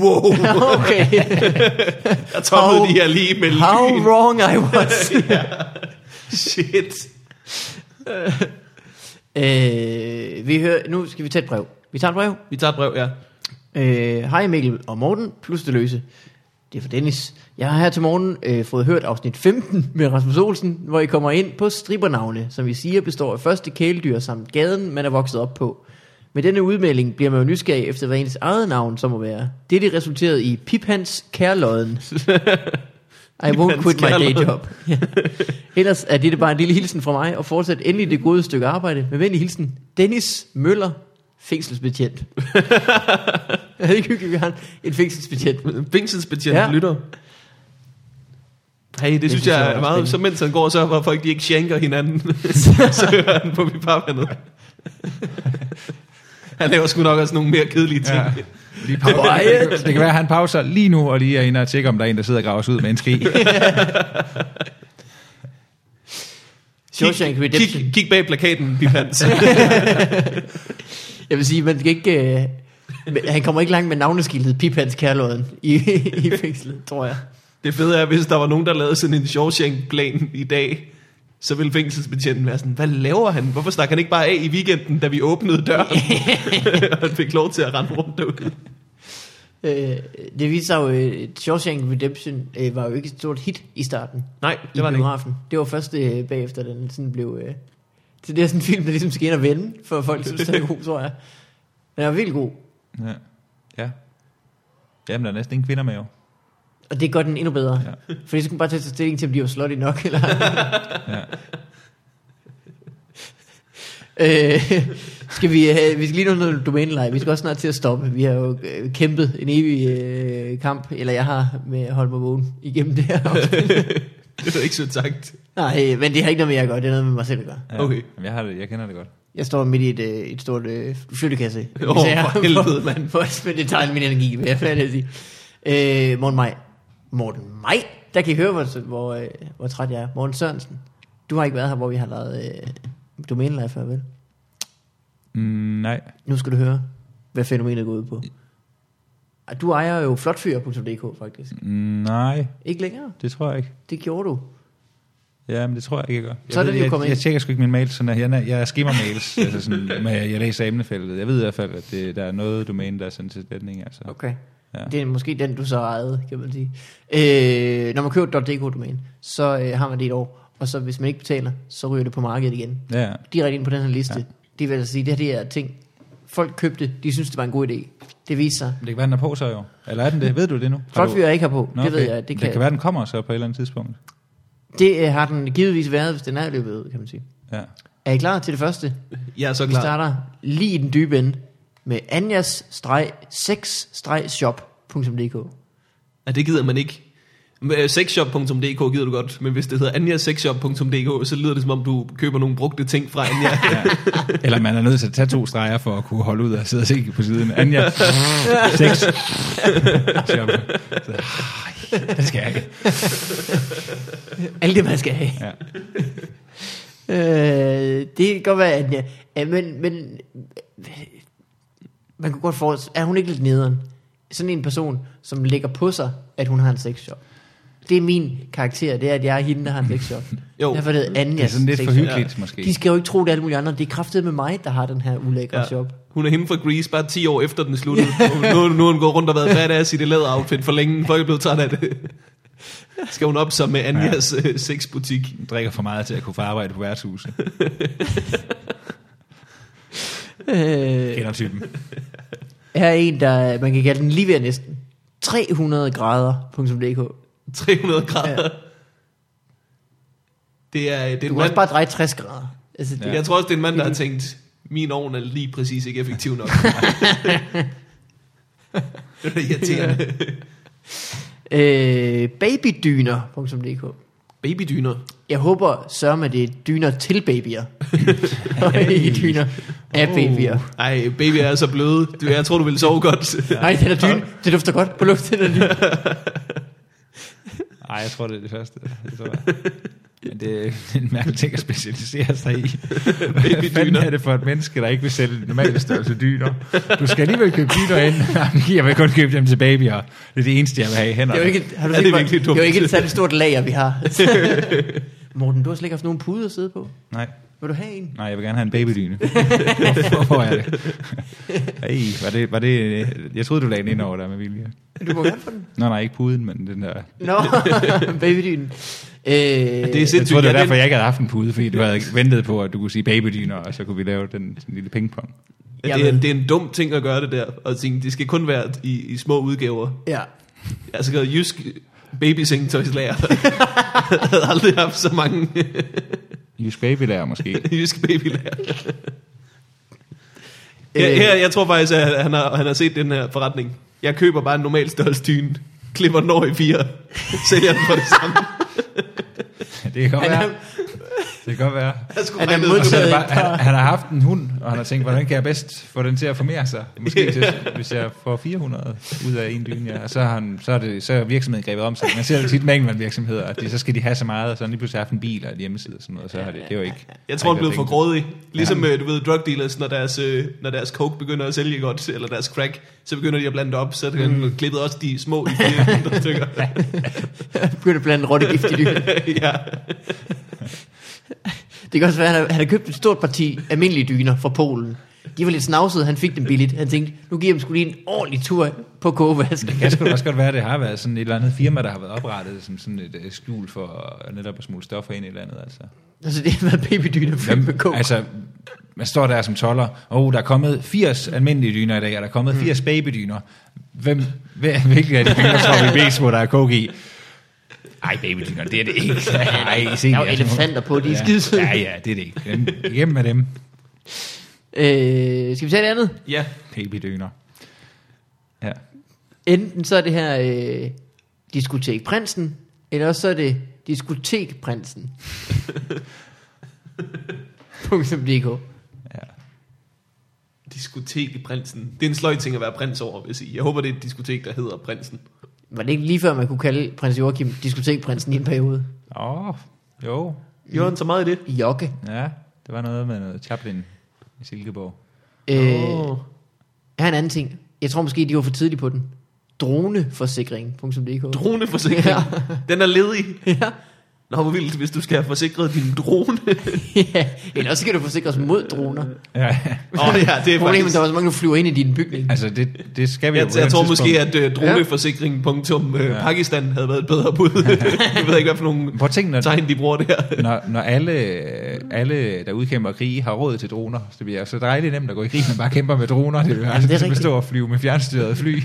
Speaker 2: Wow,
Speaker 1: Okay,
Speaker 2: der toppede
Speaker 1: How-
Speaker 2: de her lige med lyn.
Speaker 1: how wrong I was.
Speaker 2: Shit.
Speaker 1: øh, vi hører, nu skal vi tage et brev. Vi tager et brev.
Speaker 2: Vi tager et brev, ja.
Speaker 1: Øh, Hej Mikkel og Morten, plus det løse. Det er for Dennis. Jeg har her til morgen øh, fået hørt afsnit 15 med Rasmus Olsen, hvor I kommer ind på stribernavne, som vi siger består af første kæledyr samt gaden, man er vokset op på. Med denne udmelding bliver man jo nysgerrig efter, hvad ens eget navn så må være. Det det resulterede i Piphans Kærlodden. I won't
Speaker 2: Hans
Speaker 1: quit my day
Speaker 2: Kærlodden.
Speaker 1: job. Ja. Ellers er det bare en lille hilsen fra mig, og fortsat endelig det gode stykke arbejde. Med venlig hilsen, Dennis Møller, fængselsbetjent. er det ikke hyggeligt, vi har en fængselsbetjent?
Speaker 2: Vingselsbetjent
Speaker 1: Ja.
Speaker 2: ja. lytter. Hey, det, det synes
Speaker 1: synes jeg
Speaker 2: jeg
Speaker 1: er
Speaker 2: er meget...
Speaker 1: spændende.
Speaker 2: Så mens han går, så var folk, de ikke shanker hinanden. så hører han på mit farvandet. Han laver sgu nok også nogle mere kedelige ting.
Speaker 3: Ja.
Speaker 2: Ja.
Speaker 3: Lige pauser. Det kan være, at han pauser lige nu, og lige er inde og tjekker, om der er en, der sidder og graver sig ud med en ske.
Speaker 1: Shawshank
Speaker 2: kig,
Speaker 1: Redemption.
Speaker 2: kig, kig bag plakaten, Pip Hans.
Speaker 1: Jeg vil sige, man skal ikke... Øh, men han kommer ikke langt med navneskiltet Pipans Kærlåden i, i fængslet, tror jeg.
Speaker 2: Det fede er, hvis der var nogen, der lavede sådan en Shawshank-plan i dag, så ville fængselsbetjenten være sådan, hvad laver han? Hvorfor snakker han ikke bare af i weekenden, da vi åbnede døren? og han fik lov til at rende rundt derude.
Speaker 1: Øh, det viser sig jo, øh, Shawshank Redemption øh, var jo ikke et stort hit i starten.
Speaker 2: Nej,
Speaker 1: I
Speaker 2: det var det ikke.
Speaker 1: biografen. Det var først øh, bagefter, den sådan blev... Øh, så det er sådan en film, der ligesom skal ind og vende, for folk synes, den er god, tror jeg. Den er vildt god,
Speaker 3: Ja. ja. Jamen, der er næsten ingen kvinder med jo.
Speaker 1: og det gør den endnu bedre. Ja. Fordi så skal man bare tage sig stilling til, om de var slutty nok, eller...
Speaker 3: Ja.
Speaker 1: Øh, skal vi, have, vi skal lige nå noget domæneleje. Vi skal også snart til at stoppe. Vi har jo øh, kæmpet en evig øh, kamp, eller jeg har med at holde mig vågen igennem det her.
Speaker 2: Det er ikke sødt sagt.
Speaker 1: Nej, øh, men det har ikke noget med jer at gøre. Det er noget med mig selv at gøre.
Speaker 3: ja.
Speaker 2: Okay.
Speaker 3: Jamen, jeg, har det, jeg kender det godt.
Speaker 1: Jeg står midt i et, øh, et stort øh, flyttekasse.
Speaker 2: Åh, for helvede, mand.
Speaker 1: For at spænde det tegn min energi, vil jeg færdig at sige. Øh, Morten Maj. Morten Maj? Der kan I høre, hvor, hvor, øh, hvor træt jeg er. Morten Sørensen. Du har ikke været her, hvor vi har lavet øh, domæneleje før, vel?
Speaker 3: Mm, nej.
Speaker 1: Nu skal du høre, hvad fænomenet går ud på. Ej, Du ejer jo flotfyr.dk faktisk.
Speaker 3: Mm, nej,
Speaker 1: Ikke længere.
Speaker 3: det tror jeg ikke.
Speaker 1: Det gjorde du.
Speaker 3: Ja, men det tror jeg ikke, jeg gør. Jeg
Speaker 1: Så er
Speaker 3: ved-
Speaker 1: den jo
Speaker 3: jeg,
Speaker 1: kommet
Speaker 3: jeg, jeg
Speaker 1: ind.
Speaker 3: tjekker sgu ikke min mail, sådan at jeg, jeg skimmer mails, altså sådan, med, jeg læser emnefeltet. Jeg ved i hvert fald, at det, der er noget domæne, der er sendt til sletning. Altså.
Speaker 1: Okay. Ja.
Speaker 3: Ja.
Speaker 1: Det er måske den, du så ejede, kan man sige. Øh, når man køber et .dk-domæne, så øh, har man det et år. Og så hvis man ikke betaler, så ryger det på markedet igen.
Speaker 3: Ja,
Speaker 1: Direkte ind på den her liste. Ja.
Speaker 3: Ja.
Speaker 1: Det vil altså sige, det her det er ting, folk købte, de synes det var en god idé. Det viser sig.
Speaker 3: men det kan være, den er på så jo. Eller er den det? Ved du det nu? Har du-
Speaker 1: Flotfyr er ikke her på.
Speaker 3: Nå,
Speaker 1: det ved
Speaker 3: okay.
Speaker 1: jeg. Det kan,
Speaker 3: det kan være, den kommer så på et eller andet tidspunkt.
Speaker 1: det øh, har den givetvis været, hvis den er løbet ud, kan man sige.
Speaker 3: Ja.
Speaker 1: Er I klar til det første?
Speaker 2: Jeg er så
Speaker 1: Vi
Speaker 2: klar.
Speaker 1: starter lige i den dybe ende med anjas-6-shop.dk.
Speaker 2: Ja, det gider man ikke. Men, øh, Sexshop.dk gider du godt, men hvis det hedder anjasexshop.dk, så lyder det som om, du køber nogle brugte ting fra Anja.
Speaker 3: ja. Eller man er nødt til at tage to streger for at kunne holde ud og sidde og se på siden. Anja, seks. Så, "Ej, det skal jeg ikke.
Speaker 1: Alt det, man skal have.
Speaker 3: Ja.
Speaker 1: Øh, det kan godt være, at ja, ja, men, men man kunne godt forestille, er hun ikke lidt nederen? Sådan en person, som lægger på sig, at hun har en sexshop. Det er min karakter, det er, at jeg er hende, der har en sexshop.
Speaker 2: Jo.
Speaker 1: Derfor er det Anjas
Speaker 3: Det er sådan lidt for
Speaker 1: sexshop.
Speaker 3: hyggeligt, måske.
Speaker 1: De skal jo ikke tro, det er alle mulige andre. Det er kraftet med mig, der har den her ulækre ja. shop.
Speaker 2: Hun er hende fra Grease, bare 10 år efter den sluttede. Nu, nu, nu har hun gået rundt og været badass i det læderoutfit for længe. Folk er blevet træt af det. Skal hun op så med Anjas ja. sexbutik?
Speaker 3: Drikker for meget til at kunne få arbejde på værtshuset.
Speaker 1: Øh,
Speaker 3: Kender typen.
Speaker 1: her er en, der man kan kalde den lige ved næsten. 300 grader.dk
Speaker 2: 300 grader.
Speaker 1: Ja.
Speaker 2: Ja. Det er, øh, det er
Speaker 1: Du
Speaker 2: en
Speaker 1: kan også
Speaker 2: mand,
Speaker 1: bare dreje 60 grader. Altså, det,
Speaker 3: Ja.
Speaker 2: Jeg tror også, det er en mand, der har tænkt, min ovn er lige præcis ikke effektiv nok. det er irriterende.
Speaker 1: Øh, babydyner.dk
Speaker 2: Babydyner.
Speaker 1: Jeg håber, sørger med det er dyner til babyer. Og ikke dyner
Speaker 2: Uh,
Speaker 1: af babyer.
Speaker 2: Ej, baby er så bløde. Du, jeg tror, du vil sove godt.
Speaker 1: Nej, den er dyne. Det dufter godt på luften. Den er dyne.
Speaker 3: Nej, jeg tror, det er det første. Det tror jeg. Men det er en mærkelig ting at specialisere sig i. Hvad fanden
Speaker 2: dyner.
Speaker 3: er det for et menneske, der ikke vil sælge normale størrelse dyner? Du skal alligevel købe dyner ind. Jamen, jeg vil kun købe dem til babyer. Det er det eneste, jeg vil have
Speaker 1: Det
Speaker 3: i
Speaker 1: er
Speaker 3: hænderne.
Speaker 1: jo ikke, et- har du
Speaker 2: Ja,
Speaker 1: set,
Speaker 2: det er
Speaker 1: hvor-
Speaker 2: virkelig
Speaker 1: Det er jo
Speaker 2: dumt.
Speaker 1: ikke et særligt stort lager, vi har. Morten, du har slet ikke haft nogen pude at sidde på.
Speaker 3: Nej.
Speaker 1: Vil du have en?
Speaker 3: Nej, jeg vil gerne have en babydyne. Hvorfor hvor er det? Ej, var det, var det... Jeg troede, du lagde den ind over der med vilje.
Speaker 1: Du må gerne få den.
Speaker 3: Nå, nej, ikke puden, men den der...
Speaker 1: Nå, babydynen. Øh, det
Speaker 2: er
Speaker 1: er
Speaker 2: sindssygt.
Speaker 3: Jeg tror, det
Speaker 2: ja,
Speaker 3: var derfor,
Speaker 2: den-
Speaker 3: jeg ikke havde haft en pude, fordi du havde ventet på, at du kunne sige babydyner, og så kunne vi lave den sådan lille pingpong.
Speaker 2: Ja, det, er,
Speaker 1: Jamen.
Speaker 2: det er en dum ting at gøre det der, og tænke, det skal kun være i, i små udgaver.
Speaker 1: ja.
Speaker 2: Jeg har så gået jysk babysengetøjslager. jeg havde aldrig haft så mange
Speaker 3: Jysk babylærer måske.
Speaker 2: jyske babylager.
Speaker 1: Øh.
Speaker 2: Her, her, jeg tror faktisk, at han har, han har set den her forretning. Jeg køber bare en normal størrelse dyne, klipper den over i fire, sælger den for det samme.
Speaker 3: Det kan godt
Speaker 1: Han
Speaker 3: være.
Speaker 1: er,
Speaker 3: Det kan godt være.
Speaker 2: Jeg skulle
Speaker 1: Han er
Speaker 2: regne ud,
Speaker 3: Og så er det
Speaker 1: modtaget-
Speaker 2: at-
Speaker 3: bare, han, han har haft en hund, og han har tænkt, hvordan kan jeg bedst få den til at formere sig? Måske til, hvis jeg får 400 ud af en dyne, ja. og så, har han, så, er det, så er virksomheden grebet om sig. Man ser det tit med enkeltmandsvirksomheder, at de, så skal de have så meget, og så har de lige pludselig haft en bil og en hjemmeside og sådan noget, og så har det, det er jo ikke...
Speaker 2: Jeg tror, han
Speaker 3: har ikke
Speaker 2: blev for
Speaker 3: været penge til.
Speaker 2: grådig. Ligesom ja. du ved, drug dealers, når deres, øh, når deres coke begynder at sælge godt, eller deres crack, så begynder de at blande det op, så er mm. klippet også de små i fire mindre stykker.
Speaker 1: begyndte at blande rottegift i dynen.
Speaker 2: ja.
Speaker 1: Det kan også være, at han har- han har købt et stort parti almindelige dyner fra Polen. De var lidt snavsede, han fik dem billigt. Han tænkte, nu giver jeg dem sgu lige en ordentlig tur på kogevask.
Speaker 3: Det kan sgu da også godt være, at det har været sådan et eller andet firma, der har været oprettet som sådan et øh, skjul for netop at smule stoffer ind i landet, altså.
Speaker 1: Altså det har været babydyner fyldt med
Speaker 3: Hvem,
Speaker 1: coke.
Speaker 3: altså, man står der som toller, og oh, der er kommet 80 almindelige dyner i dag, og der er
Speaker 1: Hmm.
Speaker 3: kommet 80 babydyner. Hvem, hvem, hvilke af de dyner tror vi mest, hvor der er coke i? Ej, babydyner, det er det ikke. Ej, se,
Speaker 1: Der er jo
Speaker 3: altså,
Speaker 1: elefanter på, de er
Speaker 3: ja,
Speaker 1: skidesøde.
Speaker 3: Ja, ja, det er det ikke. Dem, hjem med dem,
Speaker 1: Øh, skal vi tage det andet?
Speaker 2: ja.
Speaker 3: babydyner. Ja.
Speaker 1: Enten så er det her øh, diskotekprinsen, eller også så er det diskotekprinsen. Punktum DK.
Speaker 2: Diskotekprinsen. Det er en sløj ting at være prins over, vil jeg sige. Jeg håber, det er et diskotek, der hedder prinsen.
Speaker 1: Var det ikke lige før, man kunne kalde prins Joachim diskotekprinsen i en periode?
Speaker 3: Åh, oh, jo.
Speaker 2: Gjorde han så meget i det?
Speaker 1: Jokke.
Speaker 3: Ja, det var noget med noget Chaplin i Silkeborg.
Speaker 1: Øh,
Speaker 2: Åh.
Speaker 1: Her er en anden ting. Jeg tror måske, de var for tidligt på den. Droneforsikring.dk
Speaker 2: Droneforsikring.
Speaker 1: Ja.
Speaker 2: Ja. Den er ledig.
Speaker 1: ja.
Speaker 2: Nå, hvor vildt, hvis du skal have forsikret din drone.
Speaker 1: ja. Eller også kan du forsikre os mod droner.
Speaker 3: Øh, Ja.
Speaker 2: Åh oh, ja, det er
Speaker 1: Problemet er,
Speaker 2: faktisk...
Speaker 1: der var så mange, der flyver ind i din bygning.
Speaker 3: Altså, det, det skal vi jo
Speaker 2: Jeg,
Speaker 3: på et
Speaker 2: jeg
Speaker 3: eller
Speaker 2: tror
Speaker 3: andet tidspunkt.
Speaker 2: måske, at øh, droneforsikring.pakistan ja. havde været et bedre bud. jeg ved ikke, hvad for nogle
Speaker 3: Prøv at tænke, når,
Speaker 2: tegn, de bruger der.
Speaker 3: når, når alle, alle, der udkæmper krig, har råd til droner, så det bliver så dejligt nemt at gå i krig, man bare kæmper med droner. Det vil
Speaker 1: Jamen,
Speaker 3: altså
Speaker 1: det er
Speaker 3: det bestå at flyve med fjernstyrede fly.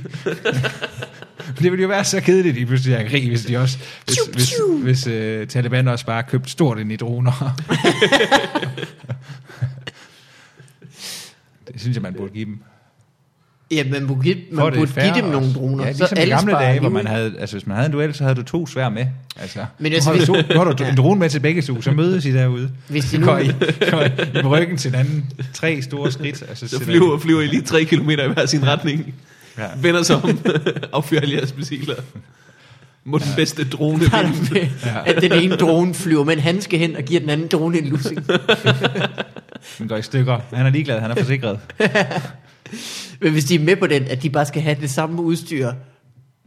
Speaker 3: For det ville jo være så kedeligt, at de pludselig er i krig, hvis, de også, hvis, hvis, hvis, øh, Taliban også bare købte stort ind i droner. det synes jeg, man burde give dem.
Speaker 1: Ja, man burde give,
Speaker 3: For
Speaker 1: man
Speaker 3: det er
Speaker 1: burde give
Speaker 3: fair
Speaker 1: dem nogle
Speaker 3: også.
Speaker 1: droner.
Speaker 3: Ja, ligesom så i
Speaker 1: alle
Speaker 3: gamle
Speaker 1: sparer
Speaker 3: dage, hvor
Speaker 1: liv.
Speaker 3: man havde, altså hvis man havde en duel, så havde du to svær med. Altså,
Speaker 1: Men
Speaker 3: Men
Speaker 1: altså,
Speaker 3: altså, har, du
Speaker 1: hvis-
Speaker 3: to, nu har du en drone med til begge to, så mødes I derude.
Speaker 1: Hvis de
Speaker 3: Så
Speaker 1: nu-
Speaker 3: går I, går I, i ryggen til hinanden, tre store skridt. Altså,
Speaker 2: Så flyver, flyver I lige 3 km i hver sin retning,
Speaker 3: Ja.
Speaker 2: vender sig om, affyrer alle jeres missiler. Må den bedste drone
Speaker 1: Der er
Speaker 2: vinde.
Speaker 1: der med, at den ene drone flyver med en handske hen og giver den anden drone en lussing.
Speaker 3: Den går i stykker. Han er ligeglad, han er forsikret.
Speaker 1: Men hvis de er med på den, at de bare skal have det samme udstyr,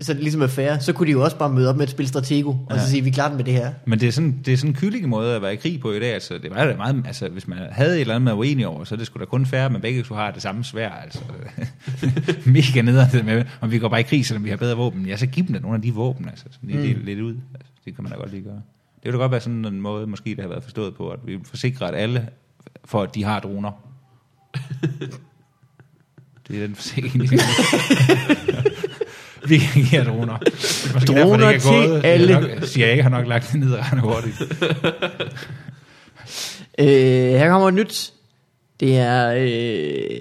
Speaker 1: så det ligesom er fair, så kunne de jo også bare møde op med et spil Stratego, og så
Speaker 3: Ja.
Speaker 1: sige, vi klarer den med det her.
Speaker 3: Men det er sådan, det er sådan en kyllig måde at være i krig på i dag. Altså, det var da meget, altså, hvis man havde et eller andet, man var uenig over, så er det skulle da kun færre, men begge to har det samme svær. Altså. Mega nederen det med, om vi går bare i krig, selvom vi har bedre våben. Ja, så giv dem da nogle af de våben, altså, som de mm. deler lidt ud. Altså, det kan man da godt lige gøre. Det ville da godt være sådan en måde, måske det har været forstået på, at vi forsikrer, at alle, for at de har droner. det er den forsikring, de Vi kan give jer droner. Det er måske
Speaker 1: Droner
Speaker 3: derfor, det ikke er
Speaker 1: til
Speaker 3: gået. Det er
Speaker 1: alle.
Speaker 3: nok- CIA har nok lagt det ned ret hurtigt.
Speaker 1: Øh, her kommer et nyt. Det er øh,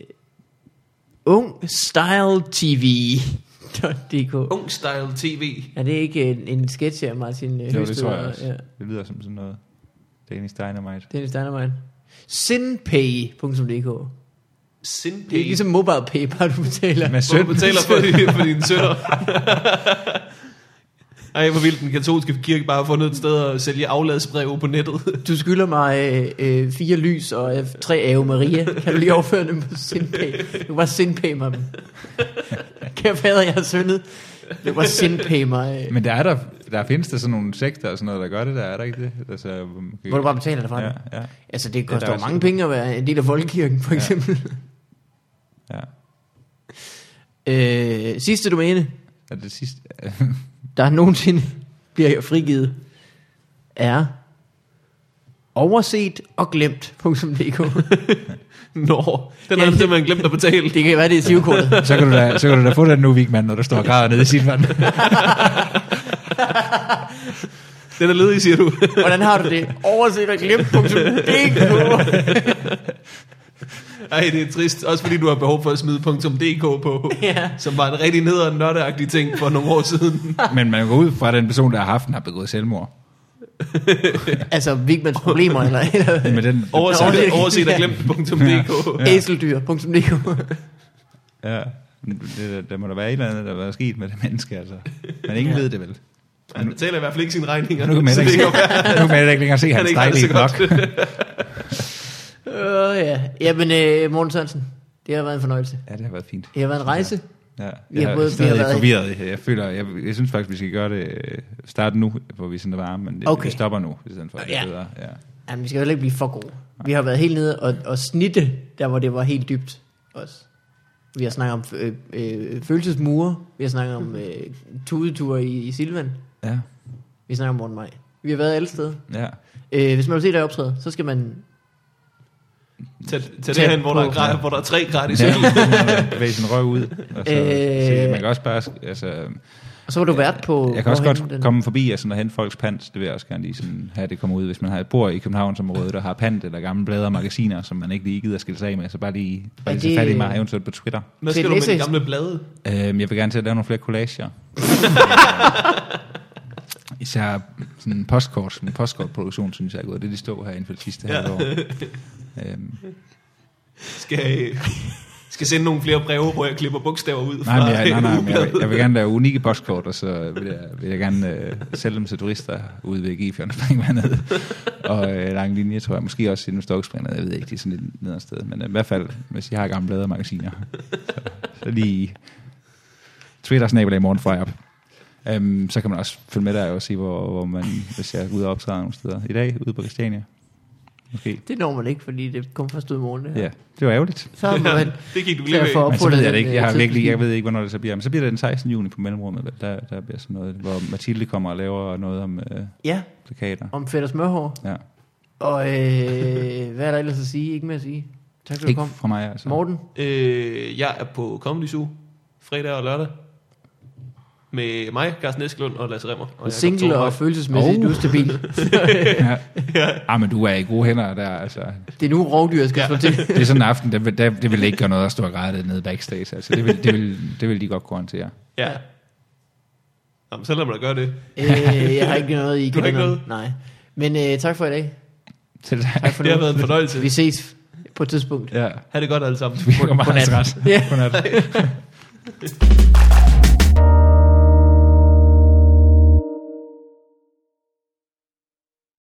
Speaker 1: Ung Style TV. .dk.
Speaker 2: Ung Style TV.
Speaker 1: Er det ikke en, en sketch her, Martin øh,
Speaker 3: Jo, det
Speaker 1: Høsted
Speaker 3: tror jeg
Speaker 1: og-
Speaker 3: også.
Speaker 1: Ja,
Speaker 3: Det lyder som sådan noget Danish Dynamite.
Speaker 1: Dennis Dynamite. Sinpay.dk
Speaker 2: Sinpay.
Speaker 1: Det er ligesom mobile pay, bare du betaler.
Speaker 3: Med
Speaker 2: Hvor
Speaker 3: søn,
Speaker 2: du betaler for, din- for dine sønner. Ej, hvor vildt den katolske kirke bare har fundet et sted at sælge afladsbreve på nettet.
Speaker 1: Du skylder mig øh, øh, fire lys og øh, tre Ave Maria. Kan du lige overføre dem på Sindpay? Du kan bare Sindpay mig dem. Kære fader, jeg har syndet. Det var sindpæ mig. øh.
Speaker 3: Men der er der, der findes der sådan nogle sekter og sådan noget, der gør det der, er der ikke det? Altså, hvor man kan-
Speaker 1: Hvor du bare betaler dig fra det.
Speaker 3: Ja, ja,
Speaker 1: Altså, det
Speaker 3: der
Speaker 1: koster
Speaker 3: er
Speaker 1: jo
Speaker 3: også-
Speaker 1: mange penge at være en del af folkekirken, for
Speaker 3: Ja.
Speaker 1: eksempel.
Speaker 3: ja.
Speaker 1: Øh, sidste domæne,
Speaker 3: Er det sidste?
Speaker 1: der nogensinde bliver frigivet, er overset og glemt.dk.
Speaker 2: Nå, den har jeg simpelthen glemt at betale.
Speaker 1: Det kan være, det er sivkortet.
Speaker 3: så, kan du da, så kan du da få den nu, Vigman, når du står og græder nede i sin vand.
Speaker 2: Den er ledig, siger du.
Speaker 1: Hvordan har du det? Overset og glemt.dk.
Speaker 2: Ej, det er trist. Også fordi du har behov for at smide .dk på,
Speaker 1: Ja.
Speaker 2: som var en rigtig nederen nørdeagtig ting for nogle år siden.
Speaker 3: Men man går ud fra, at den person, der har haft den, har begået selvmord.
Speaker 1: Altså, Vigmans problemer, eller, eller
Speaker 3: Men den,
Speaker 2: Overset, overset og glemt.dk.
Speaker 3: Ja.
Speaker 1: æseldyr.dk.
Speaker 3: ja, det, der må der være et eller andet, der er sket med det menneske, altså. Men ingen
Speaker 1: Ja.
Speaker 3: ja. ved det vel.
Speaker 2: Han betaler i hvert fald ikke sine regninger.
Speaker 3: Og nu kan man
Speaker 2: så
Speaker 3: heller
Speaker 2: det
Speaker 3: ikke,
Speaker 2: kan jo være,
Speaker 3: nu kan man heller ikke længere se
Speaker 2: han
Speaker 3: hans
Speaker 2: ikke har det
Speaker 3: dejlige
Speaker 2: så
Speaker 3: blok.
Speaker 2: godt.
Speaker 1: Øh, ja. Jamen, øh, Morten Sørensen, det har været en fornøjelse.
Speaker 3: Ja, det har været fint.
Speaker 1: Det har været en rejse.
Speaker 3: Ja,
Speaker 1: Vi har
Speaker 3: jeg er
Speaker 1: både- vi har
Speaker 3: stadig
Speaker 1: været-
Speaker 3: forvirret. Jeg, føler, jeg, jeg synes faktisk, vi skal gøre det, øh, starte nu, hvor vi sådan er varme, men
Speaker 1: Okay.
Speaker 3: okay. vi stopper nu, i stedet for at det
Speaker 1: Ja.
Speaker 3: er bedre. Ja.
Speaker 1: Jamen, vi skal jo heller ikke blive for gode. Vi har været helt nede og, og snitte, der hvor det var helt dybt også. Vi har snakket om øh, øh, følelsesmure. Vi har snakket om øh, tudeture i, i Silvan.
Speaker 3: ja,
Speaker 1: Vi snakker om Morten Maj. Vi har været alle steder.
Speaker 3: ja.
Speaker 1: Øh, hvis man vil se dig optræde, så skal man...
Speaker 2: Tag, tag
Speaker 1: Tag
Speaker 2: det hen, hvor der, er,
Speaker 1: på.
Speaker 2: gra- hvor der er tre gratis
Speaker 3: Ja,
Speaker 2: øl.
Speaker 3: man kan bevæge sin røv ud. Og så,
Speaker 1: Øh.
Speaker 3: øh, se, man kan også bare, altså,
Speaker 1: Og så var du vært på...
Speaker 3: jeg kan også
Speaker 1: hvorhenne
Speaker 3: godt komme forbi og, sådan, og hente folks pant. Det vil jeg også gerne lige sådan, have, det kommer ud. Hvis man har, bor i Københavnsområdet og har pant eller gamle blader og magasiner, som man ikke lige gider at skille sig af med, så bare lige, bare
Speaker 1: Er
Speaker 3: lige tage
Speaker 1: det-
Speaker 3: fat i mig, eventuelt på Twitter.
Speaker 2: Hvad
Speaker 1: Til
Speaker 2: skal du med de
Speaker 1: læsehest.
Speaker 2: gamle blade?
Speaker 3: Øhm, jeg vil gerne til at lave nogle flere collager. Især sådan en postkort, en postkortproduktion, synes jeg er gået. Det er de stå her inden for de sidste ja. halve år. Øhm,
Speaker 2: Skal, skal sende nogle flere breve, hvor jeg klipper bogstaver ud fra
Speaker 3: nej, men jeg, nej, nej, men jeg,
Speaker 2: ugebladet.
Speaker 3: jeg vil gerne lave unikke postkort, og så vil jeg, vil jeg gerne øh, sælge dem til turister ude ved Gifjørn Springvandet. og øh, lang linje, tror jeg. Måske også inden Storkspringet, jeg ved ikke, det er sådan lidt ned sted. Men øh, i hvert fald, hvis I har gamle blade og magasiner, så, så lige Twitter snabelag morgen fra op. Øhm, så kan man også følge med der og se, hvor, hvor man, hvis jeg er ude og optræde nogle steder. I dag, ude på Christiania. Måske.
Speaker 1: Det når man ikke, fordi det kom først ud i morgen. Det her.
Speaker 3: Ja, det var ærgerligt.
Speaker 1: Så må man...
Speaker 2: Det gik du
Speaker 1: Til
Speaker 2: glip
Speaker 1: at få
Speaker 2: af.
Speaker 3: Men så ved
Speaker 1: opfundet
Speaker 3: jeg det
Speaker 1: den,
Speaker 3: ikke.
Speaker 1: øh,
Speaker 3: Jeg, har virkelig,
Speaker 1: tidsmaskine.
Speaker 3: jeg ved ikke, hvornår det så bliver. Men så bliver det den 16. juni på mellemrummet. vel? Der, der bliver sådan noget, hvor Mathilde kommer og laver noget om øh,
Speaker 1: Ja,
Speaker 3: plakater.
Speaker 1: om fedt og smørhår.
Speaker 3: Ja.
Speaker 1: Og øh, hvad er der ellers at sige? Ikke mere at sige. Tak fordi du
Speaker 3: Ikke
Speaker 1: kom.
Speaker 3: fra mig, altså.
Speaker 1: Morten,
Speaker 2: Øh, jeg er på Comedy Zoo fredag og lørdag med mig, Carsten Eskelund og Lasse Remmer. Og Jacob
Speaker 1: single
Speaker 2: Thorhøj.
Speaker 1: og følelsesmæssigt
Speaker 3: Oh.
Speaker 1: oh. ustabil.
Speaker 3: Ja. Ah, men du er i gode hænder der, altså.
Speaker 1: Det er nu rovdyr skal ja. slå til.
Speaker 3: Det er sådan en aften, der, vil- der, det vil ikke gøre noget at stå og græde nede backstage. Altså, det, vil, det, vil, det vil de godt kunne håndtere.
Speaker 2: Ja. Jamen, så lad mig da gøre det.
Speaker 1: øh, jeg har ikke noget i
Speaker 2: Du har ikke
Speaker 1: kalenderen. Nej. Men øh, tak for i dag.
Speaker 3: Til
Speaker 1: Tak
Speaker 3: dig.
Speaker 1: for
Speaker 2: Det har
Speaker 1: nu.
Speaker 2: været en fornøjelse.
Speaker 1: Vi ses på et tidspunkt.
Speaker 3: Ja.
Speaker 2: Ha' det godt alle sammen.
Speaker 3: Vi kommer meget
Speaker 1: Godnat.
Speaker 3: ret.
Speaker 1: Ja.
Speaker 3: Godnat.